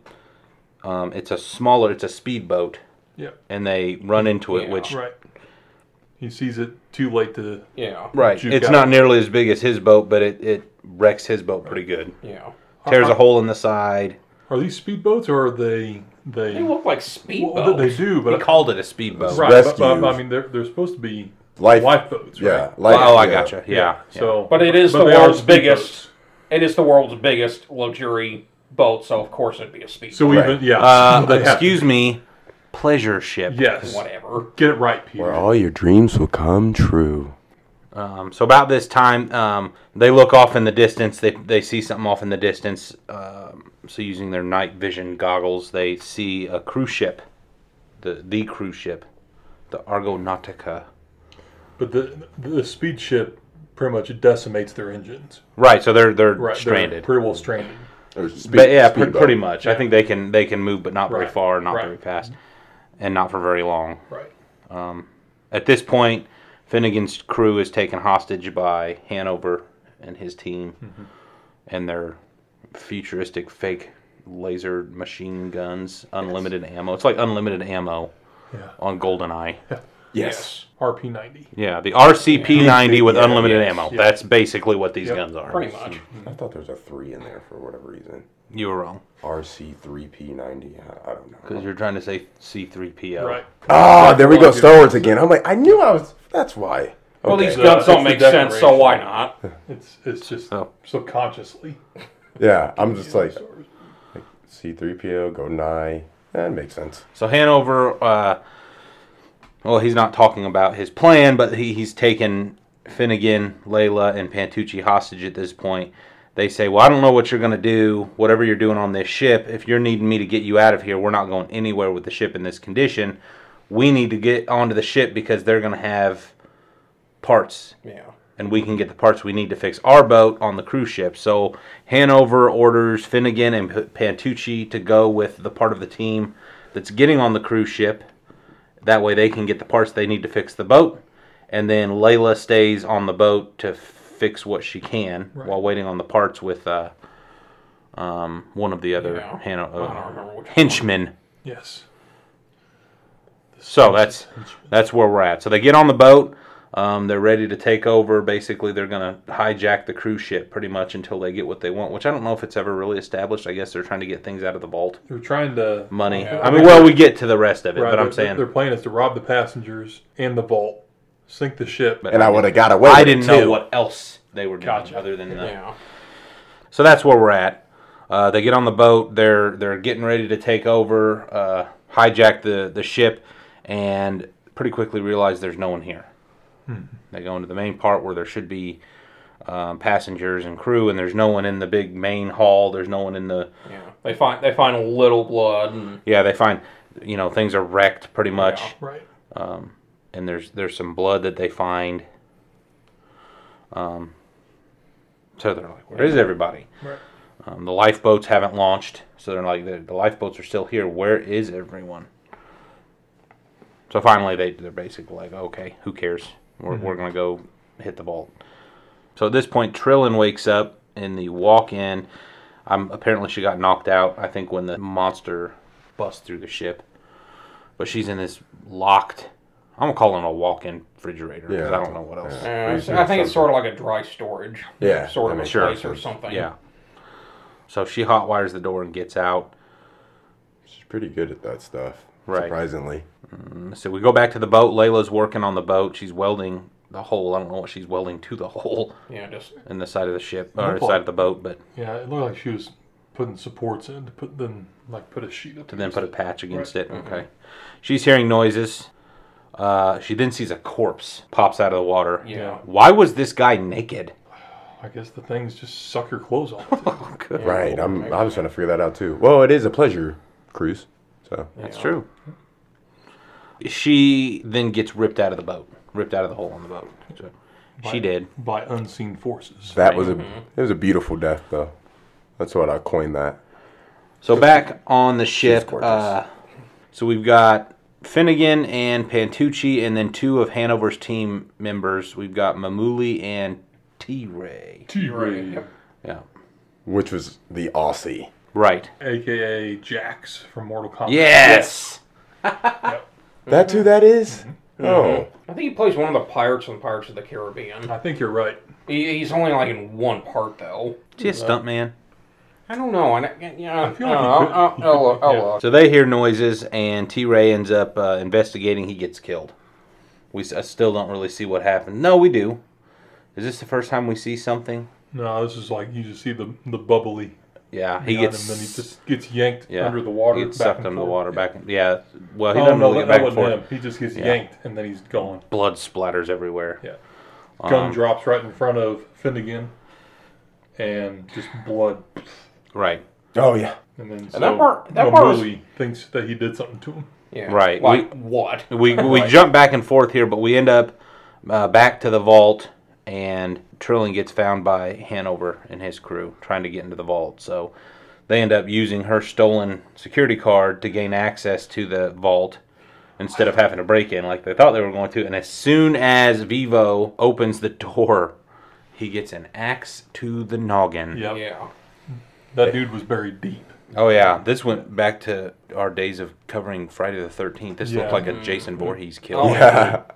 [SPEAKER 1] Um, it's a smaller, it's a speedboat,
[SPEAKER 4] Yeah,
[SPEAKER 1] and they run into it,
[SPEAKER 3] Yeah.
[SPEAKER 1] which
[SPEAKER 4] right. He sees it too late to.
[SPEAKER 3] Yeah.
[SPEAKER 1] right,
[SPEAKER 4] You've
[SPEAKER 1] it's
[SPEAKER 4] got
[SPEAKER 1] not
[SPEAKER 4] it.
[SPEAKER 1] nearly as big as his boat, but it, it wrecks his boat pretty good.
[SPEAKER 3] Yeah.
[SPEAKER 1] Tears a hole in the side.
[SPEAKER 4] Are these speedboats or are they they?
[SPEAKER 3] They look like speedboats.
[SPEAKER 4] Well, they do,
[SPEAKER 1] He
[SPEAKER 4] but
[SPEAKER 1] called it a speedboat.
[SPEAKER 4] right. But, but,
[SPEAKER 2] Rescues.
[SPEAKER 4] I mean, they're, they're supposed to be
[SPEAKER 2] Life-
[SPEAKER 4] lifeboats,
[SPEAKER 2] Yeah.
[SPEAKER 4] right?
[SPEAKER 2] Like,
[SPEAKER 1] oh, I
[SPEAKER 2] yeah.
[SPEAKER 1] gotcha. Yeah.
[SPEAKER 4] So,
[SPEAKER 3] But it is the
[SPEAKER 4] they are
[SPEAKER 3] world's
[SPEAKER 4] speedboats.
[SPEAKER 3] biggest. It is the world's biggest luxury boat, so of course it'd be a speedboat.
[SPEAKER 4] So
[SPEAKER 2] Right.
[SPEAKER 4] even yeah.
[SPEAKER 1] Uh,
[SPEAKER 4] they have-
[SPEAKER 1] excuse me, pleasure ship.
[SPEAKER 4] Yes.
[SPEAKER 3] whatever.
[SPEAKER 4] Get it right, Peter.
[SPEAKER 2] Where all your dreams will come true.
[SPEAKER 1] Um, so about this time, um, they look off in the distance. They they see something off in the distance. Um, so using their night vision goggles, they see a cruise ship, the the cruise ship, the Argonautica.
[SPEAKER 4] But the the speed ship pretty much decimates their engines.
[SPEAKER 1] Right. So they're they're
[SPEAKER 4] Right. they're
[SPEAKER 1] stranded.
[SPEAKER 4] pretty well stranded.
[SPEAKER 2] Or speed-
[SPEAKER 1] but yeah, pre-
[SPEAKER 2] speedboat.
[SPEAKER 1] pretty much. I think they can they can move, but not very
[SPEAKER 4] Right,
[SPEAKER 1] far, not
[SPEAKER 4] right.
[SPEAKER 1] very fast, and not for very long.
[SPEAKER 4] Right.
[SPEAKER 1] At this point, Finnegan's crew is taken hostage by Hanover and his team and their futuristic fake laser machine guns, unlimited ammo. It's like unlimited ammo
[SPEAKER 4] Yeah.
[SPEAKER 1] on GoldenEye.
[SPEAKER 2] Yes.
[SPEAKER 4] RP ninety.
[SPEAKER 1] Yeah, the RCP 90 with
[SPEAKER 2] Yeah,
[SPEAKER 1] unlimited
[SPEAKER 2] yes,
[SPEAKER 1] ammo.
[SPEAKER 4] yeah.
[SPEAKER 1] That's basically what these
[SPEAKER 4] Yep,
[SPEAKER 1] guns are.
[SPEAKER 3] Pretty much.
[SPEAKER 2] I thought there was a three in there for whatever reason.
[SPEAKER 1] You were wrong
[SPEAKER 2] RC3P90. I, I don't know.
[SPEAKER 1] because you're trying to say C3PO.
[SPEAKER 4] Right.
[SPEAKER 2] Ah, there we go. Star Wars again. I'm like, I knew I was. That's why.
[SPEAKER 3] Well, these
[SPEAKER 2] Okay.
[SPEAKER 3] guns
[SPEAKER 4] It's
[SPEAKER 3] don't
[SPEAKER 4] the
[SPEAKER 3] make sense, so
[SPEAKER 4] decoration.
[SPEAKER 3] why not?
[SPEAKER 4] It's it's just
[SPEAKER 1] Oh.
[SPEAKER 4] subconsciously.
[SPEAKER 2] Yeah, I'm just like, C3PO, go nigh. That makes sense.
[SPEAKER 1] So Hanover, uh, well, he's not talking about his plan, but he, he's taken Finnegan, Layla, and Pantucci hostage at this point. They say, "Well, I don't know what you're going to do. Whatever you're doing on this ship, if you're needing me to get you out of here, we're not going anywhere with the ship in this condition. We need to get onto the ship because they're going to have parts
[SPEAKER 3] Yeah.
[SPEAKER 1] and we can get the parts we need to fix our boat on the cruise ship. So Hanover orders Finnegan and P- Pantucci to go with the part of the team that's getting on the cruise ship. That way they can get the parts they need to fix the boat. And then Layla stays on the boat to fix what she can while waiting on the parts with uh, um, one of the other
[SPEAKER 3] Yeah.
[SPEAKER 1] Hano-
[SPEAKER 3] I don't remember which.
[SPEAKER 1] uh, henchmen.
[SPEAKER 4] Yes.
[SPEAKER 1] So that's that's where we're at. So they get on the boat. Um, they're ready to take over. Basically, they're going to hijack the cruise ship pretty much until they get what they want, which I don't know if it's ever really established. I guess they're trying to get things out of the vault.
[SPEAKER 4] They're trying to
[SPEAKER 1] Money.
[SPEAKER 3] Yeah.
[SPEAKER 1] I mean, well, we get to the rest of it,
[SPEAKER 4] right,
[SPEAKER 1] but
[SPEAKER 4] their-
[SPEAKER 1] I'm saying
[SPEAKER 4] their plan is to rob the passengers and the vault, sink the ship.
[SPEAKER 1] But-
[SPEAKER 2] And I would have got away.
[SPEAKER 1] I
[SPEAKER 2] with it,
[SPEAKER 1] didn't know
[SPEAKER 2] too.
[SPEAKER 1] what else they were doing
[SPEAKER 4] Gotcha.
[SPEAKER 1] other than that.
[SPEAKER 3] Yeah.
[SPEAKER 1] So that's where we're at. Uh, they get on the boat. They're they're getting ready to take over, uh, hijack the the ship, and pretty quickly realize there's no one here. They go into the main part where there should be um, passengers and crew, and there's no one in the big main hall. There's no one in the
[SPEAKER 3] Yeah. They find they find a little blood and
[SPEAKER 1] yeah. They find you know things are wrecked pretty much,
[SPEAKER 4] right.
[SPEAKER 1] and there's there's some blood that they find. Um, so they're like, where is everybody?
[SPEAKER 4] Right.
[SPEAKER 1] Um, the lifeboats haven't launched, so they're like, the, the lifeboats are still here. Where is everyone? So finally, they, they're basically like, okay, who cares? We're, we're going to go hit the vault. So at this point, Trillin wakes up in the walk in. Um, apparently, she got knocked out. I think when the monster bust through the ship, but she's in this locked. I'm gonna call it a walk-in refrigerator because
[SPEAKER 2] Yeah.
[SPEAKER 1] I don't know what else.
[SPEAKER 2] Yeah.
[SPEAKER 3] Yeah, I
[SPEAKER 2] Freezer
[SPEAKER 3] think it's
[SPEAKER 2] something.
[SPEAKER 3] sort of like a dry storage.
[SPEAKER 2] Yeah,
[SPEAKER 3] Sort
[SPEAKER 2] I
[SPEAKER 3] of a
[SPEAKER 2] mean, sure.
[SPEAKER 3] place or something.
[SPEAKER 1] Yeah. So she hot wires the door and gets out.
[SPEAKER 2] She's pretty good at that stuff.
[SPEAKER 1] Right.
[SPEAKER 2] Surprisingly.
[SPEAKER 1] So we go back to the boat. Layla's working on the boat. She's welding the hole. I don't know what she's welding to the hole
[SPEAKER 3] Yeah, just
[SPEAKER 1] in the side of the ship or
[SPEAKER 4] Look
[SPEAKER 1] the
[SPEAKER 4] like-
[SPEAKER 1] side of the boat, but
[SPEAKER 4] Yeah, it looked like she was putting supports in to put then like put a sheet up
[SPEAKER 1] to then
[SPEAKER 4] against
[SPEAKER 1] put a
[SPEAKER 4] it.
[SPEAKER 1] patch against it. Okay. She's hearing noises. Uh, she then sees a corpse pops out of the water.
[SPEAKER 3] Yeah.
[SPEAKER 1] Why was this guy naked?
[SPEAKER 4] I guess the things just suck your clothes off.
[SPEAKER 1] Oh, good.
[SPEAKER 2] Right. I'm I was trying to figure that out too. Well, it is a pleasure cruise. So
[SPEAKER 1] That's true. She then gets ripped out of the boat, ripped out of the hole in the boat. So she did.
[SPEAKER 4] by unseen forces.
[SPEAKER 2] that was a it was a beautiful death though. That's what I coined that.
[SPEAKER 1] So back on the ship,
[SPEAKER 2] gorgeous.
[SPEAKER 1] uh, so we've got Finnegan and Pantucci, and then two of Hanover's team members. We've got Mamuli and T Ray.
[SPEAKER 4] T-Ray,
[SPEAKER 1] Yeah,
[SPEAKER 2] Which was the Aussie.
[SPEAKER 1] right.
[SPEAKER 4] aka Jax from Mortal Kombat.
[SPEAKER 1] Yes.
[SPEAKER 2] That's
[SPEAKER 4] Mm-hmm.
[SPEAKER 2] who that is? Oh.
[SPEAKER 3] I think he plays one of the pirates on Pirates of the Caribbean.
[SPEAKER 4] I think you're right.
[SPEAKER 3] He, he's only like in one part though.
[SPEAKER 1] Is he a stuntman?
[SPEAKER 3] I don't know. I, I, yeah, I feel
[SPEAKER 4] feel like
[SPEAKER 3] like
[SPEAKER 4] he
[SPEAKER 3] I'll,
[SPEAKER 4] could-
[SPEAKER 3] I'll,
[SPEAKER 4] he could
[SPEAKER 3] I'll,
[SPEAKER 4] be,
[SPEAKER 3] I'll,
[SPEAKER 4] yeah.
[SPEAKER 3] look.
[SPEAKER 1] So they hear noises, and T Ray ends up uh, investigating. He gets killed. We s- I still don't really see what happened. No, we do. Is this the first time we see something?
[SPEAKER 4] No, this is like you just see the the bubbly
[SPEAKER 1] Yeah, he
[SPEAKER 4] on
[SPEAKER 1] gets
[SPEAKER 4] him, then he just gets yanked
[SPEAKER 1] yeah,
[SPEAKER 4] under the water,
[SPEAKER 1] He gets
[SPEAKER 4] back
[SPEAKER 1] sucked
[SPEAKER 4] and
[SPEAKER 1] under the
[SPEAKER 4] forth.
[SPEAKER 1] water
[SPEAKER 4] Yeah.
[SPEAKER 1] back. and- yeah, well, he
[SPEAKER 4] Oh,
[SPEAKER 1] doesn't
[SPEAKER 4] no,
[SPEAKER 1] really
[SPEAKER 4] that,
[SPEAKER 1] get back
[SPEAKER 4] that
[SPEAKER 1] and
[SPEAKER 4] wasn't
[SPEAKER 1] forth.
[SPEAKER 4] him. He just gets
[SPEAKER 1] Yeah.
[SPEAKER 4] yanked and then he's gone.
[SPEAKER 1] blood splatters everywhere.
[SPEAKER 4] Yeah. Gun
[SPEAKER 1] Um,
[SPEAKER 4] drops right in front of Finnegan, and just blood.
[SPEAKER 1] Right.
[SPEAKER 2] Oh yeah.
[SPEAKER 4] And then so
[SPEAKER 3] that part- that part was-
[SPEAKER 4] Mamuli thinks that he did something to him.
[SPEAKER 3] Yeah.
[SPEAKER 1] Right.
[SPEAKER 3] Like what?
[SPEAKER 1] We we jump back and forth here, but we end up uh, back to the vault, and Trilling gets found by Hanover and his crew trying to get into the vault. So they end up using her stolen security card to gain access to the vault instead of having to break in like they thought they were going to. And as soon as Vivo opens the door, he gets an axe to the noggin.
[SPEAKER 4] Yeah.
[SPEAKER 3] Yeah.
[SPEAKER 4] That dude was buried deep.
[SPEAKER 1] Oh yeah, this went back to our days of covering Friday the Thirteenth. This
[SPEAKER 4] Yeah.
[SPEAKER 1] looked like a Jason Voorhees kill.
[SPEAKER 3] Oh,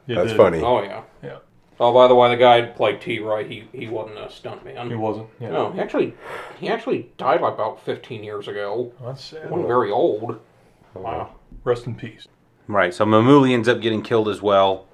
[SPEAKER 4] You
[SPEAKER 2] That's
[SPEAKER 4] did.
[SPEAKER 2] funny.
[SPEAKER 3] Oh yeah.
[SPEAKER 4] Yeah.
[SPEAKER 3] Oh, by the way, the guy who played T. Roy, he he wasn't a stuntman.
[SPEAKER 4] He wasn't. Yeah.
[SPEAKER 3] No, he actually he actually died like about 15 years ago.
[SPEAKER 4] That's sad.
[SPEAKER 1] Oh.
[SPEAKER 3] Wasn't very old. Wow.
[SPEAKER 4] Rest in peace.
[SPEAKER 1] Right. So Mamuli ends up getting killed as well.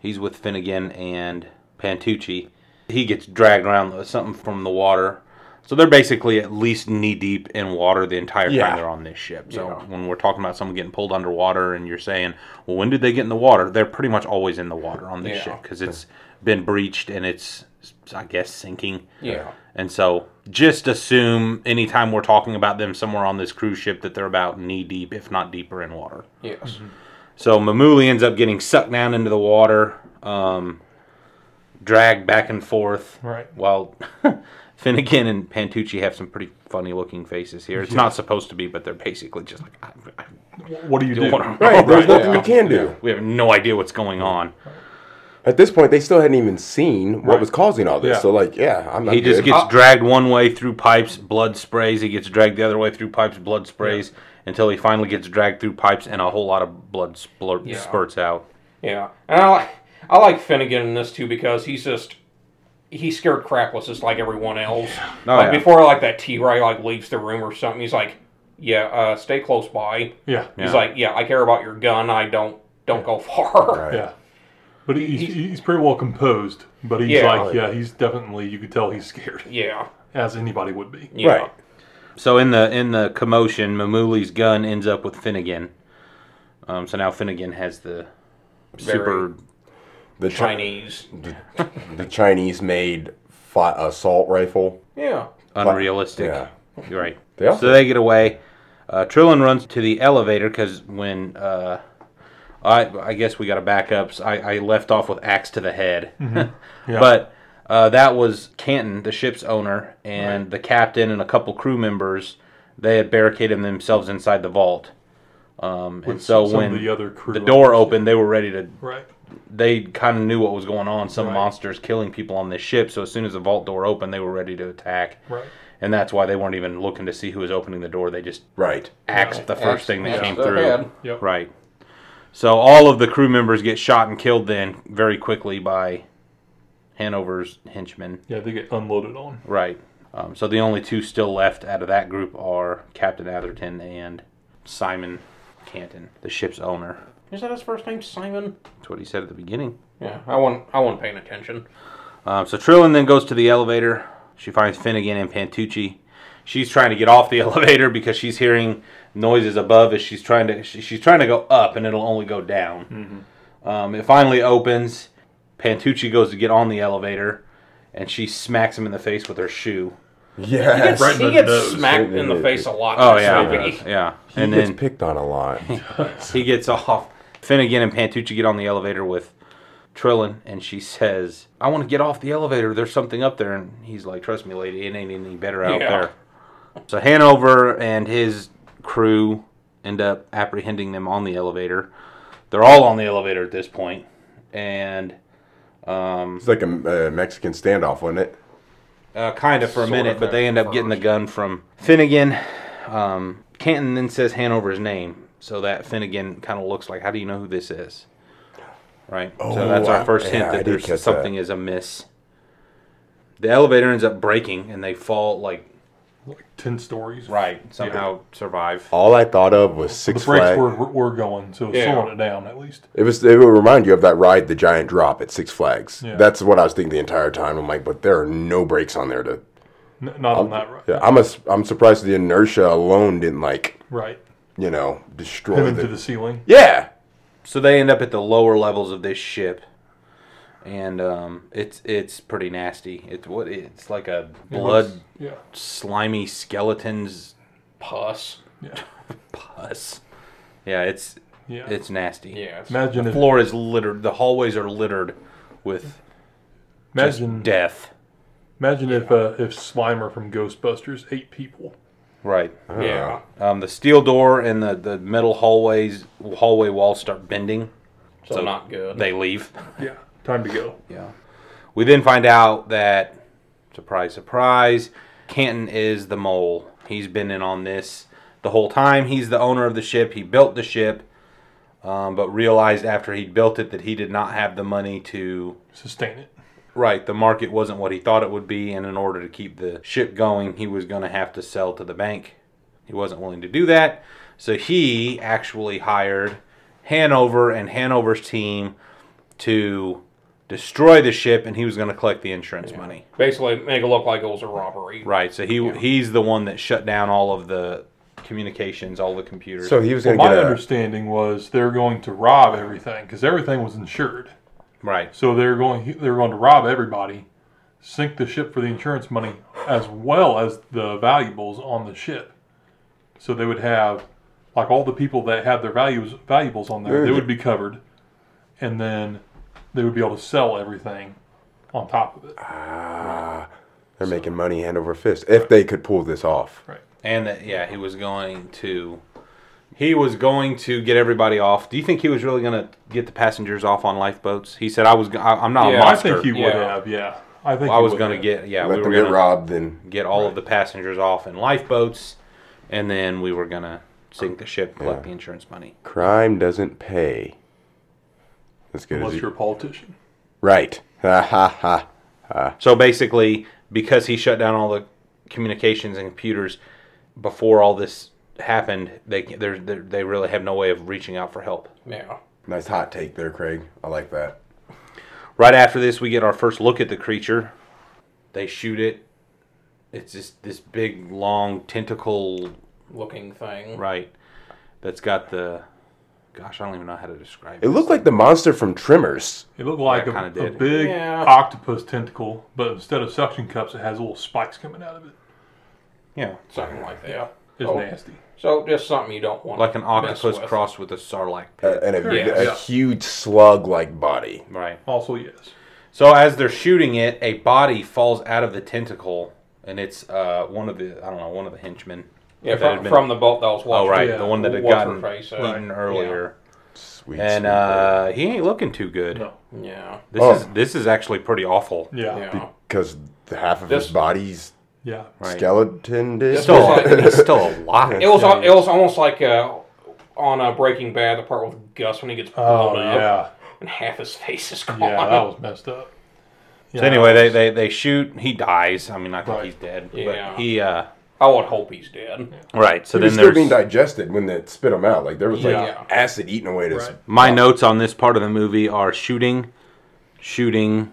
[SPEAKER 1] He's with Finnegan and Pantucci. He gets dragged around with something from the water. So they're basically at least knee deep in water the entire time
[SPEAKER 2] Yeah.
[SPEAKER 1] they're on this ship. So
[SPEAKER 3] Yeah.
[SPEAKER 1] when we're talking about someone getting pulled underwater and you're saying, well, when did they get in the water? They're pretty much always in the water on this
[SPEAKER 3] Yeah.
[SPEAKER 1] ship because it's been breached and it's, I guess, sinking.
[SPEAKER 3] Yeah.
[SPEAKER 1] And so just assume anytime we're talking about them somewhere on this cruise ship that they're about knee deep, if not deeper, in water.
[SPEAKER 3] Yes.
[SPEAKER 1] Mm-hmm. So Mamuli ends up getting sucked down into the water, um, dragged back and forth.
[SPEAKER 4] Right.
[SPEAKER 1] While Finnegan and Pantucci have some pretty funny looking faces here. It's not supposed to be, but they're basically just like, I, I
[SPEAKER 4] What do you do?
[SPEAKER 1] don't want to.
[SPEAKER 2] Right, there's nothing we can do.
[SPEAKER 1] We have no idea what's going on.
[SPEAKER 2] At this point, they still hadn't even seen what
[SPEAKER 4] Right.
[SPEAKER 2] was causing all this.
[SPEAKER 4] Yeah.
[SPEAKER 2] So, like, yeah, I'm not.
[SPEAKER 1] He just
[SPEAKER 2] good. Uh,
[SPEAKER 1] gets dragged one way through pipes, blood sprays. He gets dragged the other way through pipes, blood sprays, until he finally gets dragged through pipes and a whole lot of blood splur-
[SPEAKER 3] Yeah.
[SPEAKER 1] spurts out.
[SPEAKER 3] Yeah. And I like I like Finnegan in this too because he's just he's scared crapless just like everyone else.
[SPEAKER 1] Oh,
[SPEAKER 3] like
[SPEAKER 1] yeah.
[SPEAKER 3] before like that T. Roy like leaves the room or something, he's like, "Yeah, uh, stay close by."
[SPEAKER 4] Yeah. Yeah.
[SPEAKER 3] He's like, "Yeah, I care about your gun. I don't don't go far."
[SPEAKER 2] Right.
[SPEAKER 4] But he's, he's, pretty well composed. But he's
[SPEAKER 3] Yeah.
[SPEAKER 4] like, yeah, he's definitely, you could tell he's scared,
[SPEAKER 3] Yeah.
[SPEAKER 4] as anybody would be.
[SPEAKER 3] Yeah.
[SPEAKER 2] Right.
[SPEAKER 1] So in the in the commotion, Mamuli's gun ends up with Finnegan. Um, so now Finnegan has the super
[SPEAKER 2] the Chi-
[SPEAKER 3] Chinese.
[SPEAKER 2] the Chinese made fi- assault rifle.
[SPEAKER 3] Yeah.
[SPEAKER 1] unrealistic.
[SPEAKER 2] Yeah.
[SPEAKER 1] You're right.
[SPEAKER 2] They also-
[SPEAKER 1] so they get away. Uh, Trillin runs to the elevator because when uh, I I guess we got to back up. So I, I left off with axe to the head,
[SPEAKER 4] Mm-hmm.
[SPEAKER 1] but uh, that was Canton, the ship's owner, and the captain and a couple crew members. They had barricaded themselves inside the vault. Um, and
[SPEAKER 4] With
[SPEAKER 1] so
[SPEAKER 4] some
[SPEAKER 1] when
[SPEAKER 4] of the other crew
[SPEAKER 1] the door
[SPEAKER 4] members,
[SPEAKER 1] opened, they were ready to
[SPEAKER 4] Right.
[SPEAKER 1] they kind of knew what was going on. Some
[SPEAKER 4] Right.
[SPEAKER 1] monsters killing people on this ship. So as soon as the vault door opened, they were ready to attack.
[SPEAKER 4] Right.
[SPEAKER 1] and that's why they weren't even looking to see who was opening the door. They just
[SPEAKER 2] Right.
[SPEAKER 1] axed the first
[SPEAKER 3] axed-
[SPEAKER 1] thing that
[SPEAKER 3] axed
[SPEAKER 1] came
[SPEAKER 3] their
[SPEAKER 1] through.
[SPEAKER 3] head.
[SPEAKER 4] Yep.
[SPEAKER 1] Right. So all of the crew members get shot and killed then very quickly by Hanover's henchmen.
[SPEAKER 4] Yeah, they get unloaded on.
[SPEAKER 1] Right. Um, so the only two still left out of that group are Captain Atherton and Simon Canton, the ship's owner.
[SPEAKER 3] Is that his first name, Simon?
[SPEAKER 1] That's what he said at the beginning.
[SPEAKER 3] Yeah, I wasn't. I wasn't paying attention.
[SPEAKER 1] Um, so Trillin then goes to the elevator. She finds Finnegan and Pantucci. She's trying to get off the elevator because she's hearing noises above as she's trying to she, she's trying to go up and it'll only go down.
[SPEAKER 2] Mm-hmm.
[SPEAKER 1] Um, it finally opens. Pantucci goes to get on the elevator, and she smacks him in the face with her shoe.
[SPEAKER 2] Yes.
[SPEAKER 4] Right.
[SPEAKER 3] he
[SPEAKER 4] in the
[SPEAKER 3] gets
[SPEAKER 4] nose.
[SPEAKER 3] smacked in the face a lot.
[SPEAKER 1] Oh
[SPEAKER 3] in this
[SPEAKER 1] yeah,
[SPEAKER 3] movie.
[SPEAKER 1] yeah. And
[SPEAKER 2] And he gets
[SPEAKER 1] then
[SPEAKER 2] picked on a lot.
[SPEAKER 1] he gets off. Finnegan and Pantucci get on the elevator with Trillin, and she says, "I want to get off the elevator. There's something up there." And he's like, "Trust me, lady. It ain't any better out
[SPEAKER 3] Yeah.
[SPEAKER 1] there." So Hanover and his crew end up apprehending them on the elevator. They're all on the elevator at this point, and
[SPEAKER 2] It's like a, uh Mexican standoff, wasn't it?
[SPEAKER 1] uh, kind of for a
[SPEAKER 3] Sort
[SPEAKER 1] minute,
[SPEAKER 3] of
[SPEAKER 1] but they
[SPEAKER 3] at
[SPEAKER 1] end up getting the
[SPEAKER 3] first.
[SPEAKER 1] gun from Finnegan. Um, Canton then says Hanover's name, so that Finnegan kind of looks like, "How do you know who this is?" Right. so
[SPEAKER 2] Oh,
[SPEAKER 1] that's
[SPEAKER 2] I-
[SPEAKER 1] our first hint
[SPEAKER 2] yeah, I
[SPEAKER 1] that
[SPEAKER 2] did
[SPEAKER 1] there's
[SPEAKER 2] catch
[SPEAKER 1] something is amiss. The elevator ends up breaking, and they fall like
[SPEAKER 4] Like 10 stories.
[SPEAKER 1] right somehow survive.
[SPEAKER 2] All I thought of was
[SPEAKER 4] The
[SPEAKER 2] Six
[SPEAKER 4] brakes
[SPEAKER 2] Flags.
[SPEAKER 4] were, were going, so it's
[SPEAKER 3] Yeah.
[SPEAKER 4] slowing it down at least.
[SPEAKER 2] It was. It would remind you of that ride, the Giant Drop at Six Flags.
[SPEAKER 4] Yeah.
[SPEAKER 2] That's what I was thinking the entire time. I'm like, but there are no brakes on there to.
[SPEAKER 4] N- not on that, right?
[SPEAKER 2] Yeah, I'm a, I'm surprised the inertia alone didn't like
[SPEAKER 4] Right.
[SPEAKER 2] you know destroy
[SPEAKER 4] Pin
[SPEAKER 2] the,
[SPEAKER 4] to the ceiling.
[SPEAKER 2] Yeah.
[SPEAKER 1] So they end up at the lower levels of this ship, and um, it's it's pretty nasty. It's what it's like a
[SPEAKER 4] It
[SPEAKER 1] blood
[SPEAKER 4] was- Yeah.
[SPEAKER 1] slimy skeletons
[SPEAKER 3] Pus.
[SPEAKER 4] Yeah.
[SPEAKER 1] pus. Yeah, it's
[SPEAKER 4] Yeah.
[SPEAKER 1] it's nasty.
[SPEAKER 3] Yeah. it's-
[SPEAKER 4] imagine
[SPEAKER 1] The
[SPEAKER 4] if,
[SPEAKER 1] floor is littered. The hallways are littered with just
[SPEAKER 4] imagine,
[SPEAKER 1] death.
[SPEAKER 4] imagine if uh, if Slimer from Ghostbusters ate people.
[SPEAKER 1] Right.
[SPEAKER 3] Yeah.
[SPEAKER 1] Um, the steel door and the, the metal hallways hallway walls start bending.
[SPEAKER 3] So, not good.
[SPEAKER 1] They leave.
[SPEAKER 4] Yeah. Time to go.
[SPEAKER 1] Yeah. We then find out that surprise, surprise, Canton is the mole. He's been in on this the whole time. He's the owner of the ship. He built the ship, um, but realized after he built it that he did not have the money to
[SPEAKER 4] Sustain it.
[SPEAKER 1] Right, the market wasn't what he thought it would be, and in order to keep the ship going, he was going to have to sell to the bank. He wasn't willing to do that, so he actually hired Hanover and Hanover's team to destroy the ship, and he was going to collect the insurance money.
[SPEAKER 3] Basically, make it look like it was a robbery.
[SPEAKER 1] Right, so he he's the one that shut down all of the communications, all the computers.
[SPEAKER 2] So he was
[SPEAKER 4] Well,
[SPEAKER 2] gonna
[SPEAKER 4] my
[SPEAKER 2] get a.
[SPEAKER 4] understanding was they're going to rob everything because everything was insured.
[SPEAKER 1] right,
[SPEAKER 4] So they're going they're going to rob everybody, sink the ship for the insurance money as well as the valuables on the ship. So they would have like all the people that had their values valuables on there, they would be covered, and then they would be able to sell everything on top of it.
[SPEAKER 2] They're making money hand over fist if they could pull this off.
[SPEAKER 4] Right.
[SPEAKER 1] and that yeah, he was going to. He was going to get everybody off. Do you think he was really going to get the passengers off on lifeboats? He said, "I was. go- I, am not
[SPEAKER 3] Yeah,
[SPEAKER 1] a
[SPEAKER 4] Um, I
[SPEAKER 1] monster.
[SPEAKER 4] think he would
[SPEAKER 3] Yeah.
[SPEAKER 4] have, yeah. I think
[SPEAKER 1] I
[SPEAKER 4] he
[SPEAKER 1] was
[SPEAKER 4] would
[SPEAKER 1] going to
[SPEAKER 4] have.
[SPEAKER 1] get yeah.
[SPEAKER 2] Let
[SPEAKER 1] we
[SPEAKER 2] them
[SPEAKER 1] were
[SPEAKER 2] get
[SPEAKER 1] going to
[SPEAKER 2] robbed, then
[SPEAKER 1] get all of the passengers off in lifeboats, and then we were going to sink the ship, collect the insurance money.
[SPEAKER 2] crime doesn't pay. As good
[SPEAKER 4] unless
[SPEAKER 2] as
[SPEAKER 4] you're
[SPEAKER 2] you.
[SPEAKER 4] a politician.
[SPEAKER 2] Right. Ha ha ha.
[SPEAKER 1] So basically, because he shut down all the communications and computers before all this happened, they they're, they're, they really have no way of reaching out for help.
[SPEAKER 3] Yeah.
[SPEAKER 2] Nice hot take there, Craig. I like that.
[SPEAKER 1] Right after this, we get our first look at the creature. They shoot it. It's just this big, long tentacle
[SPEAKER 3] Looking thing.
[SPEAKER 1] Right. That's got the. Gosh, I don't even know how to describe
[SPEAKER 2] It
[SPEAKER 1] it.
[SPEAKER 2] looked like the monster from Trimmers.
[SPEAKER 4] It looked like
[SPEAKER 1] Yeah,
[SPEAKER 4] a,
[SPEAKER 1] kinda
[SPEAKER 4] a
[SPEAKER 1] did.
[SPEAKER 4] big
[SPEAKER 3] Yeah.
[SPEAKER 4] octopus tentacle, but instead of suction cups, it has little spikes coming out of it.
[SPEAKER 1] Yeah.
[SPEAKER 3] Something like that.
[SPEAKER 4] Yeah, it's
[SPEAKER 3] Oh.
[SPEAKER 4] nasty.
[SPEAKER 3] So just something you don't want.
[SPEAKER 1] Like an
[SPEAKER 3] mess
[SPEAKER 1] octopus
[SPEAKER 3] with.
[SPEAKER 1] crossed with a sarlacc pit.
[SPEAKER 2] Uh, and a,
[SPEAKER 3] Yeah.
[SPEAKER 2] a
[SPEAKER 4] Yeah.
[SPEAKER 2] huge slug-like body.
[SPEAKER 1] Right.
[SPEAKER 4] Also, yes.
[SPEAKER 1] So as they're shooting it, a body falls out of the tentacle, and it's uh, one of the I don't know one of the henchmen.
[SPEAKER 3] Yeah,
[SPEAKER 1] that
[SPEAKER 3] from,
[SPEAKER 1] had been-
[SPEAKER 3] from the boat that was watching.
[SPEAKER 1] oh right,
[SPEAKER 4] yeah,
[SPEAKER 1] the one that had
[SPEAKER 3] what's her
[SPEAKER 1] gotten
[SPEAKER 3] face, uh,
[SPEAKER 1] eaten
[SPEAKER 3] yeah.
[SPEAKER 1] earlier,
[SPEAKER 2] Sweet.
[SPEAKER 1] and
[SPEAKER 2] sweet
[SPEAKER 1] uh, he ain't looking too good.
[SPEAKER 4] No.
[SPEAKER 3] Yeah.
[SPEAKER 1] This
[SPEAKER 2] Oh.
[SPEAKER 1] is this is actually pretty awful.
[SPEAKER 4] Yeah.
[SPEAKER 3] Yeah.
[SPEAKER 2] because half of
[SPEAKER 3] This-
[SPEAKER 2] his body's
[SPEAKER 4] Yeah.
[SPEAKER 1] Right.
[SPEAKER 2] Skeleton did.
[SPEAKER 1] Still, it's still a lot.
[SPEAKER 3] It was al- it was almost like uh, on uh, Breaking Bad, the part with Gus when he gets
[SPEAKER 4] Oh
[SPEAKER 3] blown up
[SPEAKER 4] yeah,
[SPEAKER 3] and half his face is gone.
[SPEAKER 4] yeah, that was messed up.
[SPEAKER 1] So
[SPEAKER 2] Uh,
[SPEAKER 1] anyway, they, they they shoot. He dies. I mean, I think
[SPEAKER 4] Right.
[SPEAKER 1] he's dead.
[SPEAKER 3] Yeah.
[SPEAKER 1] But he uh
[SPEAKER 3] I would hope he's dead.
[SPEAKER 1] right. So
[SPEAKER 2] He was
[SPEAKER 1] then
[SPEAKER 2] still
[SPEAKER 1] there's
[SPEAKER 2] being digested when they spit him out. Like there was like
[SPEAKER 3] Yeah.
[SPEAKER 2] acid eating away at his.
[SPEAKER 4] Right.
[SPEAKER 1] my notes on this part of the movie are shooting, shooting,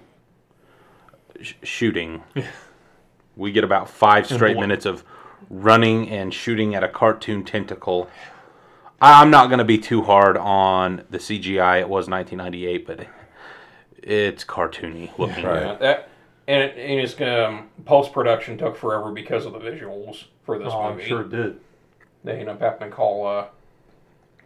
[SPEAKER 1] sh- shooting. we get about five straight
[SPEAKER 4] blood.
[SPEAKER 1] minutes of running and shooting at a cartoon tentacle. I- I'm not going to be too hard on the CGI. It was 1998, but it's cartoony looking.
[SPEAKER 2] Right.
[SPEAKER 3] Yeah, Uh, that and, it, and it's um, post production took forever because of the visuals for this
[SPEAKER 4] Oh, I'm
[SPEAKER 3] movie.
[SPEAKER 4] sure it did.
[SPEAKER 3] They end up having to call uh,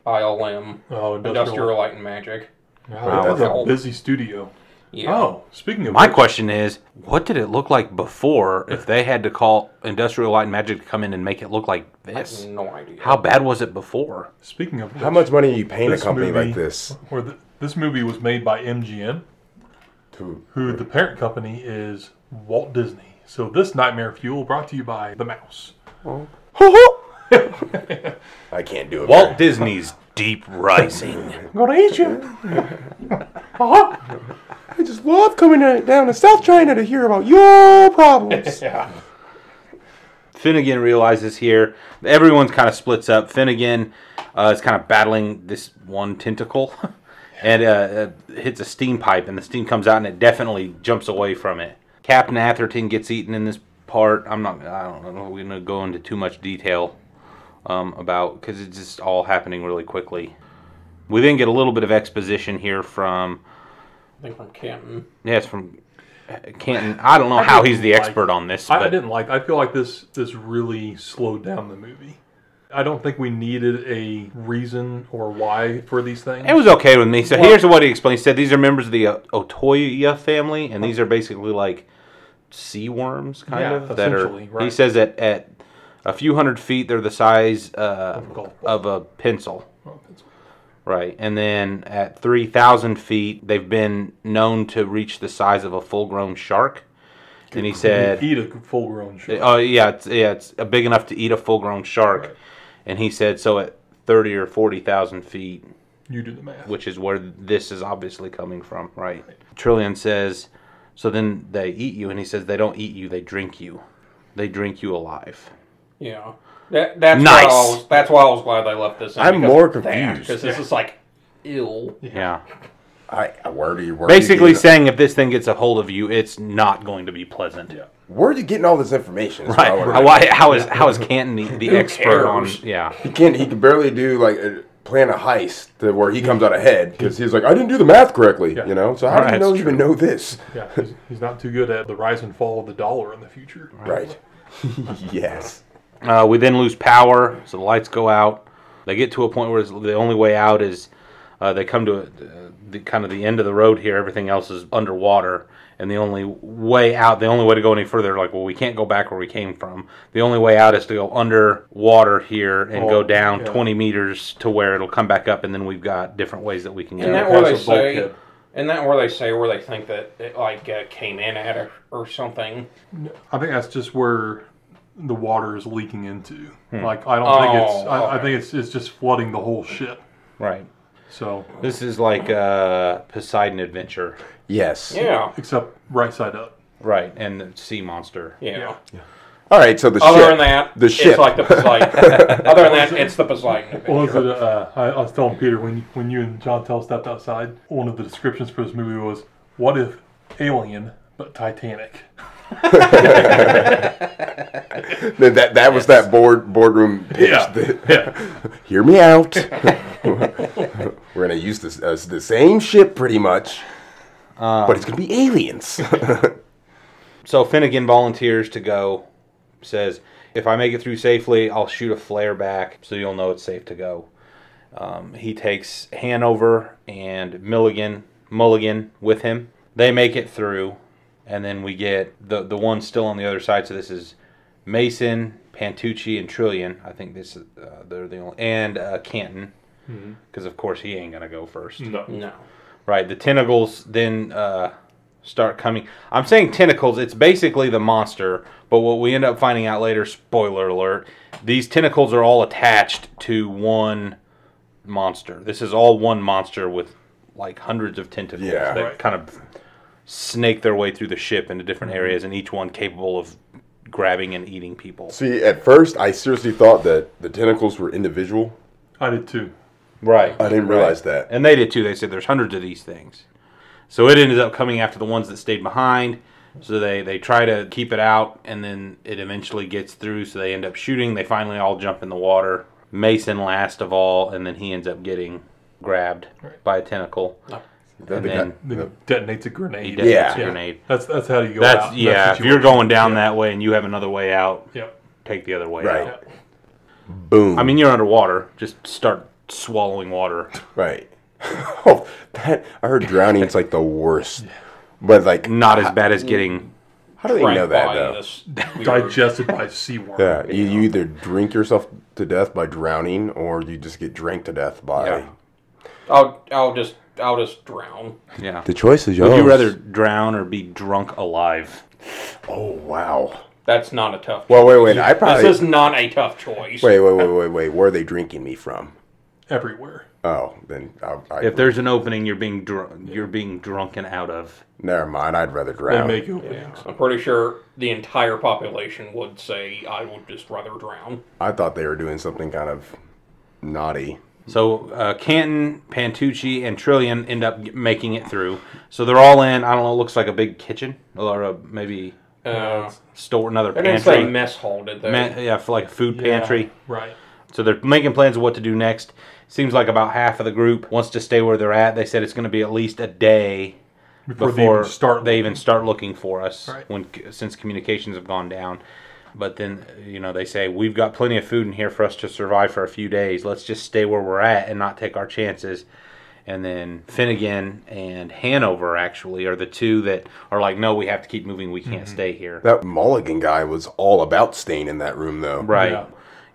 [SPEAKER 3] ILM
[SPEAKER 4] Oh,
[SPEAKER 3] Industrial,
[SPEAKER 4] industrial.
[SPEAKER 3] Light and Magic.
[SPEAKER 4] Wow,
[SPEAKER 2] That's
[SPEAKER 4] that's a
[SPEAKER 3] all-
[SPEAKER 4] busy studio.
[SPEAKER 3] Yeah.
[SPEAKER 4] Oh, speaking of
[SPEAKER 1] My
[SPEAKER 4] which,
[SPEAKER 1] question is, what did it look like before if they had to call Industrial Light and Magic to come in and make it look like this?
[SPEAKER 3] No idea.
[SPEAKER 1] How bad was it before?
[SPEAKER 4] speaking of
[SPEAKER 2] How
[SPEAKER 4] which,
[SPEAKER 2] much money you paying a
[SPEAKER 4] this
[SPEAKER 2] company
[SPEAKER 4] movie-
[SPEAKER 2] like this?
[SPEAKER 4] Or th this movie was made by MGM,
[SPEAKER 2] To,
[SPEAKER 4] who the parent company is Walt Disney. So this Nightmare Fuel brought to you by the mouse.
[SPEAKER 2] I can't do it.
[SPEAKER 1] Walt Disney's Deep Rising.
[SPEAKER 2] gonna eat you. Uh-huh. I just love coming down to South China to hear about your problems.
[SPEAKER 1] Finnegan realizes here, everyone's kind of splits up. Finnegan uh, is kind of battling this one tentacle and uh, uh, hits a steam pipe, and the steam comes out and it definitely jumps away from it. Captain Atherton gets eaten in this part. I'm not, I don't know, we're going to go into too much detail um, about because it's just all happening really quickly. We then get a little bit of exposition here from,
[SPEAKER 3] I think from Canton.
[SPEAKER 1] yeah, it's from Canton. I don't know how he's the expert on this.
[SPEAKER 4] I, I
[SPEAKER 1] but-
[SPEAKER 4] didn't like. I feel like this this really slowed down the movie. I don't think we needed a reason or why for these things.
[SPEAKER 1] It was okay with me. So here's what he explained. He said these are members of the uh, Otoya family, and these are basically like sea worms, kind
[SPEAKER 4] Yeah,
[SPEAKER 1] of. That are.
[SPEAKER 4] essentially, right.
[SPEAKER 1] He says that at a few hundred feet, they're the size uh,
[SPEAKER 4] Of a golf ball.
[SPEAKER 1] of a pencil.
[SPEAKER 4] Oh, that's-
[SPEAKER 1] Right, and then at three thousand feet, they've been known to reach the size of a full-grown shark. And he said,
[SPEAKER 4] eat a full grown shark.
[SPEAKER 1] Oh yeah, it's yeah, it's uh, big enough to eat a full-grown shark. And he said, so at thirty or forty thousand feet,
[SPEAKER 4] you do the math.
[SPEAKER 1] which is where this is obviously coming from, right? Trillion says, so then they eat you, and he says they don't eat you, they drink you. They drink you alive.
[SPEAKER 3] Yeah. That, that's
[SPEAKER 1] Nice.
[SPEAKER 3] Why I was, that's why I was glad they left this. In
[SPEAKER 2] I'm more confused.
[SPEAKER 3] because this is like ill.
[SPEAKER 1] Yeah.
[SPEAKER 2] I, I wordy, wordy.
[SPEAKER 1] Basically saying if this thing gets a hold of you, it's not going to be pleasant. Yeah.
[SPEAKER 2] where are you getting all this information? That's what I
[SPEAKER 1] Right.
[SPEAKER 2] wanna
[SPEAKER 1] How-
[SPEAKER 2] know.
[SPEAKER 1] Why, how is how is Canton the, the expert on?
[SPEAKER 3] cares?
[SPEAKER 1] Yeah.
[SPEAKER 2] He can not He can barely do like a, plan a heist to where he comes out ahead because he's like, I didn't do the math correctly.
[SPEAKER 4] Yeah.
[SPEAKER 2] You know. So how do you
[SPEAKER 1] Right,
[SPEAKER 2] know
[SPEAKER 1] that's
[SPEAKER 2] even
[SPEAKER 1] true.
[SPEAKER 2] know this?
[SPEAKER 4] Yeah, he's, he's not too good at the rise and fall of the dollar in the future.
[SPEAKER 2] Right. yes.
[SPEAKER 1] Uh, we then lose power, so the lights go out. They get to a point where it's- the only way out is uh, they come to a, uh, the, kind of the end of the road here. Everything else is underwater, and the only way out, the only way to go any further, like well, we can't go back where we came from. The only way out is to go underwater here and
[SPEAKER 4] Oh,
[SPEAKER 1] go down
[SPEAKER 4] yeah.
[SPEAKER 1] 20 meters to where it'll come back up, and then we've got different ways that we can
[SPEAKER 3] Isn't
[SPEAKER 1] go.
[SPEAKER 3] that where they
[SPEAKER 4] Passive
[SPEAKER 3] say?
[SPEAKER 4] bulkhead.
[SPEAKER 3] Isn't that where they say where they think that it like uh, came in at or, or something?
[SPEAKER 4] I think that's just where the water is leaking into.
[SPEAKER 1] Hmm.
[SPEAKER 4] Like I don't think
[SPEAKER 3] Oh,
[SPEAKER 4] it's. I, I
[SPEAKER 3] okay.
[SPEAKER 4] think it's it's just flooding the whole ship.
[SPEAKER 1] Right.
[SPEAKER 4] So
[SPEAKER 1] This is like uh, Poseidon Adventure,
[SPEAKER 2] Yes.
[SPEAKER 3] Yeah.
[SPEAKER 4] except right side up.
[SPEAKER 1] right? And the sea monster.
[SPEAKER 3] Yeah.
[SPEAKER 2] All right. So the
[SPEAKER 3] Other
[SPEAKER 2] ship.
[SPEAKER 3] than that,
[SPEAKER 2] the ship.
[SPEAKER 3] it's like the Poseidon. Other than that, it's the Poseidon
[SPEAKER 4] Well, is
[SPEAKER 3] adventure.
[SPEAKER 4] it, uh, I, I was telling Peter when when you and John Tell stepped outside, one of the descriptions for this movie was, "What if Alien but Titanic?"
[SPEAKER 2] That that, that was that board boardroom pitch. that- Hear me out. We're gonna use this uh, the same ship pretty much,
[SPEAKER 1] Uh.
[SPEAKER 2] but it's gonna be aliens.
[SPEAKER 1] So Finnegan volunteers to go, says, If I make it through safely, I'll shoot a flare back so you'll know it's safe to go. Um, he takes Hanover and Milligan, Mulligan with him. They make it through, and then we get the, the one still on the other side. So this is Mason, Pantucci, and Trillion. I think this is, uh, they're the only, and uh, Canton, because of course he ain't going to go first.
[SPEAKER 4] No.
[SPEAKER 3] no.
[SPEAKER 1] Right, the tentacles then uh, start coming. I'm saying tentacles. It's basically the monster, but what we end up finding out later, spoiler alert, these tentacles are all attached to one monster. This is all one monster with like hundreds of tentacles
[SPEAKER 2] Yeah.
[SPEAKER 1] that
[SPEAKER 4] Right.
[SPEAKER 1] kind of snake their way through the ship into different areas, and each one capable of grabbing and eating people.
[SPEAKER 2] See, at first, I seriously thought that the tentacles were individual.
[SPEAKER 4] I did too.
[SPEAKER 1] Right.
[SPEAKER 2] I didn't realize that.
[SPEAKER 1] And they did too. They said there's hundreds of these things. So it ended up coming after the ones that stayed behind. So they, they try to keep it out, and then it eventually gets through. So they end up shooting. They finally all jump in the water. Mason last of all, and then he ends up getting grabbed by a tentacle.
[SPEAKER 2] That'd be
[SPEAKER 1] then-
[SPEAKER 2] kind-
[SPEAKER 4] Then detonates
[SPEAKER 1] He
[SPEAKER 4] a grenade.
[SPEAKER 1] detonates
[SPEAKER 2] Yeah.
[SPEAKER 1] a grenade.
[SPEAKER 4] That's that's how you go
[SPEAKER 1] That's
[SPEAKER 4] out.
[SPEAKER 1] yeah.
[SPEAKER 4] what
[SPEAKER 1] If
[SPEAKER 4] you
[SPEAKER 1] you're
[SPEAKER 4] want.
[SPEAKER 1] going down that way and you have another way out,
[SPEAKER 4] Yep.
[SPEAKER 1] take the other way
[SPEAKER 2] Right.
[SPEAKER 1] out.
[SPEAKER 2] Boom.
[SPEAKER 1] I mean, you're underwater. Just start swallowing water.
[SPEAKER 2] right. oh, that I heard drowning's like the worst. But like,
[SPEAKER 3] Mm.
[SPEAKER 1] Not as bad as getting
[SPEAKER 2] how do they know that though?
[SPEAKER 4] Digested by seawater.
[SPEAKER 2] Yeah, you, you either drink yourself to death by drowning, or you just get drank to death by.
[SPEAKER 1] Yeah.
[SPEAKER 3] I'll I'll just I'll just drown.
[SPEAKER 1] yeah.
[SPEAKER 2] The choice is yours.
[SPEAKER 1] Would you rather drown or be drunk alive?
[SPEAKER 2] Oh wow.
[SPEAKER 3] That's not a tough.
[SPEAKER 2] Well, wait, wait. I probably
[SPEAKER 3] This is not a tough choice.
[SPEAKER 2] wait, wait, wait, wait, wait. Where are they drinking me from?
[SPEAKER 4] Everywhere.
[SPEAKER 2] Oh, then I, I,
[SPEAKER 1] If there's an opening, you're being drunk. You're being drunken out of.
[SPEAKER 2] never mind. I'd rather
[SPEAKER 4] They
[SPEAKER 2] drown.
[SPEAKER 4] make openings.
[SPEAKER 3] I'm pretty sure the entire population would say I would just rather drown.
[SPEAKER 2] I thought they were doing something kind of naughty.
[SPEAKER 1] So uh, Canton, Pantucci, and Trillian end up g- making it through. So they're all in. I don't know. It looks like a big kitchen or a, maybe
[SPEAKER 3] Uh,
[SPEAKER 1] store another
[SPEAKER 3] I didn't say
[SPEAKER 1] pantry.
[SPEAKER 3] mess hall, did they?
[SPEAKER 1] Ma- yeah, for like a food pantry.
[SPEAKER 4] Right.
[SPEAKER 1] So they're making plans of what to do next. Seems like about half of the group wants to stay where they're at. They said it's going to be at least a day before,
[SPEAKER 4] Before, they even start.
[SPEAKER 1] they even start looking for us
[SPEAKER 4] Right.
[SPEAKER 1] when since communications have gone down. But then you know they say we've got plenty of food in here for us to survive for a few days. Let's just stay where we're at and not take our chances. And then Finnegan and Hanover actually are the two that are like, no, we have to keep moving. We
[SPEAKER 4] Mm-hmm.
[SPEAKER 1] can't stay here.
[SPEAKER 2] That Mulligan guy was all about staying in that room, though.
[SPEAKER 1] Right.
[SPEAKER 4] Yeah.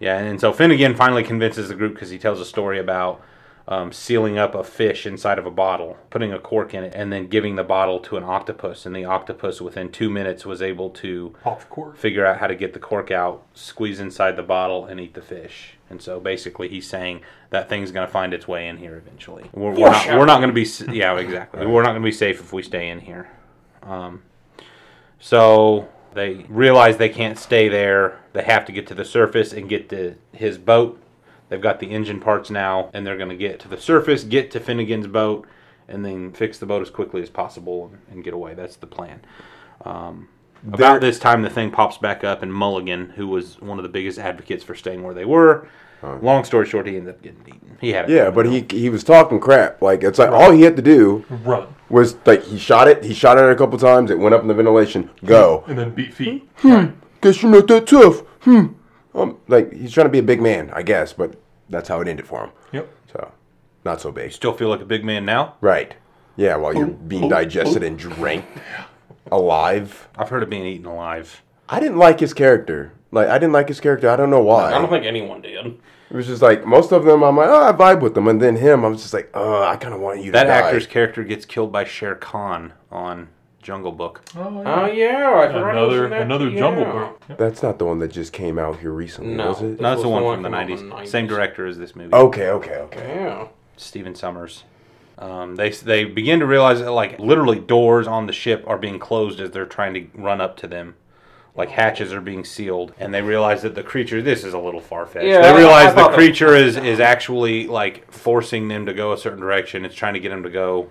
[SPEAKER 1] Yeah. and so Finnegan finally convinces the group because he tells a story about um, sealing up a fish inside of a bottle, putting a cork in it, and then giving the bottle to an octopus. And the octopus, within two minutes, was able to
[SPEAKER 4] pop the cork.
[SPEAKER 1] figure out how to get the cork out, squeeze inside the bottle, and eat the fish. And so basically, he's saying that thing's going to find its way in here eventually. We're, we're not, we're not going to be s- yeah exactly. We're not going to be safe if we stay in here. Um, so they realize they can't stay there. They have to get to the surface and get to his boat. They've got the engine parts now, and they're going to get to the surface, get to Finnegan's boat, and then fix the boat as quickly as possible and, and get away. That's the plan. Um, about this time, the thing pops back up, and Mulligan, who was one of the biggest advocates for staying where they were, long story short, he ended up getting eaten. He had it.
[SPEAKER 2] Yeah, but he he was talking crap. Like it's like all he had to do
[SPEAKER 4] Run.
[SPEAKER 2] was like he shot it. He shot it a couple times. It went up in the ventilation. Go.
[SPEAKER 4] And then beat feet.
[SPEAKER 2] Guess you're not that tough. Hmm. Um, like he's trying to be a big man, I guess, but that's how it ended for him.
[SPEAKER 4] Yep.
[SPEAKER 2] So, not so big.
[SPEAKER 1] Still feel like a big man now?
[SPEAKER 2] Right. Yeah. While you're being digested and drank alive.
[SPEAKER 1] I've heard of being eaten alive.
[SPEAKER 2] I didn't like his character. Like I didn't like his character. I don't know why.
[SPEAKER 3] I don't think anyone did.
[SPEAKER 2] It was just like most of them. I'm like, oh, I vibe with them, and then him. I was just like, oh, I kind of want you to
[SPEAKER 1] That
[SPEAKER 2] die.
[SPEAKER 1] actor's character gets killed by Sher Khan on Jungle Book.
[SPEAKER 4] Oh,
[SPEAKER 3] Oh yeah, I forgot it was
[SPEAKER 4] Another
[SPEAKER 3] in that-
[SPEAKER 4] another
[SPEAKER 3] yeah.
[SPEAKER 4] jumble book. Yep.
[SPEAKER 2] That's not the one that just came out here recently,
[SPEAKER 3] No.
[SPEAKER 2] was it?
[SPEAKER 1] No, that's the
[SPEAKER 3] was the
[SPEAKER 1] one
[SPEAKER 3] one
[SPEAKER 1] from the
[SPEAKER 3] from the
[SPEAKER 1] 90s. Same
[SPEAKER 3] 90s.
[SPEAKER 1] director as this movie.
[SPEAKER 2] Okay, okay, okay.
[SPEAKER 3] Yeah.
[SPEAKER 1] Steven Summers. Um, they they begin to realize that like literally doors on the ship are being closed as they're trying to run up to them, like hatches are being sealed, and they realize that the creature. This is a little far fetched.
[SPEAKER 3] Yeah, I-
[SPEAKER 1] they realize
[SPEAKER 3] I
[SPEAKER 1] the
[SPEAKER 3] thought that-
[SPEAKER 1] creature is is actually like forcing them to go a certain direction. It's trying to get them to go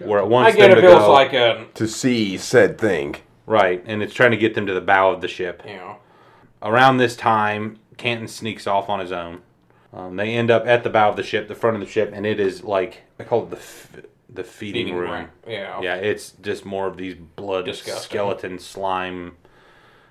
[SPEAKER 1] where it
[SPEAKER 3] I
[SPEAKER 1] wants
[SPEAKER 3] get
[SPEAKER 1] them
[SPEAKER 3] it
[SPEAKER 1] to
[SPEAKER 3] feels
[SPEAKER 1] go.
[SPEAKER 3] like a
[SPEAKER 2] To see said thing.
[SPEAKER 1] right, and it's trying to get them to the bow of the ship.
[SPEAKER 3] you know.
[SPEAKER 1] Around this time, Canton sneaks off on his own. Um, they end up at the bow of the ship, the front of the ship, and it is like I call it the f- the feeding,
[SPEAKER 3] Eating
[SPEAKER 1] room.
[SPEAKER 3] room. Yeah.
[SPEAKER 1] Yeah, it's just more of these blood
[SPEAKER 3] Disgusting.
[SPEAKER 1] skeleton slime.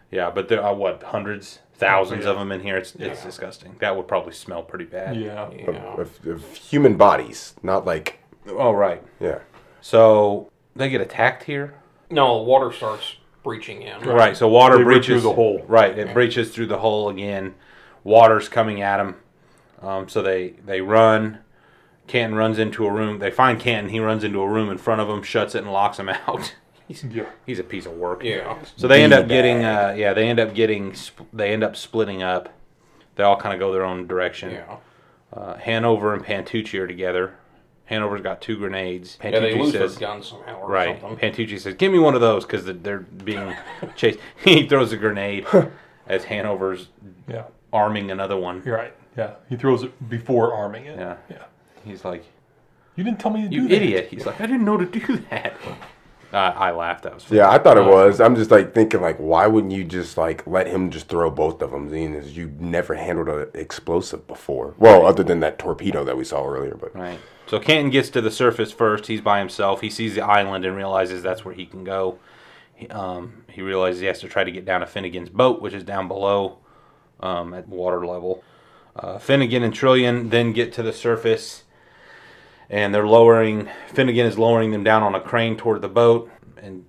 [SPEAKER 1] Yeah, but there are what hundreds, thousands of them in here. It's it's disgusting. That would probably smell pretty bad.
[SPEAKER 4] Yeah.
[SPEAKER 3] Yeah.
[SPEAKER 2] Of, of human bodies, not like
[SPEAKER 1] Oh right.
[SPEAKER 2] yeah.
[SPEAKER 1] So they get attacked here.
[SPEAKER 3] No, water starts breaching in.
[SPEAKER 1] Right. So water
[SPEAKER 4] They breach
[SPEAKER 1] breaches
[SPEAKER 4] through the hole.
[SPEAKER 1] Right. It breaches through the hole again. Water's coming at them. Um, so they they run. Canton runs into a room. They find Canton. He runs into a room in front of them, shuts it, and locks him out. he's
[SPEAKER 4] Yeah.
[SPEAKER 1] he's a piece of work.
[SPEAKER 3] Yeah.
[SPEAKER 1] So they end
[SPEAKER 2] Be
[SPEAKER 1] up getting
[SPEAKER 2] bad.
[SPEAKER 1] uh, yeah they end up getting sp- they end up splitting up. They all kind of go their own direction.
[SPEAKER 3] Yeah.
[SPEAKER 1] Uh, Hanover and Pantucci are together. Hanover's got two grenades. Pantucci
[SPEAKER 3] Yeah, they lose
[SPEAKER 1] says,
[SPEAKER 3] those guns somehow or
[SPEAKER 1] Right.
[SPEAKER 3] something.
[SPEAKER 1] Pantucci says, "Give me one of those," because they're being chased. he throws a grenade as Hanover's
[SPEAKER 4] Yeah.
[SPEAKER 1] arming another one.
[SPEAKER 4] You're right. Yeah. He throws it before arming it.
[SPEAKER 1] Yeah.
[SPEAKER 4] Yeah.
[SPEAKER 1] He's like,
[SPEAKER 4] You didn't tell me to do
[SPEAKER 1] "You
[SPEAKER 4] that.
[SPEAKER 1] idiot!" He's like, "I didn't know to do that." Uh, I laughed. That was funny.
[SPEAKER 2] Yeah, I
[SPEAKER 4] Um,
[SPEAKER 2] thought it was. I'm just like thinking, like, why wouldn't you just like let him just throw both of them? Seeing as you never handled an explosive before. Well, other than that torpedo that we saw earlier, but
[SPEAKER 1] Right. So Canton gets to the surface first. He's by himself. He sees the island and realizes that's where he can go. He, um, he realizes he has to try to get down to Finnegan's boat, which is down below um, at water level. Uh, Finnegan and Trillion then get to the surface, and they're lowering. Finnegan is lowering them down on a crane toward the boat, and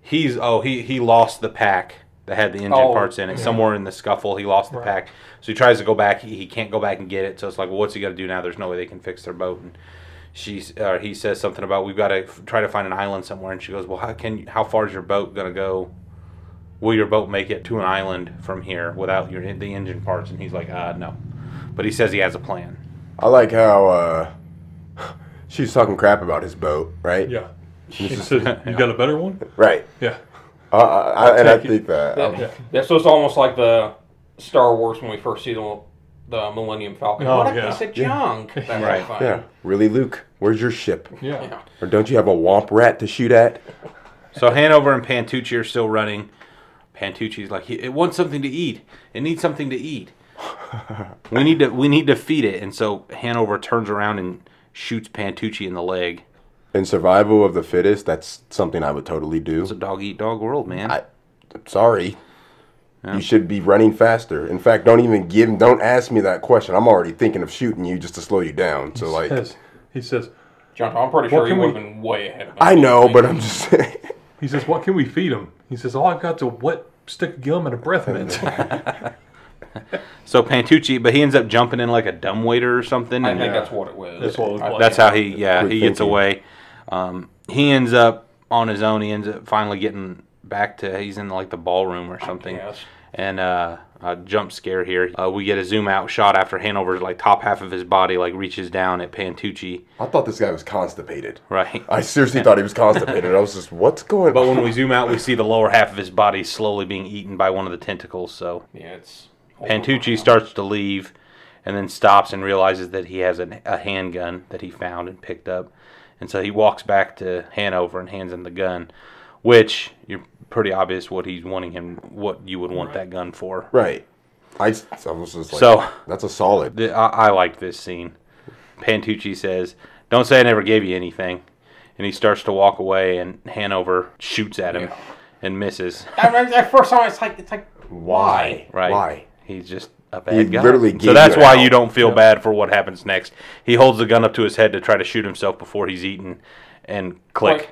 [SPEAKER 1] he's oh he he lost the pack that had the engine
[SPEAKER 3] Oh,
[SPEAKER 1] parts in it somewhere in the scuffle. He lost the pack, so he tries to go back. He, he can't go back and get it. So it's like, well, what's he got to do now? There's no way they can fix their boat. And she or he says something about we've got to f- try to find an island somewhere. And she goes, well, how can you, how far is your boat gonna go? Will your boat make it to an island from here without your the engine parts? And he's like, uh, no. But he says he has a plan.
[SPEAKER 2] I like how uh, she's talking crap about his boat, right?
[SPEAKER 4] Yeah. He says, You got a better one?
[SPEAKER 2] Right.
[SPEAKER 4] Yeah.
[SPEAKER 2] Uh, I, I, and I
[SPEAKER 4] take it.
[SPEAKER 2] think that. um,
[SPEAKER 3] Yeah. Yeah, so it's almost like the Star Wars when we first see the, the Millennium Falcon.
[SPEAKER 4] Oh,
[SPEAKER 3] what a
[SPEAKER 4] yeah.
[SPEAKER 3] piece of junk. That's
[SPEAKER 1] Right.
[SPEAKER 3] fine.
[SPEAKER 2] yeah. Really, Luke? Where's your ship?
[SPEAKER 4] Yeah.
[SPEAKER 2] Or don't you have a womp rat to shoot at?
[SPEAKER 1] So Hanover and Pantucci are still running. Pantucci's like, it wants something to eat. It needs something to eat. We need to we need to feed it. And so Hanover turns around and shoots Pantucci in the leg.
[SPEAKER 2] In survival of the fittest, that's something I would totally
[SPEAKER 1] It's a
[SPEAKER 2] do.
[SPEAKER 1] dog eat dog world, man.
[SPEAKER 2] I, sorry. You should be running faster. In fact, don't even give. Don't ask me that question. I'm already thinking of shooting you just to slow you down. So like,
[SPEAKER 4] Says- he says,
[SPEAKER 3] John, I'm pretty sure
[SPEAKER 4] What
[SPEAKER 3] you
[SPEAKER 4] can
[SPEAKER 3] would have
[SPEAKER 4] we-
[SPEAKER 3] been way ahead of us.
[SPEAKER 2] I know, but I'm just.
[SPEAKER 4] He says, What can we feed him? He says, All I've got's a wet stick of gum and a breath mint.
[SPEAKER 1] so Pantucci, but he ends up jumping in like a dumb waiter or something.
[SPEAKER 3] I
[SPEAKER 1] and-
[SPEAKER 3] think that's what it was.
[SPEAKER 4] That's what it was.
[SPEAKER 3] I think
[SPEAKER 1] That's how he yeah
[SPEAKER 2] Quick
[SPEAKER 1] he gets
[SPEAKER 2] thinking.
[SPEAKER 1] away. Um, he ends up on his own. He ends up finally getting back to he's in like the ballroom or something.
[SPEAKER 3] Yes.
[SPEAKER 1] And uh, a jump scare here. Uh, we get a zoom out shot after Hanover's like top half of his body like reaches down at Pantucci.
[SPEAKER 2] I thought this guy was constipated.
[SPEAKER 1] Right.
[SPEAKER 2] I seriously thought he was constipated. I was just, what's going
[SPEAKER 1] But
[SPEAKER 2] on?
[SPEAKER 1] when we zoom out, we see the lower half of his body slowly being eaten by one of the tentacles. So
[SPEAKER 3] Yeah, it's.
[SPEAKER 1] Pantucci starts to leave and then stops and realizes that he has an, a handgun that he found and picked up. And so he walks back to Hanover and hands him the gun, which you're pretty obvious what he's wanting him, what you would want that gun for.
[SPEAKER 2] Right. I, s- I was just like,
[SPEAKER 1] So-
[SPEAKER 2] that's a solid.
[SPEAKER 1] The, I, I like this scene. Pantucci says, Don't say I never gave you anything. And he starts to walk away, and Hanover shoots at him
[SPEAKER 3] Yeah.
[SPEAKER 1] and misses.
[SPEAKER 3] I mean, at first time, it's like it's like
[SPEAKER 2] Why?
[SPEAKER 1] Right.
[SPEAKER 2] Why?
[SPEAKER 1] He's just a bad
[SPEAKER 2] He
[SPEAKER 1] guy.
[SPEAKER 2] literally
[SPEAKER 1] so
[SPEAKER 2] gave
[SPEAKER 1] that's
[SPEAKER 2] you
[SPEAKER 1] why
[SPEAKER 2] out.
[SPEAKER 1] you don't feel bad for what happens next. He holds the gun up to his head to try to shoot himself before he's eaten, and click.
[SPEAKER 3] Click.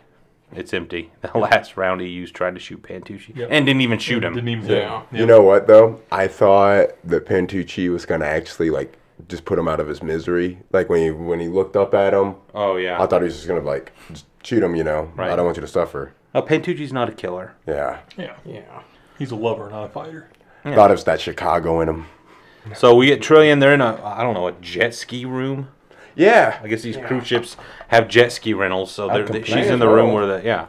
[SPEAKER 1] It's empty. The last round he used tried to shoot Pantucci and didn't even shoot him.
[SPEAKER 4] Didn't e- even
[SPEAKER 3] Yeah.
[SPEAKER 2] You know what though? I thought that Pantucci was gonna actually like just put him out of his misery. Like when he when he looked up at him,
[SPEAKER 1] oh yeah.
[SPEAKER 2] I thought he was just gonna like just shoot him. You know,
[SPEAKER 1] Right.
[SPEAKER 2] I don't want you to suffer.
[SPEAKER 1] No, Pantucci's not a killer.
[SPEAKER 2] Yeah,
[SPEAKER 4] Yeah.
[SPEAKER 3] yeah.
[SPEAKER 4] He's a lover, not a fighter.
[SPEAKER 2] thought it was that Chicago in him.
[SPEAKER 1] So we get Trillion. They're in a I don't know a jet ski room.
[SPEAKER 2] Yeah,
[SPEAKER 1] I guess these cruise ships have jet ski rentals, so they're, they, she's
[SPEAKER 2] complain
[SPEAKER 1] in the
[SPEAKER 2] as
[SPEAKER 1] room
[SPEAKER 2] well.
[SPEAKER 1] where the yeah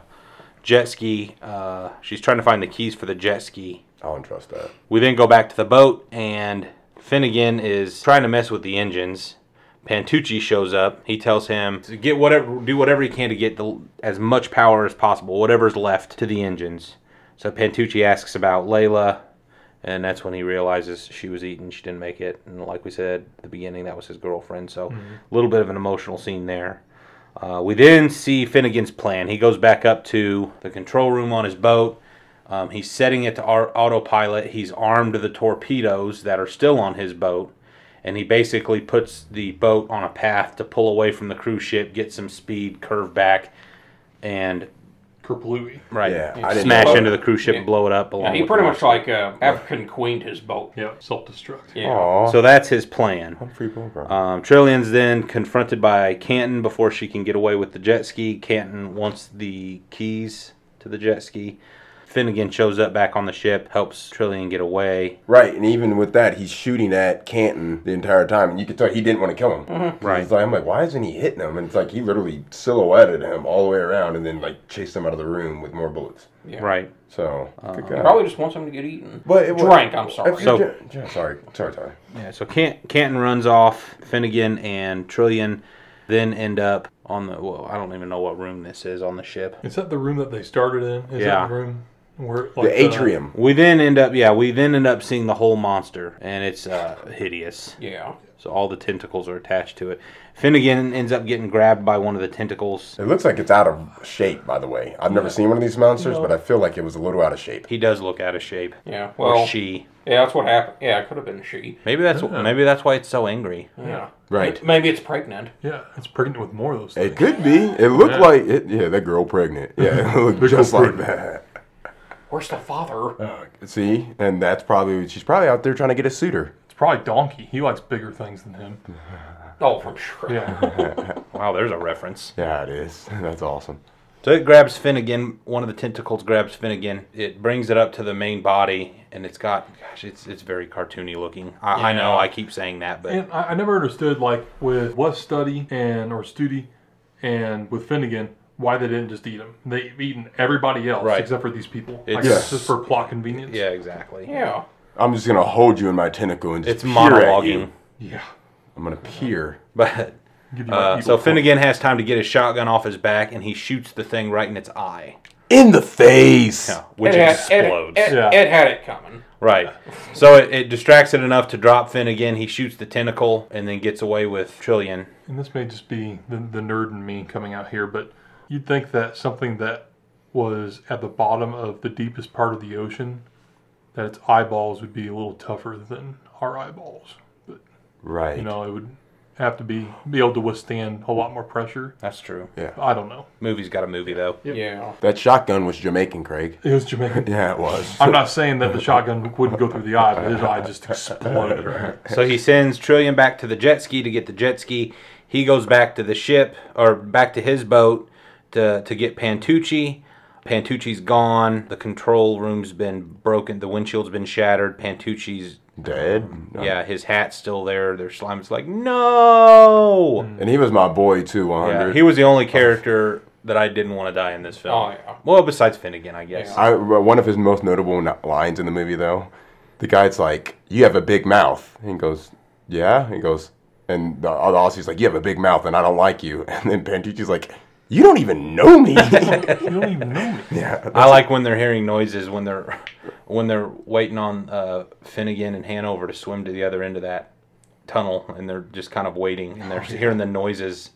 [SPEAKER 1] jet ski. Uh, she's trying to find the keys for the jet ski.
[SPEAKER 2] I don't trust that.
[SPEAKER 1] We then go back to the boat, and Finnegan is trying to mess with the engines. Pantucci shows up. He tells him to get whatever, do whatever he can to get the, as much power as possible, whatever's left to the engines. So Pantucci asks about Layla, and that's when he realizes she was eaten. She didn't make it, and like we said at the beginning, that was his girlfriend. So a little bit of an emotional scene there. Uh, we then see Finnegan's plan. He goes back up to the control room on his boat. Um, he's setting it to ar- autopilot. He's armed the torpedoes that are still on his boat. And he basically puts the boat on a path to pull away from the cruise ship, get some speed, curve back, and
[SPEAKER 4] Kerplooey.
[SPEAKER 1] right,
[SPEAKER 2] Yeah, I didn't
[SPEAKER 1] smash
[SPEAKER 2] know.
[SPEAKER 1] into the cruise ship and
[SPEAKER 3] Yeah.
[SPEAKER 1] blow it up. Along
[SPEAKER 3] Yeah, he
[SPEAKER 1] with
[SPEAKER 3] pretty
[SPEAKER 1] the rest.
[SPEAKER 3] much like uh, African queened his boat.
[SPEAKER 4] Yeah. Self destruct.
[SPEAKER 3] Yeah.
[SPEAKER 2] Aw,
[SPEAKER 1] So that's his plan.
[SPEAKER 2] free Wilbur.
[SPEAKER 1] Um, Trillion's then confronted by Canton before she can get away with the jet ski. Canton wants the keys to the jet ski. Finnegan shows up back on the ship, helps Trillian get away.
[SPEAKER 2] Right, and even with that, he's shooting at Canton the entire time, and you could tell he didn't want to kill him.
[SPEAKER 1] Right.
[SPEAKER 2] It's like, I'm like, why isn't he hitting him? And it's like he literally silhouetted him all the way around, and then like chased him out of the room with more bullets.
[SPEAKER 1] Right.
[SPEAKER 2] So, good God.
[SPEAKER 3] Probably just wants him to get eaten.
[SPEAKER 2] But it was-
[SPEAKER 3] Drank, I'm sorry.
[SPEAKER 2] If
[SPEAKER 1] So-
[SPEAKER 2] you're ju- ju- sorry, sorry, sorry.
[SPEAKER 1] Yeah, so Can- Canton runs off. Finnegan and Trillian then end up on the. Well, I don't even know what room this is on the ship.
[SPEAKER 4] Is that the room that they started in? Is
[SPEAKER 1] Yeah.
[SPEAKER 4] that the room where like, uh,
[SPEAKER 2] The atrium.
[SPEAKER 1] We then end up, yeah, we then end up seeing the whole monster, and it's uh, hideous.
[SPEAKER 3] Yeah.
[SPEAKER 1] So all the tentacles are attached to it. Finnegan ends up getting grabbed by one of the tentacles.
[SPEAKER 2] It looks like it's out of shape, by the way. I've never seen one of these monsters, but I feel like it was a little out of shape.
[SPEAKER 1] He does look out of shape.
[SPEAKER 3] Yeah.
[SPEAKER 1] Or
[SPEAKER 3] Well,
[SPEAKER 1] she.
[SPEAKER 3] yeah, that's what happened. Yeah, it could have been she.
[SPEAKER 1] Maybe that's maybe that's why it's so angry.
[SPEAKER 3] Yeah.
[SPEAKER 2] Right.
[SPEAKER 3] Maybe it's pregnant.
[SPEAKER 4] Yeah, it's pregnant with more of those things.
[SPEAKER 2] It could be. It looked
[SPEAKER 4] Yeah.
[SPEAKER 2] like it. Yeah, that girl pregnant. Yeah, it looked
[SPEAKER 4] Big
[SPEAKER 2] just
[SPEAKER 4] old
[SPEAKER 2] like
[SPEAKER 4] pregnant.
[SPEAKER 2] that.
[SPEAKER 3] Where's the father?
[SPEAKER 2] See, and that's probably she's probably out there trying to get a suitor.
[SPEAKER 4] It's probably Donkey. He likes bigger things than him.
[SPEAKER 3] Oh, from sure.
[SPEAKER 4] Yeah.
[SPEAKER 1] Wow, there's a reference.
[SPEAKER 2] Yeah, it is. That's awesome.
[SPEAKER 1] So it grabs Finnegan. One of the tentacles grabs Finnegan. It brings it up to the main body, and it's got gosh, it's it's very cartoony looking. I, I know I keep saying that, but
[SPEAKER 4] and I, I never understood like with West Study and or Studi and with Finnegan why they didn't just eat him. They've eaten everybody else
[SPEAKER 1] Right.
[SPEAKER 4] except for these people. Like,
[SPEAKER 1] It's-
[SPEAKER 4] it's just for plot convenience.
[SPEAKER 1] yeah, exactly.
[SPEAKER 3] Yeah.
[SPEAKER 2] I'm just gonna hold you in my tentacle and just
[SPEAKER 1] It's
[SPEAKER 2] peer At
[SPEAKER 1] monologuing,
[SPEAKER 2] you. I'm gonna peer.
[SPEAKER 1] but
[SPEAKER 4] Give you, like,
[SPEAKER 1] uh,
[SPEAKER 4] evil
[SPEAKER 1] so
[SPEAKER 4] thoughts.
[SPEAKER 1] Finnegan has time to get his shotgun off his back, and he shoots the thing right in its eye,
[SPEAKER 2] In the face.
[SPEAKER 1] yeah, which
[SPEAKER 3] It had-
[SPEAKER 1] explodes.
[SPEAKER 3] It, it,
[SPEAKER 4] Yeah.
[SPEAKER 3] it had it coming.
[SPEAKER 1] Right. So it, it distracts it enough to drop Finnegan. He shoots the tentacle and then gets away with Trillion.
[SPEAKER 4] And this may just be the, the nerd in me coming out here, but you'd think that something that was at the bottom of the deepest part of the ocean, that its eyeballs would be a little tougher than our eyeballs. But
[SPEAKER 2] Right.
[SPEAKER 4] you know, it would have to be be able to withstand a lot more pressure.
[SPEAKER 1] That's true.
[SPEAKER 4] I don't know.
[SPEAKER 1] Movie's got a movie though.
[SPEAKER 3] Yeah.
[SPEAKER 2] That shotgun was Jamaican, Craig.
[SPEAKER 4] It was Jamaican.
[SPEAKER 2] Yeah, it was.
[SPEAKER 4] I'm not saying that the shotgun wouldn't go through the eye, but his eye just exploded.
[SPEAKER 1] So he sends Trillion back to the jet ski to get the jet ski. He goes back to the ship or back to his boat to, to get Pantucci. Pantucci's gone. The control room's been broken. The windshield's been shattered. Pantucci's
[SPEAKER 2] Dead. No.
[SPEAKER 1] yeah, his hat's still there. Their slime's like no.
[SPEAKER 2] And he was my boy too. 100.
[SPEAKER 1] Yeah, he was the only character that I didn't want to die in this film.
[SPEAKER 3] Oh, yeah.
[SPEAKER 1] Well, besides Finnegan, I guess.
[SPEAKER 2] I, one of his most notable n- lines in the movie, though, the guy's like, "You have a big mouth," and he goes, "Yeah," he goes, and the, the Aussie's like, "You have a big mouth, and I don't like you," and then Pantucci's like, "You don't even know me."
[SPEAKER 4] You don't even know me.
[SPEAKER 2] yeah,
[SPEAKER 1] I like when they're hearing noises when they're when they're waiting on uh, Finnegan and Hanover to swim to the other end of that tunnel, and they're just kind of waiting, and they're
[SPEAKER 3] Oh,
[SPEAKER 1] hearing the noises,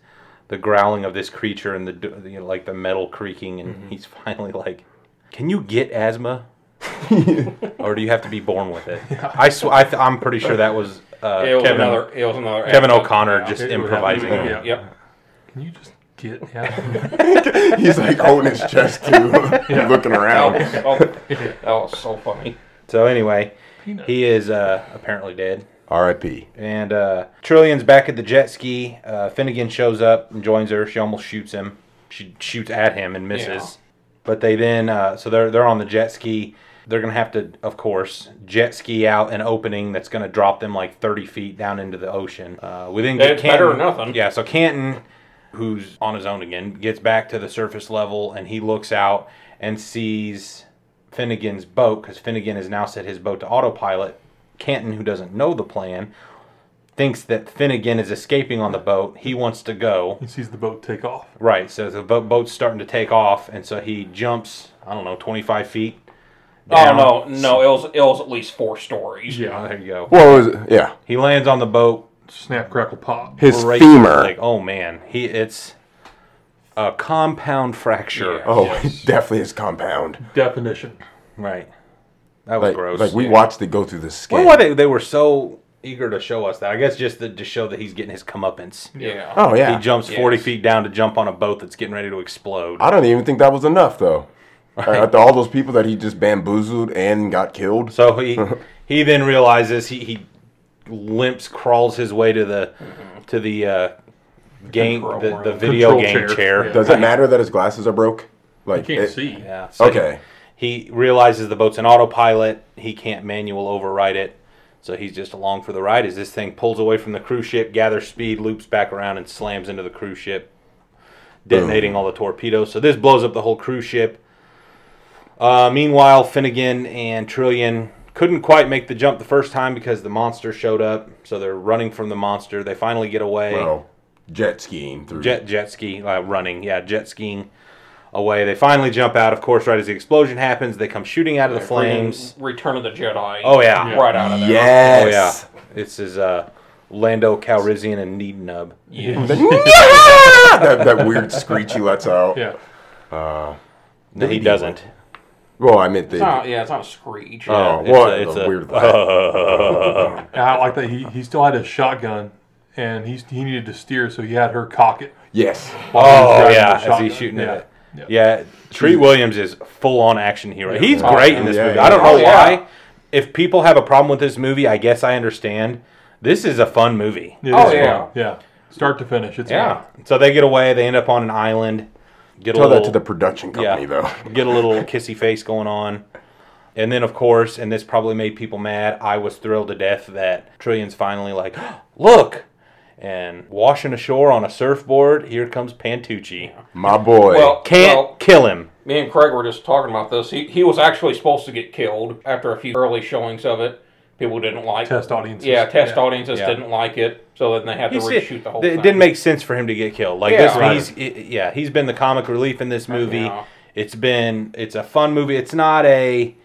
[SPEAKER 1] the growling of this creature, and the d- you know, like the metal creaking, and
[SPEAKER 3] Mm-hmm.
[SPEAKER 1] he's finally like, "Can you get asthma, or do you have to be born with it?" I sw- I th- I'm pretty sure that was, uh,
[SPEAKER 3] It was
[SPEAKER 1] Kevin
[SPEAKER 3] another. It was another.
[SPEAKER 1] Kevin
[SPEAKER 3] accident.
[SPEAKER 1] O'Connor
[SPEAKER 3] Yeah.
[SPEAKER 1] just
[SPEAKER 4] It would
[SPEAKER 1] improvising.
[SPEAKER 4] happen.
[SPEAKER 1] Yeah.
[SPEAKER 3] Yep.
[SPEAKER 4] Can you just get out of here?
[SPEAKER 2] he's like holding his chest too, looking
[SPEAKER 3] That
[SPEAKER 2] around.
[SPEAKER 3] was, Oh, that was so funny.
[SPEAKER 1] So anyway,
[SPEAKER 4] Peanut.
[SPEAKER 1] he is uh, apparently dead.
[SPEAKER 2] R.I.P.
[SPEAKER 1] And uh, Trillian's back at the jet ski. Uh, Finnegan shows up and joins her. She almost shoots him. She shoots at him and misses.
[SPEAKER 3] Yeah.
[SPEAKER 1] But they then, uh, so they're they're on the jet ski. They're gonna have to, of course, jet ski out an opening that's gonna drop them like thirty feet down into the ocean. Uh, we then get
[SPEAKER 3] It's better
[SPEAKER 1] Canton.
[SPEAKER 3] than nothing.
[SPEAKER 1] Yeah. So Canton, who's on his own again, gets back to the surface level and he looks out and sees Finnegan's boat because Finnegan has now set his boat to autopilot. Canton, who doesn't know the plan, thinks that Finnegan is escaping on the boat. He wants to go.
[SPEAKER 4] He sees the boat take off.
[SPEAKER 1] Right. So the boat, boat's starting to take off, and so he jumps. I don't know, twenty-five feet.
[SPEAKER 3] Oh
[SPEAKER 1] down.
[SPEAKER 3] no, no, it was it was at least four stories.
[SPEAKER 1] Oh, there you go.
[SPEAKER 2] Well, it was, yeah,
[SPEAKER 1] He lands on the boat.
[SPEAKER 4] Snap, crackle, pop.
[SPEAKER 2] his
[SPEAKER 1] breaks-
[SPEAKER 2] femur.
[SPEAKER 1] Like, oh man, he it's a compound fracture.
[SPEAKER 3] Yeah.
[SPEAKER 2] oh, definitely his compound.
[SPEAKER 4] Definition.
[SPEAKER 1] Right. That was
[SPEAKER 2] Like,
[SPEAKER 1] gross.
[SPEAKER 2] like we
[SPEAKER 1] Yeah.
[SPEAKER 2] watched it go through the
[SPEAKER 1] I
[SPEAKER 2] skin.
[SPEAKER 1] wonder why they, they were so eager to show us that. I guess just to, to show that he's getting his comeuppance.
[SPEAKER 3] Yeah.
[SPEAKER 2] oh yeah,
[SPEAKER 1] He jumps 40
[SPEAKER 3] Yes.
[SPEAKER 1] feet down to jump on a boat that's getting ready to explode.
[SPEAKER 2] I don't even think that was enough though. Uh, After all those people that he just bamboozled and got killed.
[SPEAKER 1] So he he then realizes he, he limps, crawls his way to the to the uh, game
[SPEAKER 3] Control
[SPEAKER 1] the, the
[SPEAKER 3] room.
[SPEAKER 1] video
[SPEAKER 4] Control
[SPEAKER 1] game chair.
[SPEAKER 4] chair.
[SPEAKER 2] Does it matter that his glasses are broke? Like
[SPEAKER 4] can't
[SPEAKER 2] it-
[SPEAKER 4] see.
[SPEAKER 1] Yeah. so
[SPEAKER 2] Okay.
[SPEAKER 1] He realizes the boat's an autopilot. He can't manual override it. So he's just along for the ride as this thing pulls away from the cruise ship, gathers speed, loops back around, and slams into the cruise ship, detonating all the torpedoes. So this blows up the whole cruise ship. Uh, meanwhile, Finnegan and Trillion couldn't quite make the jump the first time because the monster showed up. So they're running from the monster. They finally get away
[SPEAKER 2] Well, Oh, jet skiing through.
[SPEAKER 1] jet jet ski uh, running yeah jet skiing away they finally jump out of course right as the explosion happens they come shooting out of the flames
[SPEAKER 3] Return of the Jedi.
[SPEAKER 1] oh yeah,
[SPEAKER 4] Yeah.
[SPEAKER 3] Right out of there.
[SPEAKER 1] oh yeah
[SPEAKER 2] Yes.
[SPEAKER 1] this is uh lando calrissian and neednub
[SPEAKER 2] that, that weird screech he lets out.
[SPEAKER 4] Yeah.
[SPEAKER 1] no he doesn't
[SPEAKER 2] Well, I meant the.
[SPEAKER 3] It's not, yeah, it's not a screech.
[SPEAKER 2] Oh,
[SPEAKER 1] it's
[SPEAKER 2] what?
[SPEAKER 1] a-
[SPEAKER 2] a,
[SPEAKER 1] it's a- uh,
[SPEAKER 2] weird laugh.
[SPEAKER 4] And I like that he, he still had a shotgun and he, he needed to steer, so he had her cock it.
[SPEAKER 2] yes.
[SPEAKER 1] oh
[SPEAKER 4] driving
[SPEAKER 1] yeah
[SPEAKER 4] the
[SPEAKER 1] as he's
[SPEAKER 4] shotgun.
[SPEAKER 1] shooting
[SPEAKER 4] Yeah.
[SPEAKER 1] at it yeah treat williams is full-on action hero he's great in this
[SPEAKER 2] Yeah,
[SPEAKER 1] movie
[SPEAKER 2] yeah.
[SPEAKER 1] i don't know
[SPEAKER 3] Oh, yeah.
[SPEAKER 1] why if people have a problem with this movie i guess i understand this is a fun movie
[SPEAKER 4] It
[SPEAKER 3] Oh,
[SPEAKER 4] is
[SPEAKER 3] yeah.
[SPEAKER 4] fun. Yeah. Start to finish. It's
[SPEAKER 1] Yeah. So they get away. They end up on an island. Get a
[SPEAKER 2] Tell
[SPEAKER 1] little,
[SPEAKER 2] that to the production company, though.
[SPEAKER 1] get a little kissy face going on. And then, of course, and this probably made people mad, I was thrilled to death that Trillion's finally like, look! And washing ashore on a surfboard, here comes Pantucci.
[SPEAKER 2] My boy.
[SPEAKER 3] Well,
[SPEAKER 1] Can't
[SPEAKER 3] well,
[SPEAKER 1] kill him.
[SPEAKER 3] me and Craig were just talking about this. He, he was actually supposed to get killed after a few early showings of it. People didn't like
[SPEAKER 4] Test audiences.
[SPEAKER 3] Yeah, test audiences
[SPEAKER 1] Yeah.
[SPEAKER 3] didn't like it, so then they had to
[SPEAKER 1] He said-
[SPEAKER 3] reshoot the whole
[SPEAKER 1] it
[SPEAKER 3] thing.
[SPEAKER 1] didn't make sense for him to get killed. Like
[SPEAKER 3] Yeah.
[SPEAKER 1] this,
[SPEAKER 3] Right. Uh,
[SPEAKER 1] he's it, yeah, he's been the comic relief in this movie.
[SPEAKER 3] Yeah.
[SPEAKER 1] It's been it's a fun movie. It's not a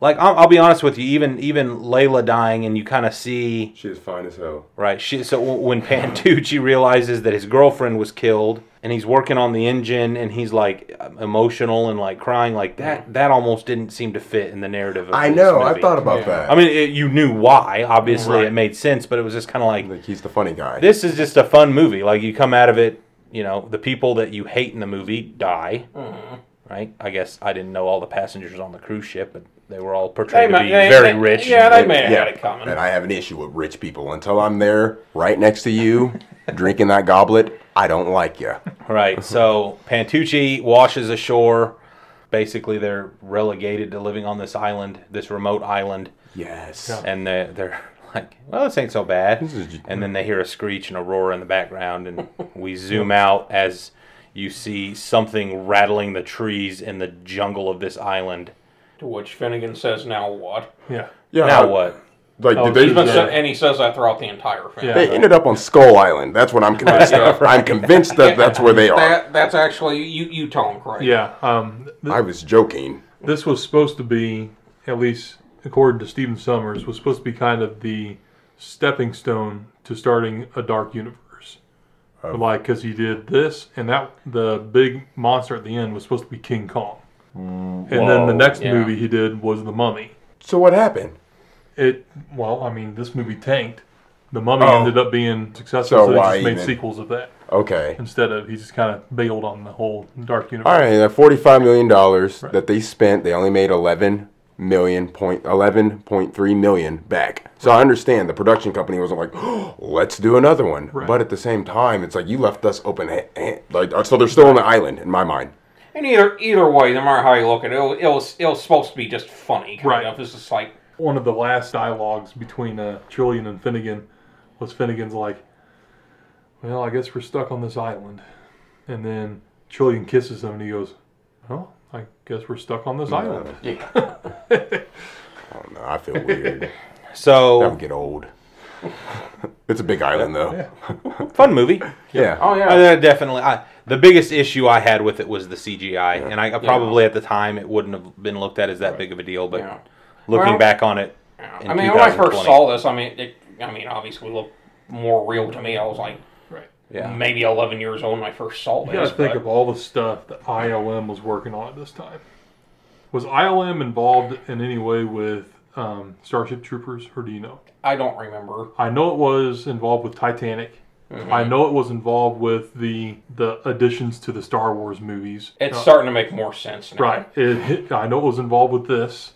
[SPEAKER 1] like I'll, I'll be honest with you. Even even Layla dying, and you kind of see
[SPEAKER 2] she is fine as hell.
[SPEAKER 1] Right. She, so w- when Pantucci realizes that his girlfriend was killed, and he's working on the engine, and he's like emotional and like crying, like that. That almost didn't seem to fit in the narrative. Of
[SPEAKER 2] I
[SPEAKER 1] this
[SPEAKER 2] know.
[SPEAKER 1] movie.
[SPEAKER 2] I thought about that.
[SPEAKER 1] I mean, it, you knew why. Obviously,
[SPEAKER 3] Right.
[SPEAKER 1] it made sense, but it was just kind of like
[SPEAKER 2] like he's the funny guy.
[SPEAKER 1] this is just a fun movie. Like you come out of it, you know, the people that you hate in the movie die.
[SPEAKER 3] Mm-hmm.
[SPEAKER 1] Right. I guess I didn't know all the passengers on the cruise ship, but they were all
[SPEAKER 3] They
[SPEAKER 1] portrayed
[SPEAKER 3] ma-
[SPEAKER 1] to be
[SPEAKER 3] they-
[SPEAKER 1] very
[SPEAKER 3] they-
[SPEAKER 1] rich.
[SPEAKER 3] Yeah, they
[SPEAKER 1] and-
[SPEAKER 3] may have had it coming.
[SPEAKER 2] And I have an issue with rich people. Until I'm there, right next to you, drinking that goblet, I don't like you.
[SPEAKER 1] Right. So Pantucci washes ashore. Basically, they're relegated to living on this island, this remote island,
[SPEAKER 2] Yes.
[SPEAKER 1] and they're, they're like, "Well, this ain't so bad."
[SPEAKER 2] is-
[SPEAKER 1] And then they hear a screech and a roar in the background, and we zoom out as you see something rattling the trees in the jungle of this island.
[SPEAKER 3] To which Finnegan says, "Now what?"
[SPEAKER 4] Yeah.
[SPEAKER 2] Yeah.
[SPEAKER 1] Now what?
[SPEAKER 2] Like,
[SPEAKER 4] Oh,
[SPEAKER 2] did they,
[SPEAKER 4] she's
[SPEAKER 3] But
[SPEAKER 4] Yeah.
[SPEAKER 3] so- and he says that throughout the entire film.
[SPEAKER 4] Yeah.
[SPEAKER 2] they ended up on Skull Island. That's what I'm convinced of. I'm convinced that that's where they are.
[SPEAKER 3] That that's actually you you tell him, Craig.
[SPEAKER 4] Yeah. Um, th-
[SPEAKER 2] I was joking.
[SPEAKER 4] this was supposed to be, at least according to Stephen Summers, was supposed to be kind of the stepping stone to starting a dark universe.
[SPEAKER 3] Oh.
[SPEAKER 4] like, because he did this, and that the big monster at the end was supposed to be King Kong. And then the next
[SPEAKER 3] Mm, yeah.
[SPEAKER 4] movie he did was The Mummy.
[SPEAKER 2] So what happened?
[SPEAKER 4] It well, I mean, this movie tanked. The Mummy
[SPEAKER 2] Oh.
[SPEAKER 4] ended up being
[SPEAKER 2] So
[SPEAKER 4] successful, so, they
[SPEAKER 2] why
[SPEAKER 4] just made
[SPEAKER 2] even-
[SPEAKER 4] sequels of that
[SPEAKER 2] Okay.
[SPEAKER 4] instead of he just kind of bailed on the whole dark universe.
[SPEAKER 2] All right, that forty-five million dollars that they spent, they only made eleven million point eleven point three million back. So I understand the production company wasn't like, "Oh, let's do another one,
[SPEAKER 4] Right.
[SPEAKER 2] but at the same time, it's like you left us open. ha- ha- Like so, they're still on the island in my mind.
[SPEAKER 3] And either either way, no matter how you look at it, it was, it was, it was supposed to be just funny kind
[SPEAKER 4] Right.
[SPEAKER 3] of. It's just like
[SPEAKER 4] one of the last dialogues between uh, Trillian and Finnegan was Finnegan's like, "Well, I guess we're stuck on this island," and then Trillian kisses him and he goes, "Well, I guess we're stuck on this island."
[SPEAKER 2] I don't know. I feel weird. I
[SPEAKER 1] So
[SPEAKER 2] get old. it's a big island though. Yeah.
[SPEAKER 1] fun movie.
[SPEAKER 3] oh yeah,
[SPEAKER 1] Uh, there definitely. I, the biggest issue I had with it was the CGI, and I, I probably at the time it wouldn't have been looked at as that big of a deal. But
[SPEAKER 3] Yeah.
[SPEAKER 1] looking
[SPEAKER 3] Well,
[SPEAKER 1] back on it, in
[SPEAKER 3] I mean, when I first
[SPEAKER 1] 2020,
[SPEAKER 3] saw this, I mean, it, I mean, obviously looked more real to me. I was like,
[SPEAKER 1] yeah.
[SPEAKER 3] maybe 11 years old when I first saw
[SPEAKER 4] You
[SPEAKER 3] this.
[SPEAKER 4] gotta think
[SPEAKER 3] but-
[SPEAKER 4] of all the stuff that ILM was working on at this time. Was ILM involved in any way with um, Starship Troopers, or do you know?
[SPEAKER 3] I don't remember.
[SPEAKER 4] I know it was involved with Titanic.
[SPEAKER 3] Mm-hmm.
[SPEAKER 4] I know it was involved with the the additions to the Star Wars movies. Uh,
[SPEAKER 3] It's starting to make more sense now.
[SPEAKER 4] Right. It, it- I know it was involved with this,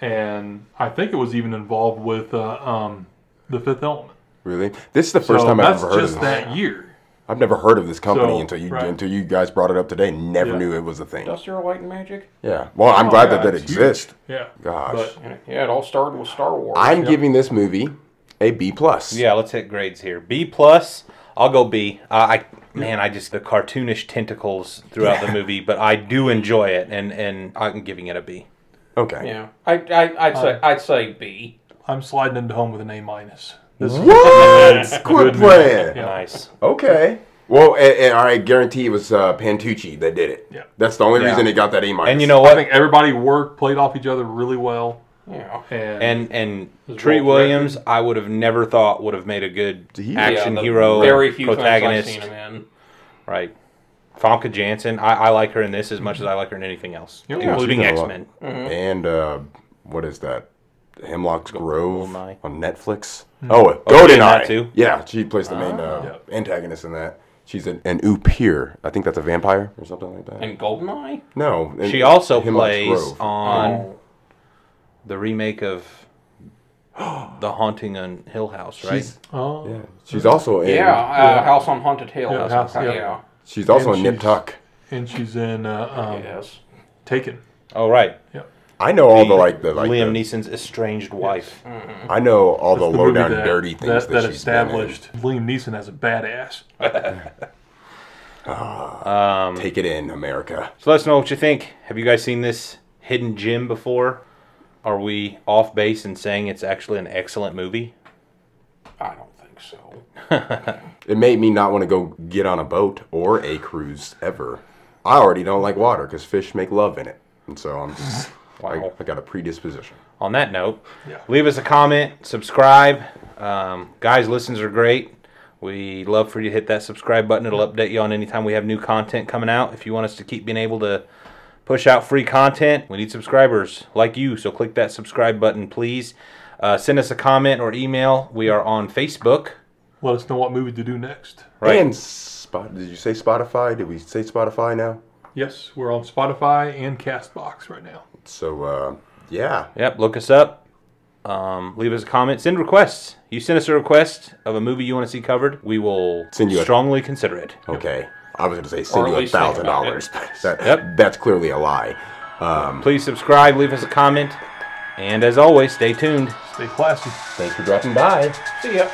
[SPEAKER 4] and I think it was even involved with uh, um, the Fifth Element.
[SPEAKER 2] Really? This is the first
[SPEAKER 4] so
[SPEAKER 2] time I've
[SPEAKER 4] that's
[SPEAKER 2] ever heard of
[SPEAKER 4] just
[SPEAKER 2] this.
[SPEAKER 4] that year.
[SPEAKER 2] I've never heard of this company
[SPEAKER 4] So,
[SPEAKER 2] until you
[SPEAKER 4] right.
[SPEAKER 2] until you guys brought it up today. Never
[SPEAKER 4] Yeah.
[SPEAKER 2] knew it was a thing.
[SPEAKER 3] Industrial Light and Magic.
[SPEAKER 2] Yeah. Well, I'm
[SPEAKER 4] Oh,
[SPEAKER 2] glad
[SPEAKER 4] yeah,
[SPEAKER 2] that that
[SPEAKER 4] it's huge.
[SPEAKER 2] exists.
[SPEAKER 4] Yeah.
[SPEAKER 2] Gosh.
[SPEAKER 4] But
[SPEAKER 3] And it- yeah, it all started with Star Wars.
[SPEAKER 2] I'm giving this movie a B plus.
[SPEAKER 1] Yeah, let's hit grades here. B plus. I'll go B. Uh, I man, I just the cartoonish tentacles throughout the movie, but I do enjoy it, and and I'm giving it a B.
[SPEAKER 2] Okay.
[SPEAKER 3] yeah, I, I I'd say I'd say B.
[SPEAKER 4] I'm sliding into home with an A minus. This
[SPEAKER 2] What? Quit
[SPEAKER 4] Good
[SPEAKER 2] playing.
[SPEAKER 4] Yeah.
[SPEAKER 1] Nice.
[SPEAKER 2] Okay. Well, and, and I guarantee it was uh, Pantucci that did it.
[SPEAKER 4] Yeah.
[SPEAKER 2] That's the only
[SPEAKER 1] Yeah.
[SPEAKER 2] reason it got that A minus.
[SPEAKER 1] And you know
[SPEAKER 4] I
[SPEAKER 1] what?
[SPEAKER 4] think everybody worked, played off each other really well,
[SPEAKER 3] Yeah,
[SPEAKER 4] and,
[SPEAKER 1] and and
[SPEAKER 4] It was
[SPEAKER 1] Treat
[SPEAKER 4] well written.
[SPEAKER 1] Williams, I would have never thought would have made a good
[SPEAKER 2] He-
[SPEAKER 1] action
[SPEAKER 3] Yeah, the
[SPEAKER 1] hero,
[SPEAKER 3] Very few
[SPEAKER 1] protagonist,
[SPEAKER 3] things I've seen him in.
[SPEAKER 1] right? Famke Janssen, I, I like her in this as much as I like her in anything else,
[SPEAKER 4] Yeah,
[SPEAKER 1] including
[SPEAKER 2] she's done a
[SPEAKER 1] X
[SPEAKER 2] lot.
[SPEAKER 1] Men.
[SPEAKER 4] Mm-hmm.
[SPEAKER 2] and uh, what is that? Hemlock's Grove
[SPEAKER 1] Goldeneye.
[SPEAKER 2] on Netflix.
[SPEAKER 4] Mm-hmm.
[SPEAKER 2] Oh,
[SPEAKER 1] she in that
[SPEAKER 2] GoldenEye.
[SPEAKER 1] too?
[SPEAKER 2] Yeah, she plays the
[SPEAKER 4] Ah.
[SPEAKER 2] main uh, antagonist in that. She's an, an Upir. I think that's a vampire or something like that.
[SPEAKER 3] And Goldeneye.
[SPEAKER 2] no, in-
[SPEAKER 1] She also
[SPEAKER 2] Hemlock's
[SPEAKER 1] plays
[SPEAKER 2] Grove.
[SPEAKER 1] on
[SPEAKER 3] Oh.
[SPEAKER 1] the remake of The Haunting on Hill House, right?
[SPEAKER 2] She's,
[SPEAKER 4] oh,
[SPEAKER 2] yeah, she's also in.
[SPEAKER 3] Yeah, uh, House on Haunted Hill.
[SPEAKER 4] Yeah,
[SPEAKER 3] Yeah,
[SPEAKER 4] House-
[SPEAKER 3] yeah.
[SPEAKER 4] yeah.
[SPEAKER 2] She's also
[SPEAKER 4] And
[SPEAKER 2] in Nip
[SPEAKER 4] she's-
[SPEAKER 2] Tuck.
[SPEAKER 4] and she's in uh, um,
[SPEAKER 3] yes.
[SPEAKER 4] Taken.
[SPEAKER 1] Oh, right.
[SPEAKER 2] I know all the like the like.
[SPEAKER 1] Liam
[SPEAKER 2] the-
[SPEAKER 1] Neeson's estranged wife.
[SPEAKER 2] I know all the,
[SPEAKER 4] That's
[SPEAKER 2] low
[SPEAKER 4] movie
[SPEAKER 2] down
[SPEAKER 4] that-
[SPEAKER 2] dirty things that, she's
[SPEAKER 4] that,
[SPEAKER 2] been in.
[SPEAKER 4] established Liam Neeson as a badass.
[SPEAKER 2] Take it in, America.
[SPEAKER 1] So let us know what you think. Have you guys seen this hidden gem before? Are we off base in saying it's actually an excellent movie?
[SPEAKER 3] I don't think so.
[SPEAKER 2] It made me not want to go get on a boat or a cruise ever. I already don't like water because fish make love in it, and so I'm just I, I got a predisposition.
[SPEAKER 1] on that note,
[SPEAKER 4] Yeah.
[SPEAKER 1] leave us a comment, subscribe. Um, guys, listens are great. We love for you to hit that subscribe button. It'll update you on anytime we have new content coming out. If you want us to keep being able to push out free content, we need subscribers like you. So click that subscribe button, please. Uh, send us a comment or email. We are on Facebook.
[SPEAKER 4] Let us know what movie to do next.
[SPEAKER 1] Right.
[SPEAKER 2] And spot, did you say Spotify? Did we say Spotify now?
[SPEAKER 4] Yes, we're on Spotify and Castbox right now.
[SPEAKER 2] So uh, yeah,
[SPEAKER 1] Yep, look us up. Um, leave us a comment. Send requests. You send us a request of a movie you want to see covered, we will
[SPEAKER 2] Send you a-
[SPEAKER 1] strongly consider it.
[SPEAKER 2] okay. I was going to say send
[SPEAKER 3] at
[SPEAKER 2] you a
[SPEAKER 3] least think
[SPEAKER 2] thousand
[SPEAKER 3] about
[SPEAKER 2] dollars.
[SPEAKER 3] it.
[SPEAKER 2] That
[SPEAKER 1] Yep.
[SPEAKER 2] that's clearly a lie.
[SPEAKER 1] Please subscribe, leave us a comment, and as always, stay tuned.
[SPEAKER 4] Stay classy.
[SPEAKER 2] Thanks for dropping by.
[SPEAKER 3] See ya.